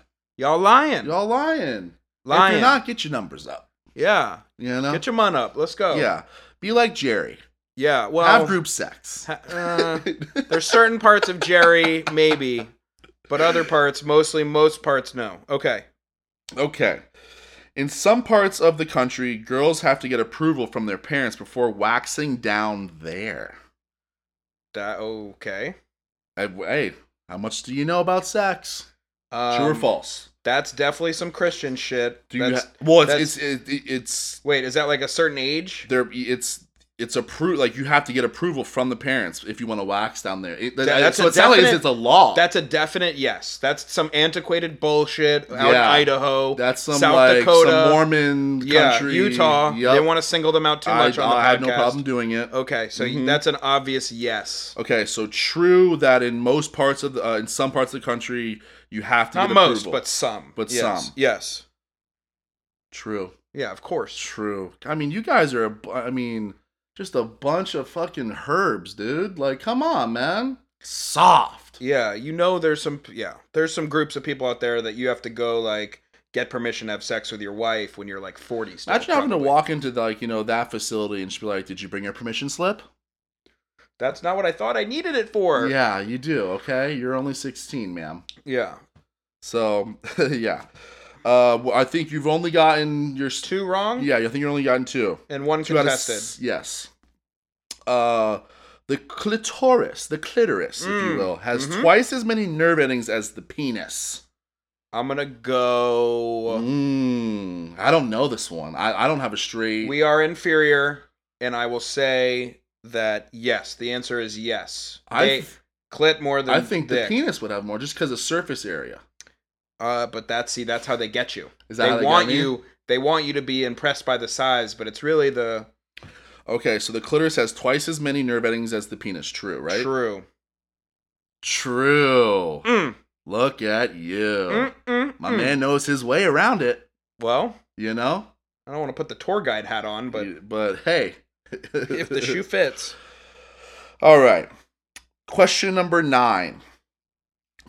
S2: lying.
S1: y'all lying if
S2: lying.
S1: you're not get your numbers up
S2: yeah.
S1: you know
S2: Get your oh. mun up. Let's go.
S1: yeah be like Jerry
S2: Yeah. Well,
S1: have group sex
S2: ha- [LAUGHS] uh, there's certain parts of Jerry, maybe, but other parts, mostly most parts, no. Okay.
S1: [LAUGHS] okay. In some parts of the country, girls have to get approval from their parents before waxing down there.
S2: That, okay.
S1: I- Hey, how much do you know about sex?
S2: Um,
S1: True or false?
S2: That's definitely some Christian shit.
S1: Do you
S2: that's,
S1: ha- well, it's
S2: that's-
S1: it's, it, it- it's
S2: wait, is that like a certain age?
S1: there. It's it's approved. Like you have to get approval from the parents if you want to wax down there. It,
S2: that's
S1: so
S2: a
S1: it sounds like it's,
S2: definite-
S1: it's a law.
S2: That's a definite yes. That's some antiquated bullshit out
S1: Yeah.
S2: in Idaho.
S1: That's some
S2: South
S1: like
S2: Dakota.
S1: some Mormon
S2: yeah,
S1: country.
S2: Utah.
S1: Yup.
S2: They want to single them out too much
S1: I,
S2: on the
S1: I
S2: podcast.
S1: have no problem doing it.
S2: Okay, so
S1: Mhm.
S2: that's an obvious yes.
S1: Okay, so true that in most parts of the, uh, in some parts of the country you have to
S2: Not
S1: get
S2: most,
S1: approval.
S2: but some.
S1: But
S2: Yes,
S1: some.
S2: Yes.
S1: true,
S2: Yeah, of course.
S1: true. I mean, you guys are. a bu- I mean, just a bunch of fucking herbs, dude. Like, come on, man. Soft.
S2: Yeah, you know there's some yeah, there's some groups of people out there that you have to go like get permission to have sex with your wife when you're like 40 still,
S1: Imagine having to
S2: probably.
S1: walk into like you know that facility and just be like, "Did you bring your permission slip?"
S2: That's not what I thought I needed it for.
S1: yeah, you do. Okay, you're only 16, ma'am.
S2: Yeah.
S1: So [LAUGHS] yeah, uh, well, I think you've only gotten your st-
S2: Two wrong
S1: yeah. I think you're only gotten two.
S2: and one
S1: Two out of
S2: contested.
S1: s- yes. Uh, the clitoris, the clitoris, if you
S2: Mm,
S1: will, has
S2: mhm.
S1: twice as many nerve endings as the penis.
S2: I'm going to go
S1: Mm-hmm. Mm, I don't know this one. I, I don't have a straight.
S2: We are inferior and I will say that yes, the answer is yes.
S1: I
S2: They
S1: th-
S2: clit more than
S1: I think the
S2: dick.
S1: penis would have more just because of surface area.
S2: Uh, but that's see, that's how they get you.
S1: Is that
S2: They
S1: how got
S2: want
S1: me?
S2: you. They want you to be impressed by the size, but it's really the
S1: Okay, so the clitoris has twice as many nerve endings as the penis. True, right?
S2: true.
S1: True.
S2: Mm,
S1: Look at you.
S2: mm, mm,
S1: My
S2: mm.
S1: man knows his way around it.
S2: Well,
S1: You know,
S2: I don't want to put the tour guide hat on, but
S1: You- but hey, [LAUGHS]
S2: if the shoe fits,
S1: All right. Question number nine.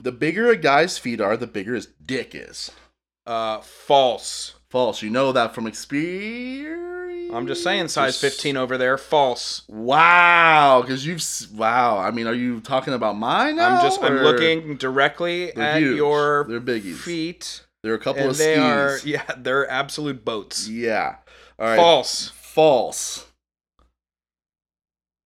S1: The bigger a guy's feet are, the bigger his dick is.
S2: uh, false.
S1: False. You know that from experience.
S2: I'm just saying, size
S1: Just-
S2: 15 over there, false.
S1: Wow, because you've s- wow. I mean, are you talking about mine now?
S2: I'm just I'm
S1: or-
S2: looking directly
S1: They're
S2: at
S1: huge.
S2: your
S1: They're biggies.
S2: feet,
S1: There are a couple
S2: and
S1: of
S2: they
S1: skis.
S2: are [LAUGHS] yeah, they're absolute boats.
S1: Yeah. All right.
S2: False.
S1: False.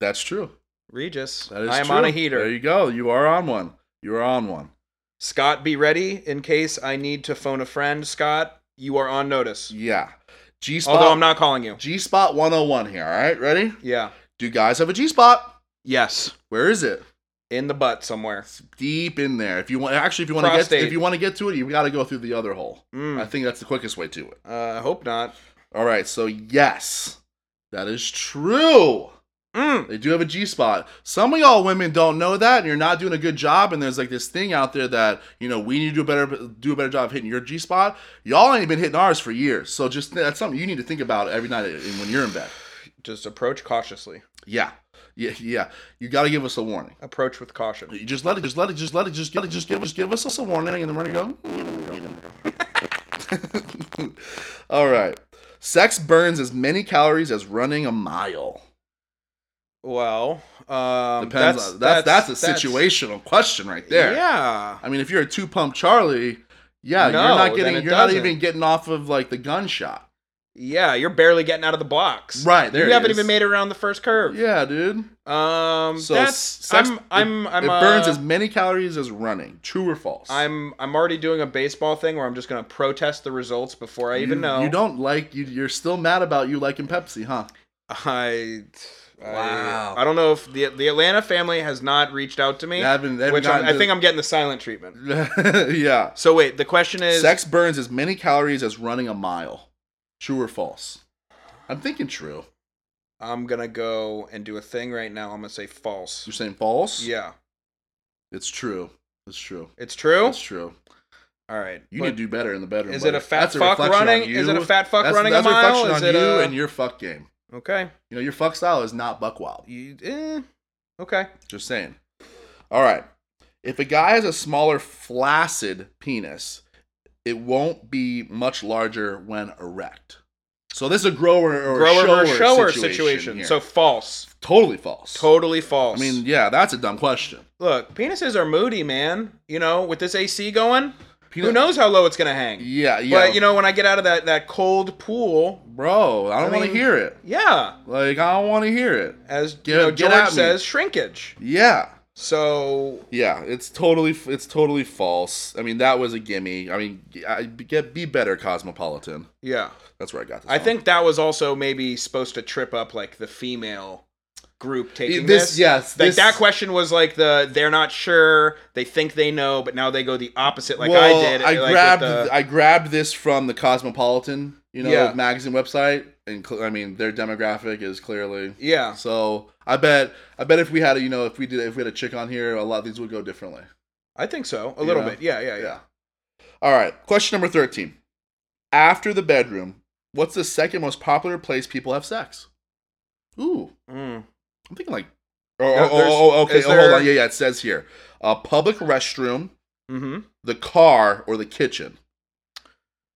S1: That's true.
S2: Regis,
S1: That is
S2: I am
S1: true.
S2: on
S1: There
S2: a heater.
S1: you go. You are on one. You are on one.
S2: Scott, be ready in case I need to phone a friend. Scott, you are on notice.
S1: Yeah. G spot.
S2: Although I'm not calling you.
S1: G spot 101 here. All right. Ready?
S2: Yeah.
S1: Do guys have a G spot?
S2: Yes.
S1: Where is it?
S2: In the butt somewhere.
S1: It's deep in there. If you want, actually, if you want to get,
S2: Prostate.
S1: if you want to get to it, you got to go through the other hole. I
S2: Mm.
S1: think that's the quickest way to it.
S2: Uh, I hope not.
S1: All right. So yes, that is true.
S2: Mm.
S1: They do have a G spot. Some of y'all women don't know that, and you're not doing a good job. And there's like this thing out there that you know we need to do a better do a better job of hitting your G spot. Y'all ain't been hitting ours for years, so just that's something you need to think about every night in- when you're in bed.
S2: Just approach cautiously.
S1: Yeah, yeah, yeah. You got to give us a warning.
S2: Approach with caution.
S1: You just let it, just let it, just let it, just let it, just give us, give us a warning, and then we're gonna go. [LAUGHS] All right. Sex burns as many calories as running a mile.
S2: Well, um,
S1: Depends.
S2: that's,
S1: on, that's, that's a situational question right there.
S2: Yeah.
S1: I mean, if you're a two pump Charlie, yeah,
S2: No,
S1: you're not
S2: then
S1: getting,
S2: it
S1: you're
S2: doesn't.
S1: not even getting off of like the gunshot.
S2: Yeah, you're barely getting out of the box.
S1: Right there.
S2: you
S1: it
S2: haven't
S1: is.
S2: even made it around the first curve.
S1: Yeah, dude.
S2: Um,
S1: So
S2: that's
S1: sex-
S2: I'm I'm I'm
S1: it
S2: uh,
S1: burns as many calories as running. True or false?
S2: I'm I'm already doing a baseball thing where I'm just gonna protest the results before I even [LAUGHS]
S1: you,
S2: know.
S1: You don't like you. You're still mad about you liking Pepsi, huh?
S2: I I-
S3: Wow.
S2: I, don't know if the the Atlanta family has not reached out to me,
S1: They haven't- they haven't
S2: which I'm-
S1: gotten
S2: I
S1: to-
S2: think I'm getting the silent treatment.
S1: [LAUGHS] yeah.
S2: So wait, the question is,
S1: Sex burns as many calories as running a mile. True or false? I'm thinking true.
S2: I'm gonna go and do a thing right now. I'm gonna say false.
S1: You're saying false?
S2: Yeah,
S1: It's true. It's true.
S2: it's true.
S1: It's true.
S2: All right,
S1: You
S2: but
S1: need to do better in the bedroom.
S2: is it a
S1: buddy.
S2: fat
S1: That's
S2: fuck
S1: reflection on
S2: running?
S1: you.
S2: Is it a fat fuck
S1: that's,
S2: running
S1: that's
S2: a mile?
S1: reflection
S2: is
S1: on
S2: it
S1: you
S2: a...
S1: and your fuck game.
S2: okay?
S1: You know, your fuck style is not buck wild.
S2: You, eh, okay.
S1: Just saying. All right. If a guy has a smaller, flaccid penis, it won't be much larger when erect. So this is a grower or
S2: Grower
S1: shower,
S2: versus shower
S1: situation.
S2: situation.
S1: here.
S2: So false.
S1: totally false.
S2: Totally false.
S1: I mean, yeah, that's a dumb question.
S2: look, penises are moody, man. You know, with this AC going,
S1: Peanut-
S2: who knows how low it's gonna hang?
S1: Yeah, yeah.
S2: But you know, when I get out of that that cold pool,
S1: bro, I don't want
S2: I
S1: to
S2: mean-
S1: hear it.
S2: yeah,
S1: Like, I don't want to hear it.
S2: as
S1: Get-
S2: you know,
S1: get at
S2: George
S1: me.
S2: says, shrinkage.
S1: Yeah,
S2: So
S1: yeah. It's totally, it's totally false. I mean, that was a gimme. I mean, I, get be better, Cosmopolitan.
S2: yeah,
S1: That's where I got this.
S2: I
S1: from.
S2: think that was also maybe supposed to trip up like the female group taking
S1: this,
S2: this.
S1: yes,
S2: Like
S1: this,
S2: that question was like the they're not sure, they think they know, but now they go the opposite like I did. like, with
S1: grabbed
S2: the-
S1: I grabbed this from the Cosmopolitan, you know,
S2: Yeah.
S1: magazine website, and cl- I mean their demographic is clearly.
S2: yeah.
S1: So I bet I bet if we had a you know if we did if we had a chick on here, a lot of these would go differently.
S2: I think so. A little
S1: Yeah.
S2: bit. Yeah, yeah, yeah.
S1: Yeah. All right. Question number thirteen. After the bedroom, what's the second most popular place people have sex? Ooh,
S2: Mm.
S1: I'm thinking like. Oh,
S2: Yeah,
S1: oh,
S2: there's-
S1: oh, oh, okay.
S2: is
S1: Oh, hold
S2: there-
S1: on. Yeah, yeah. It says here, a public restroom,
S2: Mm-hmm.
S1: the car, or the kitchen.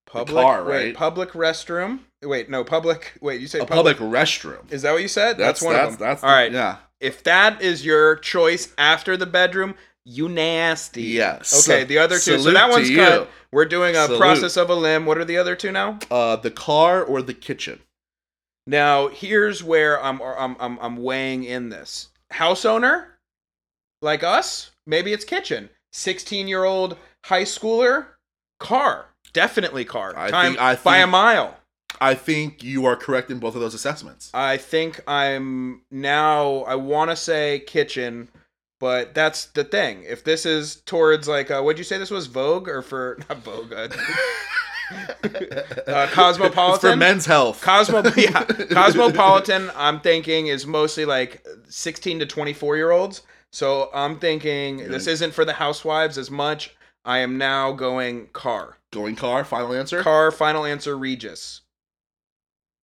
S2: Public
S1: car,
S2: wait,
S1: right?
S2: public restroom. Wait, no, public wait, you say
S1: A
S2: public,
S1: public restroom.
S2: Is that what you said? That's, one of them.
S1: That's
S2: All right.
S1: Yeah.
S2: If that is your choice after the bedroom, you nasty.
S1: Yes.
S2: Okay, the other two. So
S1: Salute
S2: that
S1: to
S2: one's
S1: you.
S2: cut. We're doing a
S1: Salute.
S2: process of a limb. What are the other two now?
S1: Uh, the car or the kitchen?
S2: Now here's where I'm I'm I'm, I'm weighing in this house owner, like us. Maybe it's kitchen. Sixteen year old high schooler, car definitely car.
S1: I
S2: Time
S1: think- I
S2: by a
S1: think-
S2: mile.
S1: I think you are correct in both of those assessments.
S2: I think I'm now. I want to say kitchen, but that's the thing. If this is towards like, uh, what'd you say this was? Vogue or for [LAUGHS] not Vogue?
S1: [LAUGHS]
S2: Uh, [LAUGHS] uh, Cosmopolitan?
S1: It's [LAUGHS] for men's health.
S2: Cosmo, [LAUGHS] yeah, Cosmopolitan. I'm thinking is mostly like 16 to 24 year olds. So I'm thinking this
S1: Yikes.
S2: isn't for the housewives as much. I am now going car.
S1: [LAUGHS] Going car. Final answer.
S2: Car. Final answer. Regis.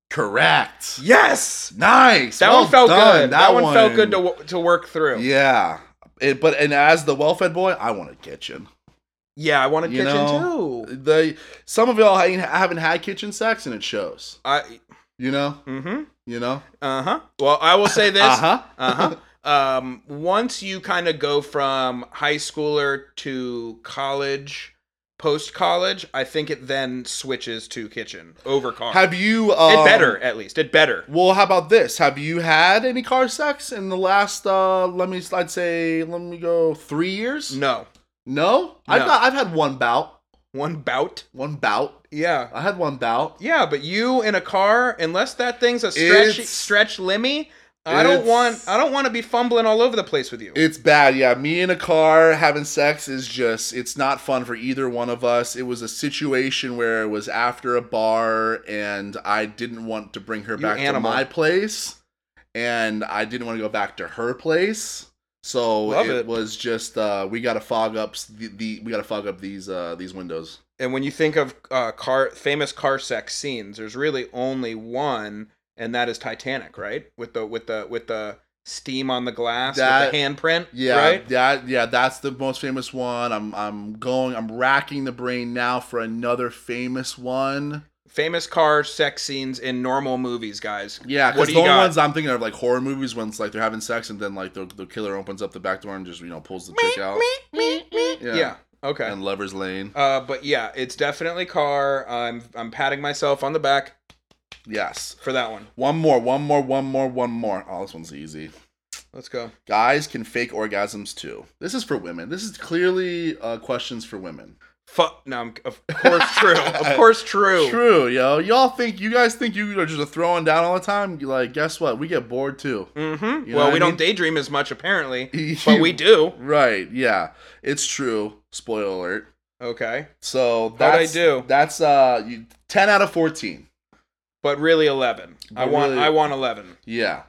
S1: Correct.
S2: Yes.
S1: Nice.
S2: That
S1: Well
S2: one felt
S1: done.
S2: good. That, one, felt good to wo- to work through.
S1: Yeah. It- but and as the well-fed boy, I want a kitchen.
S2: Yeah, I wanted
S1: You
S2: kitchen
S1: know?
S2: too.
S1: The some of y'all ain't, haven't had kitchen sex and it shows.
S2: I
S1: You know.
S2: mm-hmm.
S1: You know.
S2: Uh-huh. Well, I will say this.
S1: Uh huh.
S2: Uh-huh. Um, once you kind of go from high schooler to college, post college, I think it then switches to kitchen over car.
S1: Have you? Um,
S2: it better, at least. It better.
S1: Well, how about this? Have you had any car sex in the last? uh Let me. I'd say. Let me go. Three years.
S2: No.
S1: No? I've
S2: No.
S1: got, I've had one bout.
S2: One bout.
S1: One bout.
S2: Yeah.
S1: I had one bout.
S2: Yeah, but you in a car, unless that thing's a stretch
S1: It's-
S2: stretch limmy, I don't
S1: it's-
S2: want I don't want to be fumbling all over the place with you.
S1: It's bad. Yeah, me in a car having sex is just. It's not fun for either one of us. It was a situation where it was after a bar, and I didn't want to bring her
S2: You
S1: back
S2: animal.
S1: to my place, and I didn't want to go back to her place. So
S2: Love
S1: it,
S2: it.
S1: was just uh, we got to fog up s- the, the we got to fog up these uh, these windows.
S2: and when you think of uh, car famous car sex scenes, there's really only one, and that is Titanic, right? With the with the with the steam on the glass,
S1: That-
S2: with the handprint,
S1: Yeah,
S2: right?
S1: that yeah, that's the most famous one. I'm I'm going I'm racking the brain now for another famous one.
S2: Famous car sex scenes in normal movies, guys.
S1: Yeah,
S2: What
S1: because
S2: do
S1: the
S2: you
S1: only
S2: got?
S1: ones I'm thinking of like horror movies when it's like they're having sex and then like the, the killer opens up the back door and just you know pulls the chick out.
S2: Yeah. Okay.
S1: And Lovers Lane.
S2: uh, but yeah, it's definitely car. I'm I'm patting myself on the back
S1: Yes.
S2: for that one.
S1: One more, one more, one more, one more. Oh, this one's easy.
S2: Let's go.
S1: Guys can fake orgasms too. This is for women. This is clearly uh, questions for women.
S2: Fuck. No, I'm, of
S1: [LAUGHS]
S2: course true. Of course true.
S1: True, yo. Y'all think you guys think you are just throwing down all the time? You Like, guess what? We get bored too.
S2: Mm-hmm.
S1: You know
S2: well,
S1: what
S2: we
S1: I
S2: don't
S1: mean?
S2: daydream as much
S1: [LAUGHS]
S2: apparently, but we do.
S1: Right, yeah. It's true. Spoiler alert.
S2: Okay,
S1: So
S2: I
S1: that's
S2: do?
S1: That's uh you, ten out of fourteen.
S2: but really eleven. I
S1: But
S2: want.
S1: really-
S2: I want eleven.
S1: Yeah.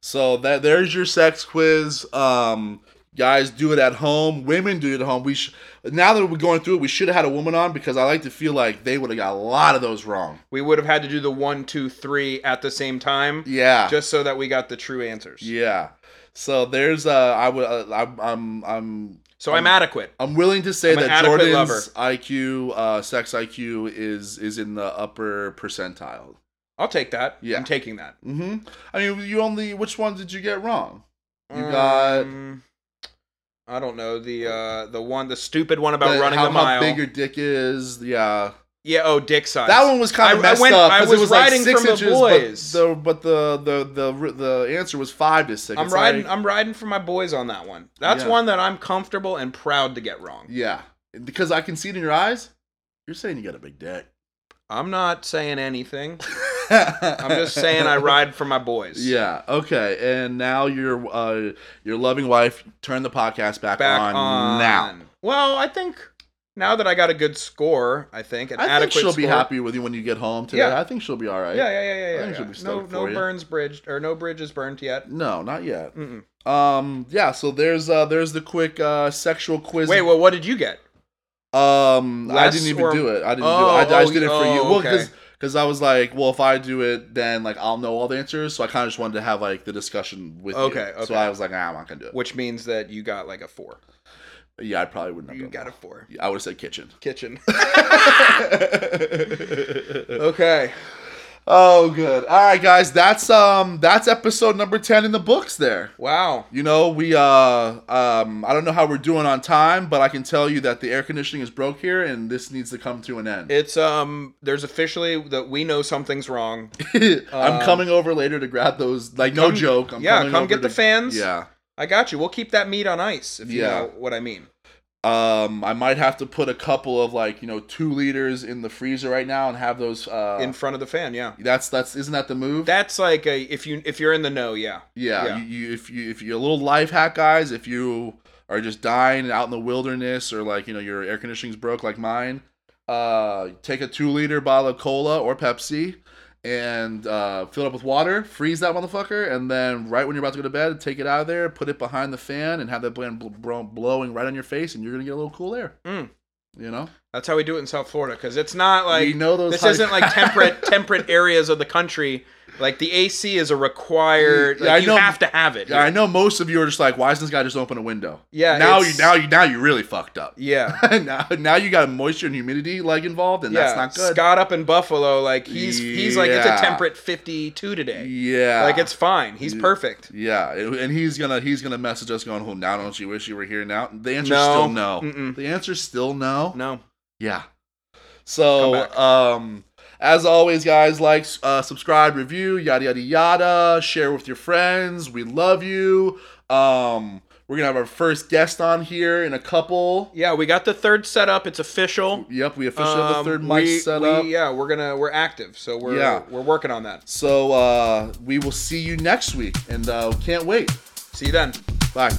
S1: So that there's your sex quiz. Um guys do it at home. Women do it at home. We sh- now that we're going through it, we should have had a woman on because I like to feel like they would have got a lot of those wrong.
S2: We would have had to do the one, two, three at the same time,
S1: Yeah.
S2: just so that we got the true answers.
S1: yeah. So there's uh I would uh, I'm I'm I'm
S2: So I'm adequate.
S1: I'm willing to say
S2: I'm an
S1: that
S2: adequate
S1: Jordan's
S2: lover.
S1: IQ, uh, sex IQ, is is in the upper percentile.
S2: I'll take that.
S1: Yeah.
S2: I'm taking that.
S1: hmm I mean, you only which one did you get wrong? You got-
S2: Um, I don't know the uh the one the stupid one about
S1: The-
S2: running
S1: how,
S2: the mile.
S1: How big your dick is? Yeah,
S2: yeah. Oh, dick size.
S1: that one was kind
S2: I- I
S1: of messed
S2: went-
S1: up
S2: I
S1: 'cause
S2: was
S1: it was
S2: riding
S1: like six
S2: from the
S1: inches, But,
S2: boys.
S1: the, but the, the the the answer was five to six.
S2: I'm
S1: It's
S2: riding.
S1: like-
S2: I'm riding for my boys on that one. That's
S1: Yeah.
S2: one that I'm comfortable and proud to get wrong.
S1: yeah, because I can see it in your eyes. You're saying you got a big dick.
S2: I'm not saying anything.
S1: I'm
S2: I'm
S1: [LAUGHS]
S2: just saying I ride for my boys.
S1: Yeah. Okay. And now your uh your loving wife turned the podcast back,
S2: [LAUGHS] Back
S1: on,
S2: on,
S1: now.
S2: Well, I think now that I got a good score, I think an
S1: I think
S2: adequate
S1: she'll be
S2: score-
S1: happy with you when you get home today.
S2: Yeah.
S1: I think she'll be all right.
S2: Yeah, yeah, yeah, yeah.
S1: I think
S2: yeah,
S1: she'll
S2: yeah.
S1: be
S2: No,
S1: stoked
S2: no
S1: for you.
S2: burns bridged or no bridges burnt yet.
S1: No, not yet.
S2: Mm-mm.
S1: Um. Yeah. So there's uh there's the quick uh sexual quiz.
S2: Wait, well, what did you get?
S1: Um. I
S2: Less
S1: didn't even
S2: or-
S1: do it. I didn't
S2: Oh,
S1: do it. I, I just
S2: oh,
S1: did it for
S2: oh,
S1: you. Well,
S2: okay.
S1: because I was like, well, if I do it, then like I'll know all the answers. So I kind of just wanted to have like the discussion with you.
S2: Okay, okay.
S1: So I was like, ah, I'm not gonna do it.
S2: Which means that you got like a four.
S1: Yeah, I probably wouldn't have
S2: You
S1: done
S2: got a four.
S1: that. I would have said [LAUGHS] kitchen.
S2: Kitchen. [LAUGHS] okay.
S1: Oh, good. All right, guys. That's um, that's episode number ten in the books. There.
S2: Wow.
S1: You know, we uh, um, I don't know how we're doing on time, but I can tell you that the air conditioning is broke here, and this needs to come to an end.
S2: It's um. There's officially that we know something's wrong.
S1: I'm
S2: um,
S1: coming over later to grab those. Like, no
S2: come-
S1: joke. I'm
S2: yeah,
S1: coming
S2: come
S1: over
S2: get the
S1: to-
S2: fans.
S1: Yeah.
S2: I got you. We'll keep that meat on ice if you
S1: Yeah.
S2: know what I mean.
S1: Um, I might have to put a couple of like you know two liters in the freezer right now and have those. Uh,
S2: In front of the fan, yeah.
S1: that's that's isn't that the move?
S2: That's like a if you if you're in the know, yeah.
S1: Yeah,
S2: Yeah.
S1: You, you if you if you're a little life hack, guys, if you are just dying out in the wilderness or like you know your air conditioning's broke like mine, uh, take a two liter bottle of cola or Pepsi and uh, fill it up with water, freeze that motherfucker, and then right when you're about to go to bed, take it out of there, put it behind the fan, and have that bland bl- bro- blowing right on your face, and you're gonna get a little cool air.
S2: Mm.
S1: You know,
S2: That's how we do it in South Florida because it's not like
S1: We know those
S2: this
S1: high- [LAUGHS]
S2: isn't like temperate temperate areas of the country. Like the AC is a required.
S1: Yeah,
S2: Like,
S1: I
S2: you
S1: know-
S2: have to have it.
S1: Yeah, I know most of you are just like, why doesn't this guy just open a window?
S2: Yeah,
S1: now you
S2: it's-
S1: now you now you really fucked up.
S2: yeah.
S1: now, now you got moisture and humidity like involved, [LAUGHS] and that's
S2: yeah.
S1: not good.
S2: Scott up in Buffalo, like he's he's like it's a
S1: Yeah.
S2: temperate 52 today.
S1: yeah, Mm.
S2: Like it's fine. He's
S1: Yeah.
S2: perfect.
S1: yeah, and and he's gonna he's gonna message us going, "Well, now don't you wish you were here now?" The answer's
S2: No.
S1: still no.
S2: Mm-mm.
S1: The answer's still no.
S2: No.
S1: Yeah.
S2: Come
S1: So,
S2: back.
S1: um, as always, guys, like, uh, subscribe, review, yada yada yada. Share with your friends. We love you. Um, we're gonna have our first guest on here in a couple.
S2: Yeah, we got the third setup. It's official.
S1: Yep, we officially have
S2: Um,
S1: the third mic
S2: we-
S1: set
S2: we-
S1: up.
S2: yeah, we're gonna we're active, so we're
S1: Yeah.
S2: we're working on that.
S1: So uh, we will see you next week, and uh, can't wait.
S2: See you then.
S1: Bye.